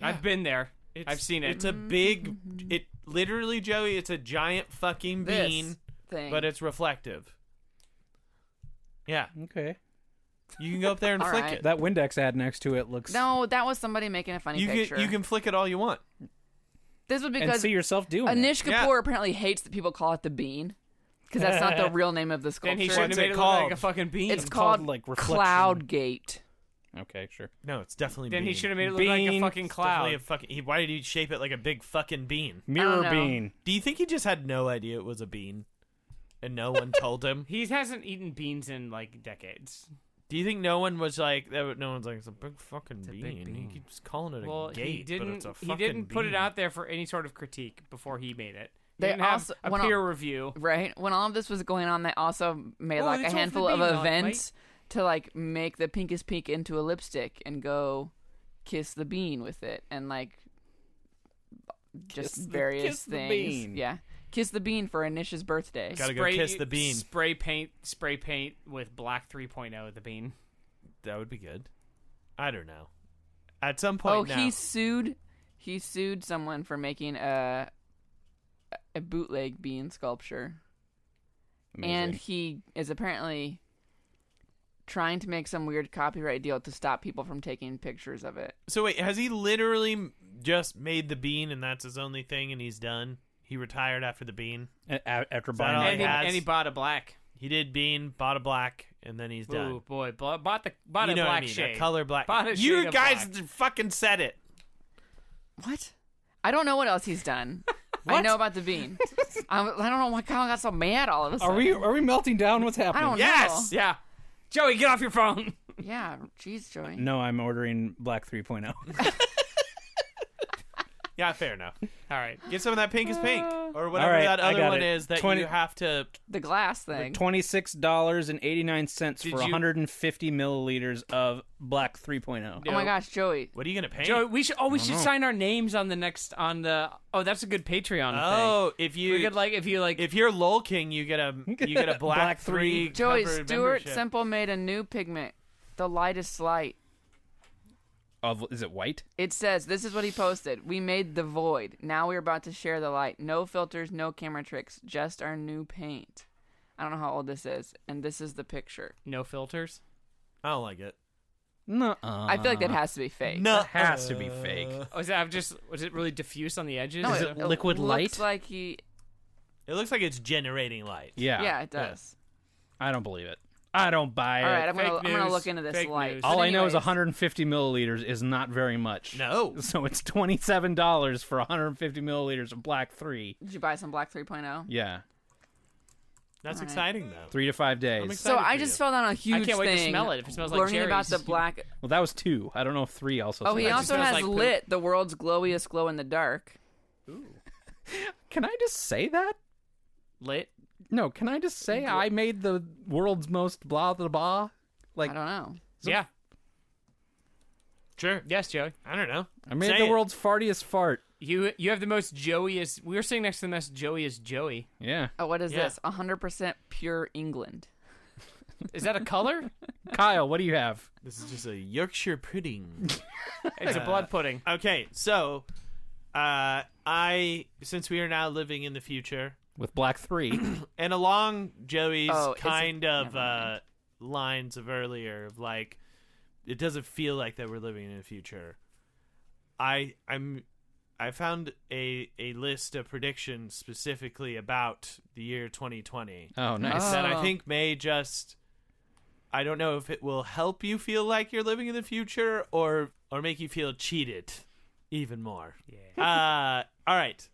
Speaker 4: I've been there.
Speaker 3: It's-
Speaker 4: I've seen it.
Speaker 3: It's a big. It literally, Joey. It's a giant fucking
Speaker 2: This
Speaker 3: bean,
Speaker 2: thing.
Speaker 3: but it's reflective. Yeah,
Speaker 5: Okay.
Speaker 3: you can go up there
Speaker 2: <laughs>
Speaker 3: and
Speaker 2: All
Speaker 3: flick
Speaker 2: right.
Speaker 3: it.
Speaker 5: That Windex ad next to it looks.
Speaker 2: no, that was somebody making a funny
Speaker 3: you
Speaker 2: picture.
Speaker 3: can you can flick it all you want.
Speaker 2: this was
Speaker 5: And
Speaker 2: because
Speaker 5: see yourself doing it.
Speaker 2: Anish Kapoor
Speaker 3: Yeah.
Speaker 2: apparently hates that people call it the bean because that's not the real name of the sculpture.
Speaker 4: Then he should have
Speaker 3: What's
Speaker 4: made
Speaker 3: it
Speaker 4: it look like
Speaker 3: called?
Speaker 4: a fucking bean.
Speaker 2: it's
Speaker 5: It's
Speaker 2: called,
Speaker 5: called, like, reflection.
Speaker 2: Cloud Gate.
Speaker 5: Okay, sure.
Speaker 3: No, it's definitely.
Speaker 4: then
Speaker 3: bean.
Speaker 4: he should have made it look like a
Speaker 5: Bean.
Speaker 4: fucking
Speaker 3: It's definitely
Speaker 4: cloud.
Speaker 3: A fucking, he, why did he shape it like a big fucking bean?
Speaker 5: Mirror
Speaker 2: know.
Speaker 5: bean.
Speaker 3: Do you think he just had no idea it was a bean, and no one
Speaker 2: <laughs>
Speaker 3: told him?
Speaker 4: He hasn't eaten beans in like decades.
Speaker 3: Do you think no one was like that? No one's like it's a big fucking
Speaker 4: a
Speaker 3: bean.
Speaker 4: big
Speaker 3: He
Speaker 4: bean.
Speaker 3: keeps calling it a
Speaker 4: Well,
Speaker 3: gate,
Speaker 4: he didn't.
Speaker 3: but it's a
Speaker 4: he
Speaker 3: fucking
Speaker 4: didn't put it
Speaker 3: bean.
Speaker 4: out there for any sort of critique before he made it. He
Speaker 2: They
Speaker 4: didn't have
Speaker 2: also-
Speaker 4: a
Speaker 2: when I-
Speaker 4: peer review.
Speaker 2: right? When all of this was going on, they also made
Speaker 4: Oh,
Speaker 2: like a
Speaker 4: it's all for
Speaker 2: handful
Speaker 4: the
Speaker 2: of
Speaker 4: bean, not
Speaker 2: events to like make the pinkest pink into a lipstick and go kiss the bean with it and like just
Speaker 5: Kiss the-
Speaker 2: various
Speaker 5: kiss the
Speaker 2: things.
Speaker 5: bean.
Speaker 2: Yeah. Kiss the bean for Anish's birthday.
Speaker 3: Gotta go kiss the bean.
Speaker 4: Spray paint, spray paint with black 3.0 the bean.
Speaker 3: That would be good. I don't know. At some point,
Speaker 2: Oh,
Speaker 3: now,
Speaker 2: he sued he sued someone for making a a bootleg bean sculpture. and
Speaker 5: Amazing.
Speaker 2: he is apparently trying to make some weird copyright deal to stop people from taking pictures of it.
Speaker 3: So wait, has he literally m- just made the bean, and that's his only thing, and he's done? He retired after the bean.
Speaker 5: A- a- after
Speaker 3: that all
Speaker 5: buying
Speaker 3: it
Speaker 4: and, he,
Speaker 5: it.
Speaker 3: has?
Speaker 4: and he bought a black.
Speaker 3: He did bean, bought a black, and then he's done.
Speaker 4: Oh boy, bl- bought the bought
Speaker 3: you
Speaker 4: a
Speaker 3: know
Speaker 4: black
Speaker 3: what I mean?
Speaker 4: shade.
Speaker 3: A color black.
Speaker 4: Bought a shade
Speaker 3: you
Speaker 4: of
Speaker 3: guys
Speaker 4: black.
Speaker 3: fucking
Speaker 4: <laughs>
Speaker 3: said it.
Speaker 2: What? I don't know what else he's done. I know about the bean. I'm, I don't know why Kyle got so mad all of a sudden.
Speaker 5: Are we are we melting down? What's
Speaker 2: I
Speaker 5: happening?
Speaker 2: don't
Speaker 3: Yes.
Speaker 4: Yeah, Joey, get off your
Speaker 3: <laughs>
Speaker 4: phone.
Speaker 2: know. Yeah, jeez, Joey.
Speaker 5: No, I'm ordering Black 3.0.
Speaker 3: Yeah, fair enough.
Speaker 4: All right,
Speaker 3: Get some of that pink is pink,
Speaker 4: Uh,
Speaker 3: or whatever
Speaker 5: right,
Speaker 3: that
Speaker 5: I
Speaker 3: other
Speaker 5: got
Speaker 3: one
Speaker 5: it.
Speaker 3: is that
Speaker 5: 20
Speaker 3: you have to.
Speaker 2: The glass thing.
Speaker 5: Twenty-six dollars and eighty-nine cents for
Speaker 4: Did you-
Speaker 5: 150 milliliters of Black 3.0.
Speaker 2: oh my gosh, Joey.
Speaker 3: What are you gonna
Speaker 4: <laughs>
Speaker 3: paint?
Speaker 4: Joey, we should. Oh, we should sign our names on the next on the. Oh, that's a good Patreon. thing.
Speaker 3: oh, if you
Speaker 4: we could like if you like.
Speaker 3: if you're lol king,
Speaker 5: <laughs>
Speaker 3: you get a you get a black,
Speaker 5: Black
Speaker 3: three.
Speaker 5: three.
Speaker 2: Joey
Speaker 3: covered
Speaker 2: Stewart
Speaker 3: membership.
Speaker 2: Simple made a new pigment, the lightest light.
Speaker 5: Of is it white?
Speaker 2: It says, this is what he posted. We made the void. Now we're about to share the light. No filters, no camera tricks, just our new paint. I don't know how old this is. And this is the picture.
Speaker 4: no filters.
Speaker 3: I don't like it.
Speaker 5: No,
Speaker 2: I feel like that has to be fake.
Speaker 3: No,
Speaker 5: has to be fake.
Speaker 4: Oh, is that just was it really diffuse on the edges?
Speaker 2: No,
Speaker 4: Is
Speaker 2: it,
Speaker 4: it-
Speaker 2: it
Speaker 5: liquid light?
Speaker 2: looks like he.
Speaker 3: It looks like it's generating light.
Speaker 5: Yeah,
Speaker 2: Yeah, it does.
Speaker 5: I don't believe it. I don't buy it.
Speaker 2: All right, I'm gonna,
Speaker 4: Fake
Speaker 2: I'm gonna
Speaker 4: news.
Speaker 2: look into this
Speaker 4: Fake
Speaker 2: light.
Speaker 4: news.
Speaker 2: But
Speaker 5: All I know is
Speaker 2: anyways,
Speaker 5: 150 milliliters is not very much.
Speaker 3: No,
Speaker 5: So it's twenty-seven dollars for 150 milliliters of Black Three.
Speaker 2: Did you buy some Black oh? 3.0?
Speaker 5: Yeah,
Speaker 3: that's
Speaker 2: All right.
Speaker 3: exciting though.
Speaker 5: three to five days.
Speaker 2: So
Speaker 3: excited
Speaker 2: I
Speaker 3: for
Speaker 2: just
Speaker 3: you.
Speaker 2: fell down a huge
Speaker 4: can't wait to
Speaker 2: thing.
Speaker 4: smell it if it smells like
Speaker 2: learning about the
Speaker 4: cherries. <laughs>
Speaker 2: black.
Speaker 5: Well, that was two. I don't know if three also.
Speaker 2: Oh, he
Speaker 5: smells.
Speaker 2: also
Speaker 4: smells
Speaker 2: has
Speaker 4: like poop.
Speaker 2: lit the world's glowiest glow in the dark.
Speaker 5: Can I just say that?
Speaker 4: lit.
Speaker 5: No, can I just say I made the world's most blah blah blah? Like
Speaker 2: I don't know.
Speaker 4: yeah.
Speaker 3: Sure.
Speaker 4: Yes, Joey.
Speaker 3: I don't know.
Speaker 5: I made
Speaker 3: Say
Speaker 5: the
Speaker 3: it.
Speaker 5: world's fartiest fart.
Speaker 4: You you have the most Joeyest. We were sitting next to the most Joeyest Joey.
Speaker 5: Yeah.
Speaker 2: Oh, what is
Speaker 3: Yeah.
Speaker 2: this? 100% pure England.
Speaker 4: Is that a
Speaker 3: <laughs>
Speaker 4: color?
Speaker 5: Kyle, what do you have?
Speaker 3: This is just a Yorkshire pudding.
Speaker 2: <laughs>
Speaker 4: it's a blood pudding.
Speaker 3: uh, okay, so uh, I since we are now living in the future,
Speaker 5: with Black Three.
Speaker 3: and along Joey's
Speaker 2: Oh, is it-
Speaker 3: kind of
Speaker 2: never
Speaker 3: uh,
Speaker 2: mind.
Speaker 3: lines of earlier of like, it doesn't feel like that we're living in the future. I I'm I found a a list of predictions specifically about the year 2020
Speaker 5: <coughs> oh, nice.
Speaker 2: Oh.
Speaker 3: that I think may just I don't know if it will help you feel like you're living in the future or or make you feel cheated even more. Yeah. <laughs> Uh all right.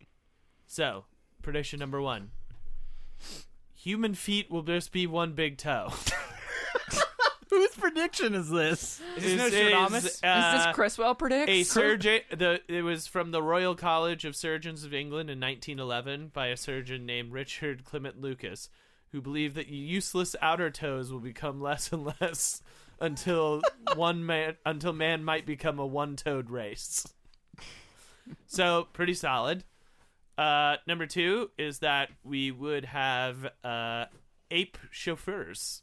Speaker 3: So, prediction number 1. Human feet will just be one big toe.
Speaker 7: <laughs> Whose prediction is this?
Speaker 3: This
Speaker 4: Nostradamus?
Speaker 3: is,
Speaker 2: Is
Speaker 3: uh,
Speaker 2: this Criswell predicts?
Speaker 3: a surgeon the it was from the Royal College of Surgeons of England in 1911 by a surgeon named Richard Clement Lucas who believed that useless outer toes will become less and less until one man until man might become a one-toed race. So, pretty solid. Uh, number 2 is that we would have uh, ape chauffeurs.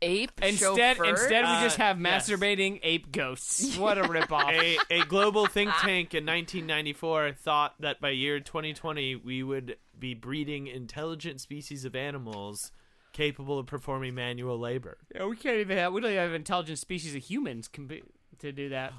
Speaker 2: ape
Speaker 4: Instead,
Speaker 2: chauffeur?
Speaker 4: instead we just
Speaker 3: Uh,
Speaker 4: have
Speaker 3: yes.
Speaker 4: masturbating ape ghosts.
Speaker 3: <laughs>
Speaker 4: What a ripoff!
Speaker 3: a, a global think tank in 1994 thought that by year 2020 we would be breeding intelligent species of animals capable of performing manual labor.
Speaker 4: Yeah, we can't even have. We don't even have intelligent species of humans compa- to do that.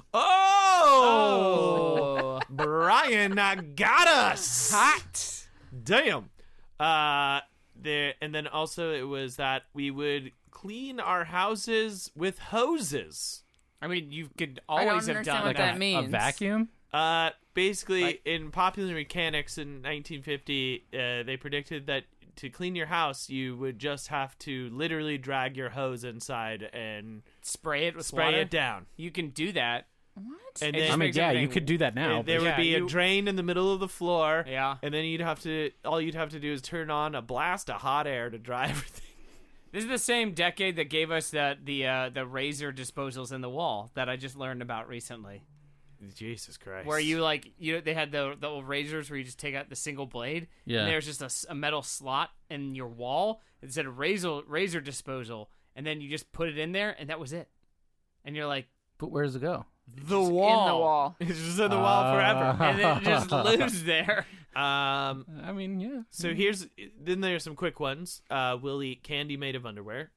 Speaker 3: Oh,
Speaker 2: <laughs>
Speaker 4: Oh,
Speaker 3: Brian, I got us hot. Damn. Uh, there and then also it was that we would clean our houses with hoses.
Speaker 4: I mean, you could
Speaker 2: I don't
Speaker 4: always have
Speaker 2: understand
Speaker 4: done
Speaker 2: what that
Speaker 4: that.
Speaker 2: means.
Speaker 5: A vacuum?
Speaker 3: Uh, basically, in popular mechanics in 1950, uh, they predicted that to clean your house, you would just have to literally drag your hose inside and
Speaker 4: Spray it with
Speaker 3: spray
Speaker 4: water.
Speaker 3: it down.
Speaker 4: You can do that.
Speaker 2: What?
Speaker 3: And
Speaker 4: It
Speaker 3: then
Speaker 5: I
Speaker 4: just
Speaker 5: mean,
Speaker 4: makes
Speaker 5: yeah, you
Speaker 4: everything-
Speaker 5: could do that now.
Speaker 3: there
Speaker 5: but-
Speaker 3: would
Speaker 4: yeah,
Speaker 3: be a
Speaker 4: you-
Speaker 3: drain in the middle of the floor.
Speaker 4: Yeah.
Speaker 3: And then you'd have to, all you'd have to do is turn on a blast of hot air to dry <laughs> everything.
Speaker 4: This is the same decade that gave us that the uh, the razor disposals in the wall that I just learned about recently.
Speaker 3: Jesus Christ.
Speaker 4: Where you like you they had the the old razors where you just take out the single blade.
Speaker 5: Yeah.
Speaker 4: And there's just a s- a, metal slot in your wall that said razor razor disposal, and then you just put it in there, and that was it. And you're like
Speaker 5: but where does it go?
Speaker 4: the
Speaker 2: In the wall.
Speaker 3: <laughs> It's just in the wall
Speaker 5: Ah.
Speaker 3: forever.
Speaker 4: and then
Speaker 5: <laughs>
Speaker 4: it just lives there.
Speaker 3: Um,
Speaker 5: I mean, yeah.
Speaker 3: So here's then there's some quick ones. Uh, we'll eat candy made of underwear.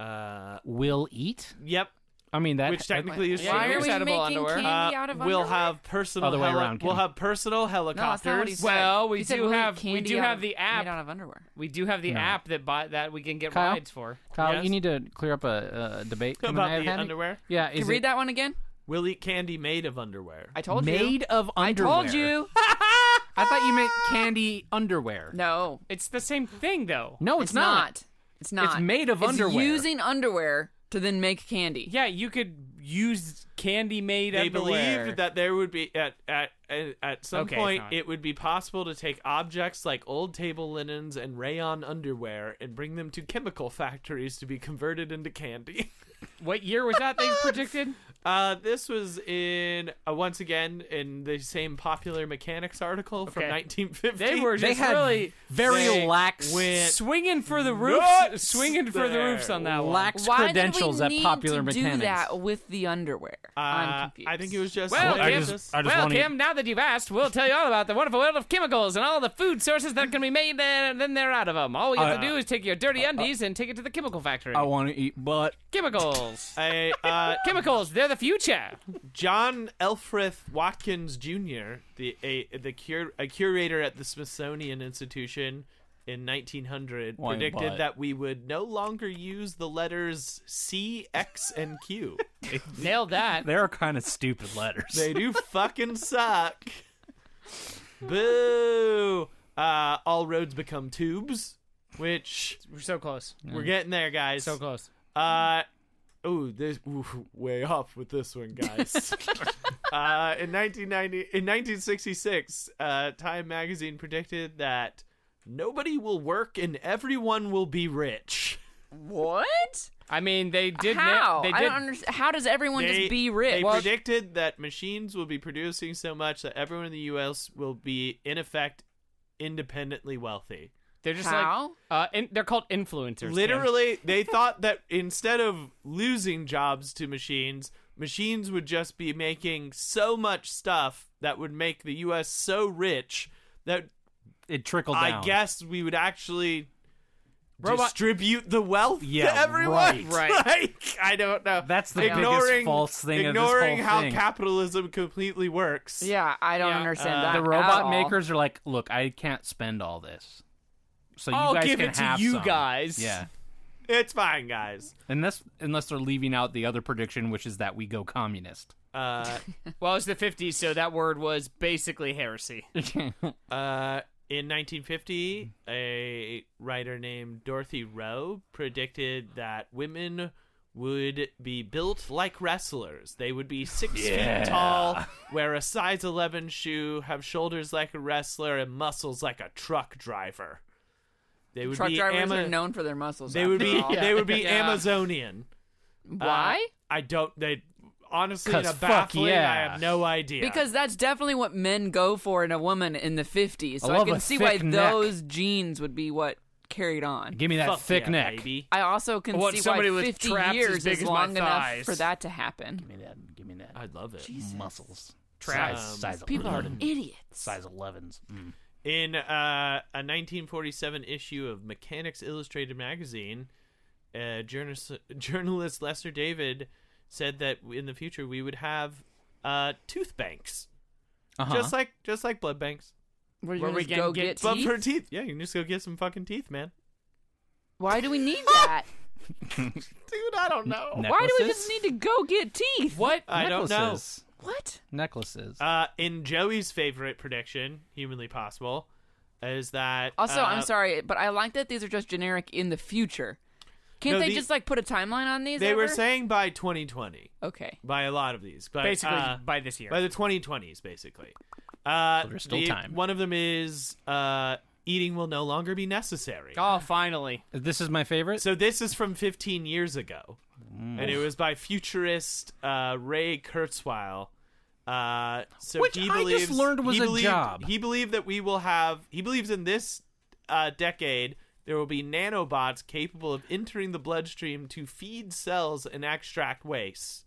Speaker 3: Uh,
Speaker 5: Will eat?
Speaker 3: yep.
Speaker 5: I mean, that.
Speaker 3: Which technically is
Speaker 4: Yeah,
Speaker 3: true.
Speaker 4: Why are we
Speaker 2: making candy
Speaker 3: Uh,
Speaker 2: out of
Speaker 3: we'll
Speaker 2: underwear?
Speaker 3: have personal
Speaker 5: Other way
Speaker 3: heli-
Speaker 5: around,
Speaker 3: we'll
Speaker 5: Kenny.
Speaker 3: have personal helicopters.
Speaker 2: No, that's not what he said.
Speaker 4: Well, we
Speaker 2: He said
Speaker 4: do
Speaker 2: we'll eat
Speaker 4: have- we
Speaker 2: candy
Speaker 4: do
Speaker 2: out
Speaker 4: have
Speaker 2: of-
Speaker 4: the app.
Speaker 2: made out of underwear.
Speaker 4: We do have the
Speaker 5: No.
Speaker 4: app that buy, that we can get
Speaker 5: Kyle?
Speaker 4: rides for.
Speaker 5: Kyle,
Speaker 3: Yes?
Speaker 5: you need to clear up a, a debate Kim and I
Speaker 3: about
Speaker 5: have
Speaker 3: the
Speaker 5: had.
Speaker 3: underwear.
Speaker 5: Yeah,
Speaker 2: Can
Speaker 5: is
Speaker 2: you
Speaker 5: it
Speaker 2: read that one again?
Speaker 3: We'll eat candy made of underwear.
Speaker 2: I told you.
Speaker 5: made of underwear?
Speaker 2: Told
Speaker 4: <laughs>
Speaker 2: you. Ah!
Speaker 5: I thought you meant candy underwear.
Speaker 2: No.
Speaker 4: It's the same thing though.
Speaker 5: No, it's, not.
Speaker 2: It's Oh, not.
Speaker 5: It's made of underwear.
Speaker 2: Using underwear to then make candy.
Speaker 4: Yeah, you could use candy made
Speaker 3: they
Speaker 4: underwear.
Speaker 3: believed that there would be at at at, at some
Speaker 4: Okay, it's
Speaker 3: point
Speaker 4: not.
Speaker 3: it would be possible to take objects like old table linens and rayon underwear and bring them to chemical factories to be converted into candy. <laughs>
Speaker 4: What year was that they
Speaker 5: <laughs>
Speaker 4: predicted?
Speaker 3: Uh, this was in uh, once again in the same popular mechanics article from
Speaker 4: Okay.
Speaker 3: 1950.
Speaker 4: They were
Speaker 5: They
Speaker 4: just
Speaker 5: had
Speaker 4: really
Speaker 5: very
Speaker 3: They
Speaker 5: lax,
Speaker 3: went-
Speaker 4: swinging for the roofs,
Speaker 3: nuts
Speaker 4: swinging for the
Speaker 3: there.
Speaker 4: roofs on that one.
Speaker 5: lax
Speaker 2: Why
Speaker 5: credentials
Speaker 2: did
Speaker 5: at
Speaker 2: we need
Speaker 5: Popular
Speaker 2: to
Speaker 5: Mechanics.
Speaker 2: do that with the underwear?
Speaker 3: Uh,
Speaker 2: I'm confused.
Speaker 3: I think it was just.
Speaker 4: Well,
Speaker 3: they
Speaker 4: Kim,
Speaker 3: just-
Speaker 5: I just
Speaker 4: well,
Speaker 5: wanna-
Speaker 4: Kim, now that you've asked, we'll tell you all about the wonderful world of chemicals and all the food sources that can be made, and then they're out of them. All you have
Speaker 5: uh,
Speaker 4: to do is take your dirty undies and take it to the chemical factory.
Speaker 5: want to eat butt.
Speaker 4: chemicals,
Speaker 3: I, uh,
Speaker 4: chemicals, they're the
Speaker 6: <laughs>
Speaker 4: future.
Speaker 3: John Elfrith Watkins Jr., the a the cur- a curator at the Smithsonian Institution in 1900,
Speaker 5: Why
Speaker 3: predicted
Speaker 5: but?
Speaker 3: that we would no longer use the letters C, X, and Q.
Speaker 4: Nailed that.
Speaker 5: They are kind of stupid letters.
Speaker 3: they do fucking suck. Boo! Uh, all roads become tubes, which
Speaker 4: We're so close.
Speaker 3: we're getting there, guys.
Speaker 4: So close.
Speaker 3: Uh, ooh, this ooh, way off with this
Speaker 2: <laughs>
Speaker 3: one, guys. uh, in 1990, in 1966, uh, Time magazine predicted that nobody will work and everyone will be rich.
Speaker 2: what?
Speaker 4: I mean, they did. na-
Speaker 2: How?
Speaker 4: they
Speaker 2: I
Speaker 4: did
Speaker 2: don't understand. How does everyone
Speaker 3: They-
Speaker 2: just be rich?
Speaker 3: They predicted that machines will be producing so much that everyone in the U.S. will be, in effect, independently wealthy.
Speaker 4: They're just
Speaker 2: How?
Speaker 4: like uh, in, they're called influencers. Cam.
Speaker 3: Literally, they thought that instead of losing jobs to machines, machines would just be making so much stuff that would make the U.S. so rich that
Speaker 6: it trickled down.
Speaker 3: I guess we would actually
Speaker 4: Robot-
Speaker 3: distribute the wealth
Speaker 6: Yeah,
Speaker 3: to everyone. <laughs>
Speaker 6: right.
Speaker 2: Right.
Speaker 3: Like, I don't know.
Speaker 6: that's the biggest
Speaker 3: ignoring
Speaker 6: false thing. of this whole
Speaker 3: ignoring how
Speaker 6: thing.
Speaker 3: capitalism completely works.
Speaker 2: Yeah, I don't
Speaker 4: Yeah,
Speaker 2: understand
Speaker 6: Uh,
Speaker 2: that.
Speaker 6: the
Speaker 2: at
Speaker 6: robot
Speaker 2: all.
Speaker 6: makers are like, look, I can't spend all this, so you
Speaker 4: I'll
Speaker 6: guys
Speaker 4: give
Speaker 6: can
Speaker 4: it to
Speaker 6: have
Speaker 4: you
Speaker 6: some."
Speaker 4: guys.
Speaker 6: Yeah,
Speaker 3: It's fine, guys.
Speaker 6: unless unless they're leaving out the other prediction, which is that we go communist.
Speaker 3: Uh,
Speaker 4: Well, it's the 50s, so that word was basically
Speaker 6: <laughs>
Speaker 4: heresy.
Speaker 3: uh, in 1950, a writer named Dorothy Rowe predicted that women would be built like wrestlers. They would be six feet tall, wear a size 11 shoe, have shoulders like a wrestler, and muscles like a truck driver. They would
Speaker 2: Truck
Speaker 3: be
Speaker 2: drivers
Speaker 3: Ama-
Speaker 2: are known for their muscles.
Speaker 3: They would
Speaker 2: after <laughs>
Speaker 3: be
Speaker 2: all.
Speaker 3: they would be
Speaker 4: Yeah.
Speaker 3: Amazonian. Uh,
Speaker 2: Why?
Speaker 3: I don't. They honestly in
Speaker 6: 'Cause
Speaker 3: a
Speaker 6: fuck
Speaker 3: baffling.
Speaker 6: yeah.
Speaker 3: I have no idea.
Speaker 2: Because that's definitely what men go for in a woman in the 50s. So I,
Speaker 6: love
Speaker 2: can
Speaker 6: a
Speaker 2: see why
Speaker 6: thick neck.
Speaker 2: those genes would be what carried on.
Speaker 6: Give me that
Speaker 3: Fuck
Speaker 6: thick
Speaker 3: yeah,
Speaker 6: neck.
Speaker 3: baby.
Speaker 2: I also can
Speaker 4: want
Speaker 2: see
Speaker 4: somebody
Speaker 2: why
Speaker 4: with
Speaker 2: 50
Speaker 4: traps as
Speaker 2: years
Speaker 4: big
Speaker 2: is
Speaker 4: as my
Speaker 2: long enough
Speaker 4: thighs.
Speaker 2: for that to happen.
Speaker 6: Give me that. Give me that.
Speaker 3: I love it.
Speaker 6: Muscles.
Speaker 4: Traps.
Speaker 6: Size, size
Speaker 2: People are
Speaker 6: 11.
Speaker 2: idiots.
Speaker 6: Size 11s. Mm.
Speaker 3: In uh, a 1947 issue of Mechanics Illustrated magazine, uh, journalist, <laughs> journalist Lester David said that in the future we would have uh, tooth banks,
Speaker 6: Uh-huh. <laughs>
Speaker 3: just like just like blood banks,
Speaker 2: What,
Speaker 4: Where
Speaker 2: you
Speaker 4: we
Speaker 2: just
Speaker 4: can
Speaker 2: go
Speaker 4: get
Speaker 2: get,
Speaker 3: but
Speaker 2: teeth?
Speaker 3: for teeth. Yeah, you can just go get some fucking teeth, man.
Speaker 2: Why do we need that?
Speaker 3: Dude, I don't know.
Speaker 2: Why do we just need to go get teeth?
Speaker 6: What?
Speaker 3: I don't know.
Speaker 6: Necklaces.
Speaker 2: What?
Speaker 6: Necklaces.
Speaker 3: Uh, in Joey's favorite prediction, humanly possible, is that
Speaker 2: Also,
Speaker 3: uh,
Speaker 2: I'm sorry, but I like that these are just generic in the future. Can't
Speaker 3: No,
Speaker 2: they
Speaker 3: the-
Speaker 2: just like put a timeline on these?
Speaker 3: They were
Speaker 2: ever?
Speaker 3: saying by 2020,
Speaker 2: Okay.
Speaker 3: by a lot of these, but
Speaker 4: Basically,
Speaker 3: uh,
Speaker 4: by this year.
Speaker 3: by the 2020s, basically. Uh,
Speaker 6: there's still
Speaker 3: the-
Speaker 6: time.
Speaker 3: One of them is uh, eating will no longer be necessary.
Speaker 4: oh, finally.
Speaker 6: this is my favorite.
Speaker 3: So this is from 15 years ago, and it was by futurist uh, Ray Kurzweil. Uh, so
Speaker 6: Which
Speaker 3: he
Speaker 6: I just
Speaker 3: believes,
Speaker 6: learned was
Speaker 3: he
Speaker 6: a
Speaker 3: believed,
Speaker 6: job.
Speaker 3: He believed that we will have. He believes in this uh, decade there will be nanobots capable of entering the bloodstream to feed cells and extract waste.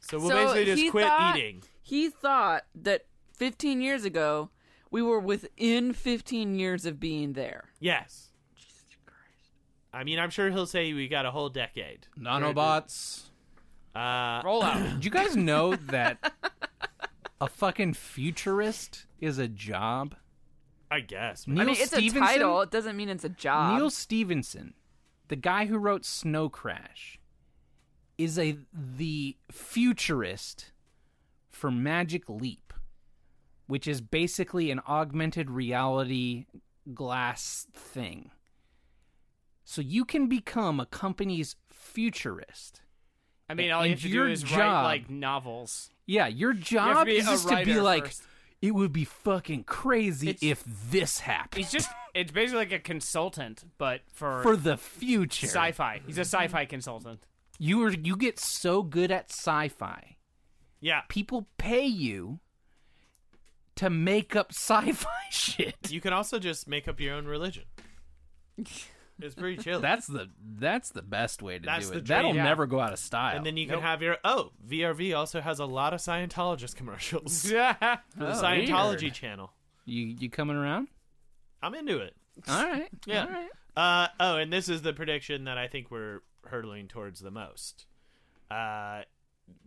Speaker 3: So we'll
Speaker 2: So
Speaker 3: basically
Speaker 2: he
Speaker 3: just quit
Speaker 2: thought-
Speaker 3: eating.
Speaker 2: He thought that 15 years ago, we were within 15 years of being there.
Speaker 3: Yes. I mean, I'm sure he'll say we got a whole decade.
Speaker 6: <clears throat>
Speaker 9: Nanobots.
Speaker 3: Uh,
Speaker 4: Roll out.
Speaker 6: Did you guys know that a fucking futurist is a job?
Speaker 3: I guess.
Speaker 6: Neil
Speaker 2: I mean, it's
Speaker 6: Stevenson,
Speaker 2: a title. It doesn't mean it's a job.
Speaker 6: Neil Stevenson, the guy who wrote Snow Crash, is a the futurist for Magic Leap, which is basically an augmented reality glass thing. So you can become a company's futurist.
Speaker 4: I mean, all you
Speaker 6: And
Speaker 4: have to
Speaker 6: your
Speaker 4: do is
Speaker 6: job-
Speaker 4: write, like, novels.
Speaker 6: Yeah, your
Speaker 4: have to
Speaker 6: job
Speaker 4: be
Speaker 6: is
Speaker 4: a
Speaker 6: just to be
Speaker 4: writer
Speaker 6: like,
Speaker 4: first.
Speaker 6: it would be fucking crazy
Speaker 4: It's-
Speaker 6: if this happened
Speaker 4: He's just, it's basically like a consultant, but for,
Speaker 6: for the future.
Speaker 4: sci-fi. He's a sci-fi consultant.
Speaker 6: <laughs>
Speaker 4: <laughs>
Speaker 6: you are you get so good at sci-fi
Speaker 3: Yeah.
Speaker 6: people pay you to make up <laughs> sci-fi shit
Speaker 3: You can also just make up your own religion. It's pretty
Speaker 9: <laughs>
Speaker 3: chill.
Speaker 9: That's the that's the best way to
Speaker 3: That's
Speaker 9: do it.
Speaker 3: the dream.
Speaker 9: That'll
Speaker 3: Yeah.
Speaker 9: never go out of style.
Speaker 3: and then you can have your oh VRV also has a lot of Scientologist
Speaker 9: <laughs>
Speaker 3: commercials.
Speaker 4: Yeah.
Speaker 3: The Scientology
Speaker 9: Oh, weird.
Speaker 3: channel.
Speaker 6: you you coming around
Speaker 3: I'm into it.
Speaker 6: all right
Speaker 3: <laughs> Yeah. Uh, oh, and this is the prediction that I think we're hurtling towards the most. Uh,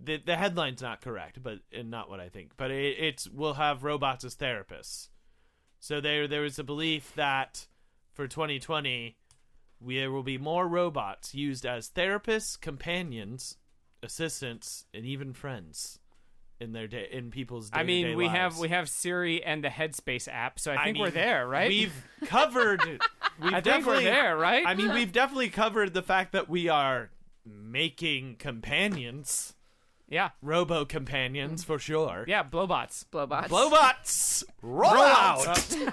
Speaker 3: the the headline's not correct, but and not what I think. But it, it's we'll have robots as therapists. So there there was a belief that for 2020 we, there will be more robots used as therapists, companions, assistants, and even friends in their day in people's.
Speaker 4: I mean,
Speaker 3: day-to-day
Speaker 4: we
Speaker 3: lives.
Speaker 4: have we have Siri and the Headspace app, so I think we're
Speaker 3: mean,
Speaker 4: there, right?
Speaker 3: We've
Speaker 4: <laughs>
Speaker 3: covered. We've
Speaker 4: I think we're
Speaker 3: definitely
Speaker 4: there, right?
Speaker 3: I mean, we've definitely covered the fact that we are making companions,
Speaker 4: yeah,
Speaker 3: robo companions for sure.
Speaker 4: yeah, blowbots.
Speaker 2: Blowbots.
Speaker 3: Blowbots, roll, out.
Speaker 4: Uh,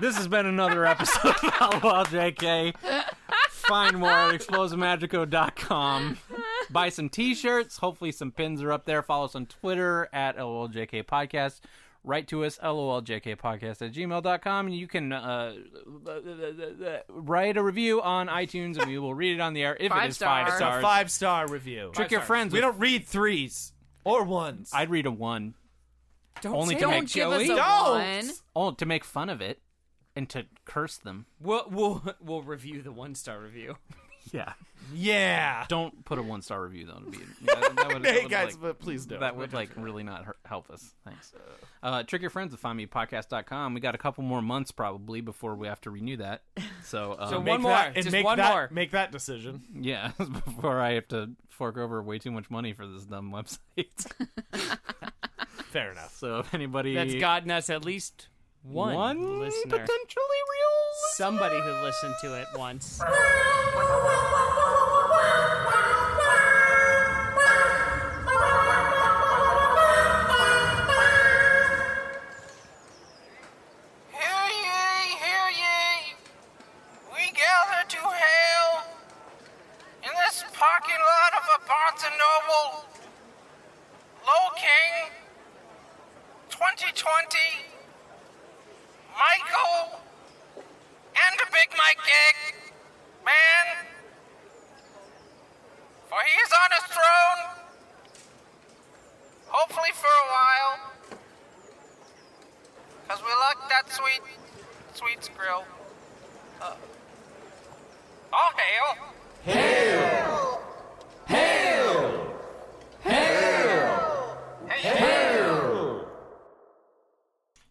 Speaker 6: this has been another episode of Outlaw jk find more at explosivemagico.com buy some t-shirts hopefully some pins are up there follow us on twitter at loljk podcast write to us loljk podcast at gmail.com and you can uh, write a review on itunes and we will read it on the air if it
Speaker 2: Five
Speaker 6: is five
Speaker 2: stars.
Speaker 6: stars,
Speaker 2: It's
Speaker 3: A five star review.
Speaker 6: trick your friends
Speaker 3: We
Speaker 6: with-
Speaker 3: don't read threes or ones.
Speaker 6: I'd read a one.
Speaker 2: Don't
Speaker 6: Only
Speaker 2: say
Speaker 6: to
Speaker 2: don't
Speaker 6: make
Speaker 2: give us
Speaker 6: Joey.
Speaker 2: a
Speaker 6: Don't!
Speaker 2: one.
Speaker 6: Oh, to make fun of it and to curse them.
Speaker 4: We'll we'll we'll review the one star review.
Speaker 6: Yeah.
Speaker 3: Yeah.
Speaker 6: Don't put a one star review
Speaker 4: <laughs>
Speaker 6: though. To be, that, that would, that
Speaker 3: Hey
Speaker 6: would,
Speaker 3: guys,
Speaker 6: like-
Speaker 3: but please don't.
Speaker 6: that would like really not hurt, help us. Thanks. Uh, trick your friends to find me podcast.com. We got a couple more months probably before we have to
Speaker 4: <laughs>
Speaker 6: renew that. So, um, <laughs>
Speaker 4: So
Speaker 3: Make
Speaker 4: One more.
Speaker 3: that- and
Speaker 4: Just
Speaker 3: make
Speaker 4: one
Speaker 3: that-
Speaker 4: more.
Speaker 3: Make that decision.
Speaker 6: yeah, <laughs> before I have to fork over way too much money for this dumb website. <laughs>
Speaker 3: Fair enough.
Speaker 6: so if anybody
Speaker 4: That's gotten us at least one,
Speaker 6: one
Speaker 4: listener.
Speaker 6: potentially real
Speaker 4: Somebody who listened to it once.
Speaker 10: Hear ye, hear ye. We gather to hail in this parking lot of a Barnes & Noble. Low King 2020 Michael and the Big Mike Egg Man. For he is on his throne, hopefully for a while. Cause we like that sweet, sweet grill. Uh, oh, all hail! Hail! Hail! Hail! Hail!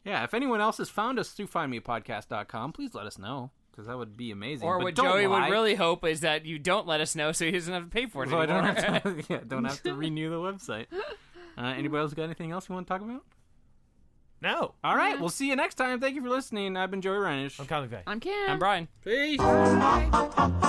Speaker 6: Yeah, if anyone else has found us through findmepodcast.com, please let us know because that would be amazing.
Speaker 4: Or
Speaker 6: But
Speaker 4: what
Speaker 6: don't
Speaker 4: Joey
Speaker 6: lie.
Speaker 4: would really hope is that you don't let us know so he doesn't have to pay for it
Speaker 6: so I
Speaker 4: anymore.
Speaker 6: don't
Speaker 4: <laughs>
Speaker 6: have to, <laughs> yeah, don't have to renew the website. Uh, anybody else got anything else you want to talk about?
Speaker 3: No.
Speaker 6: All right, we'll see you next time. Thank you for listening. I've been Joey Reinish.
Speaker 3: I'm Conley Bay.
Speaker 2: I'm Cam.
Speaker 4: I'm Brian.
Speaker 11: Peace.
Speaker 10: Hail!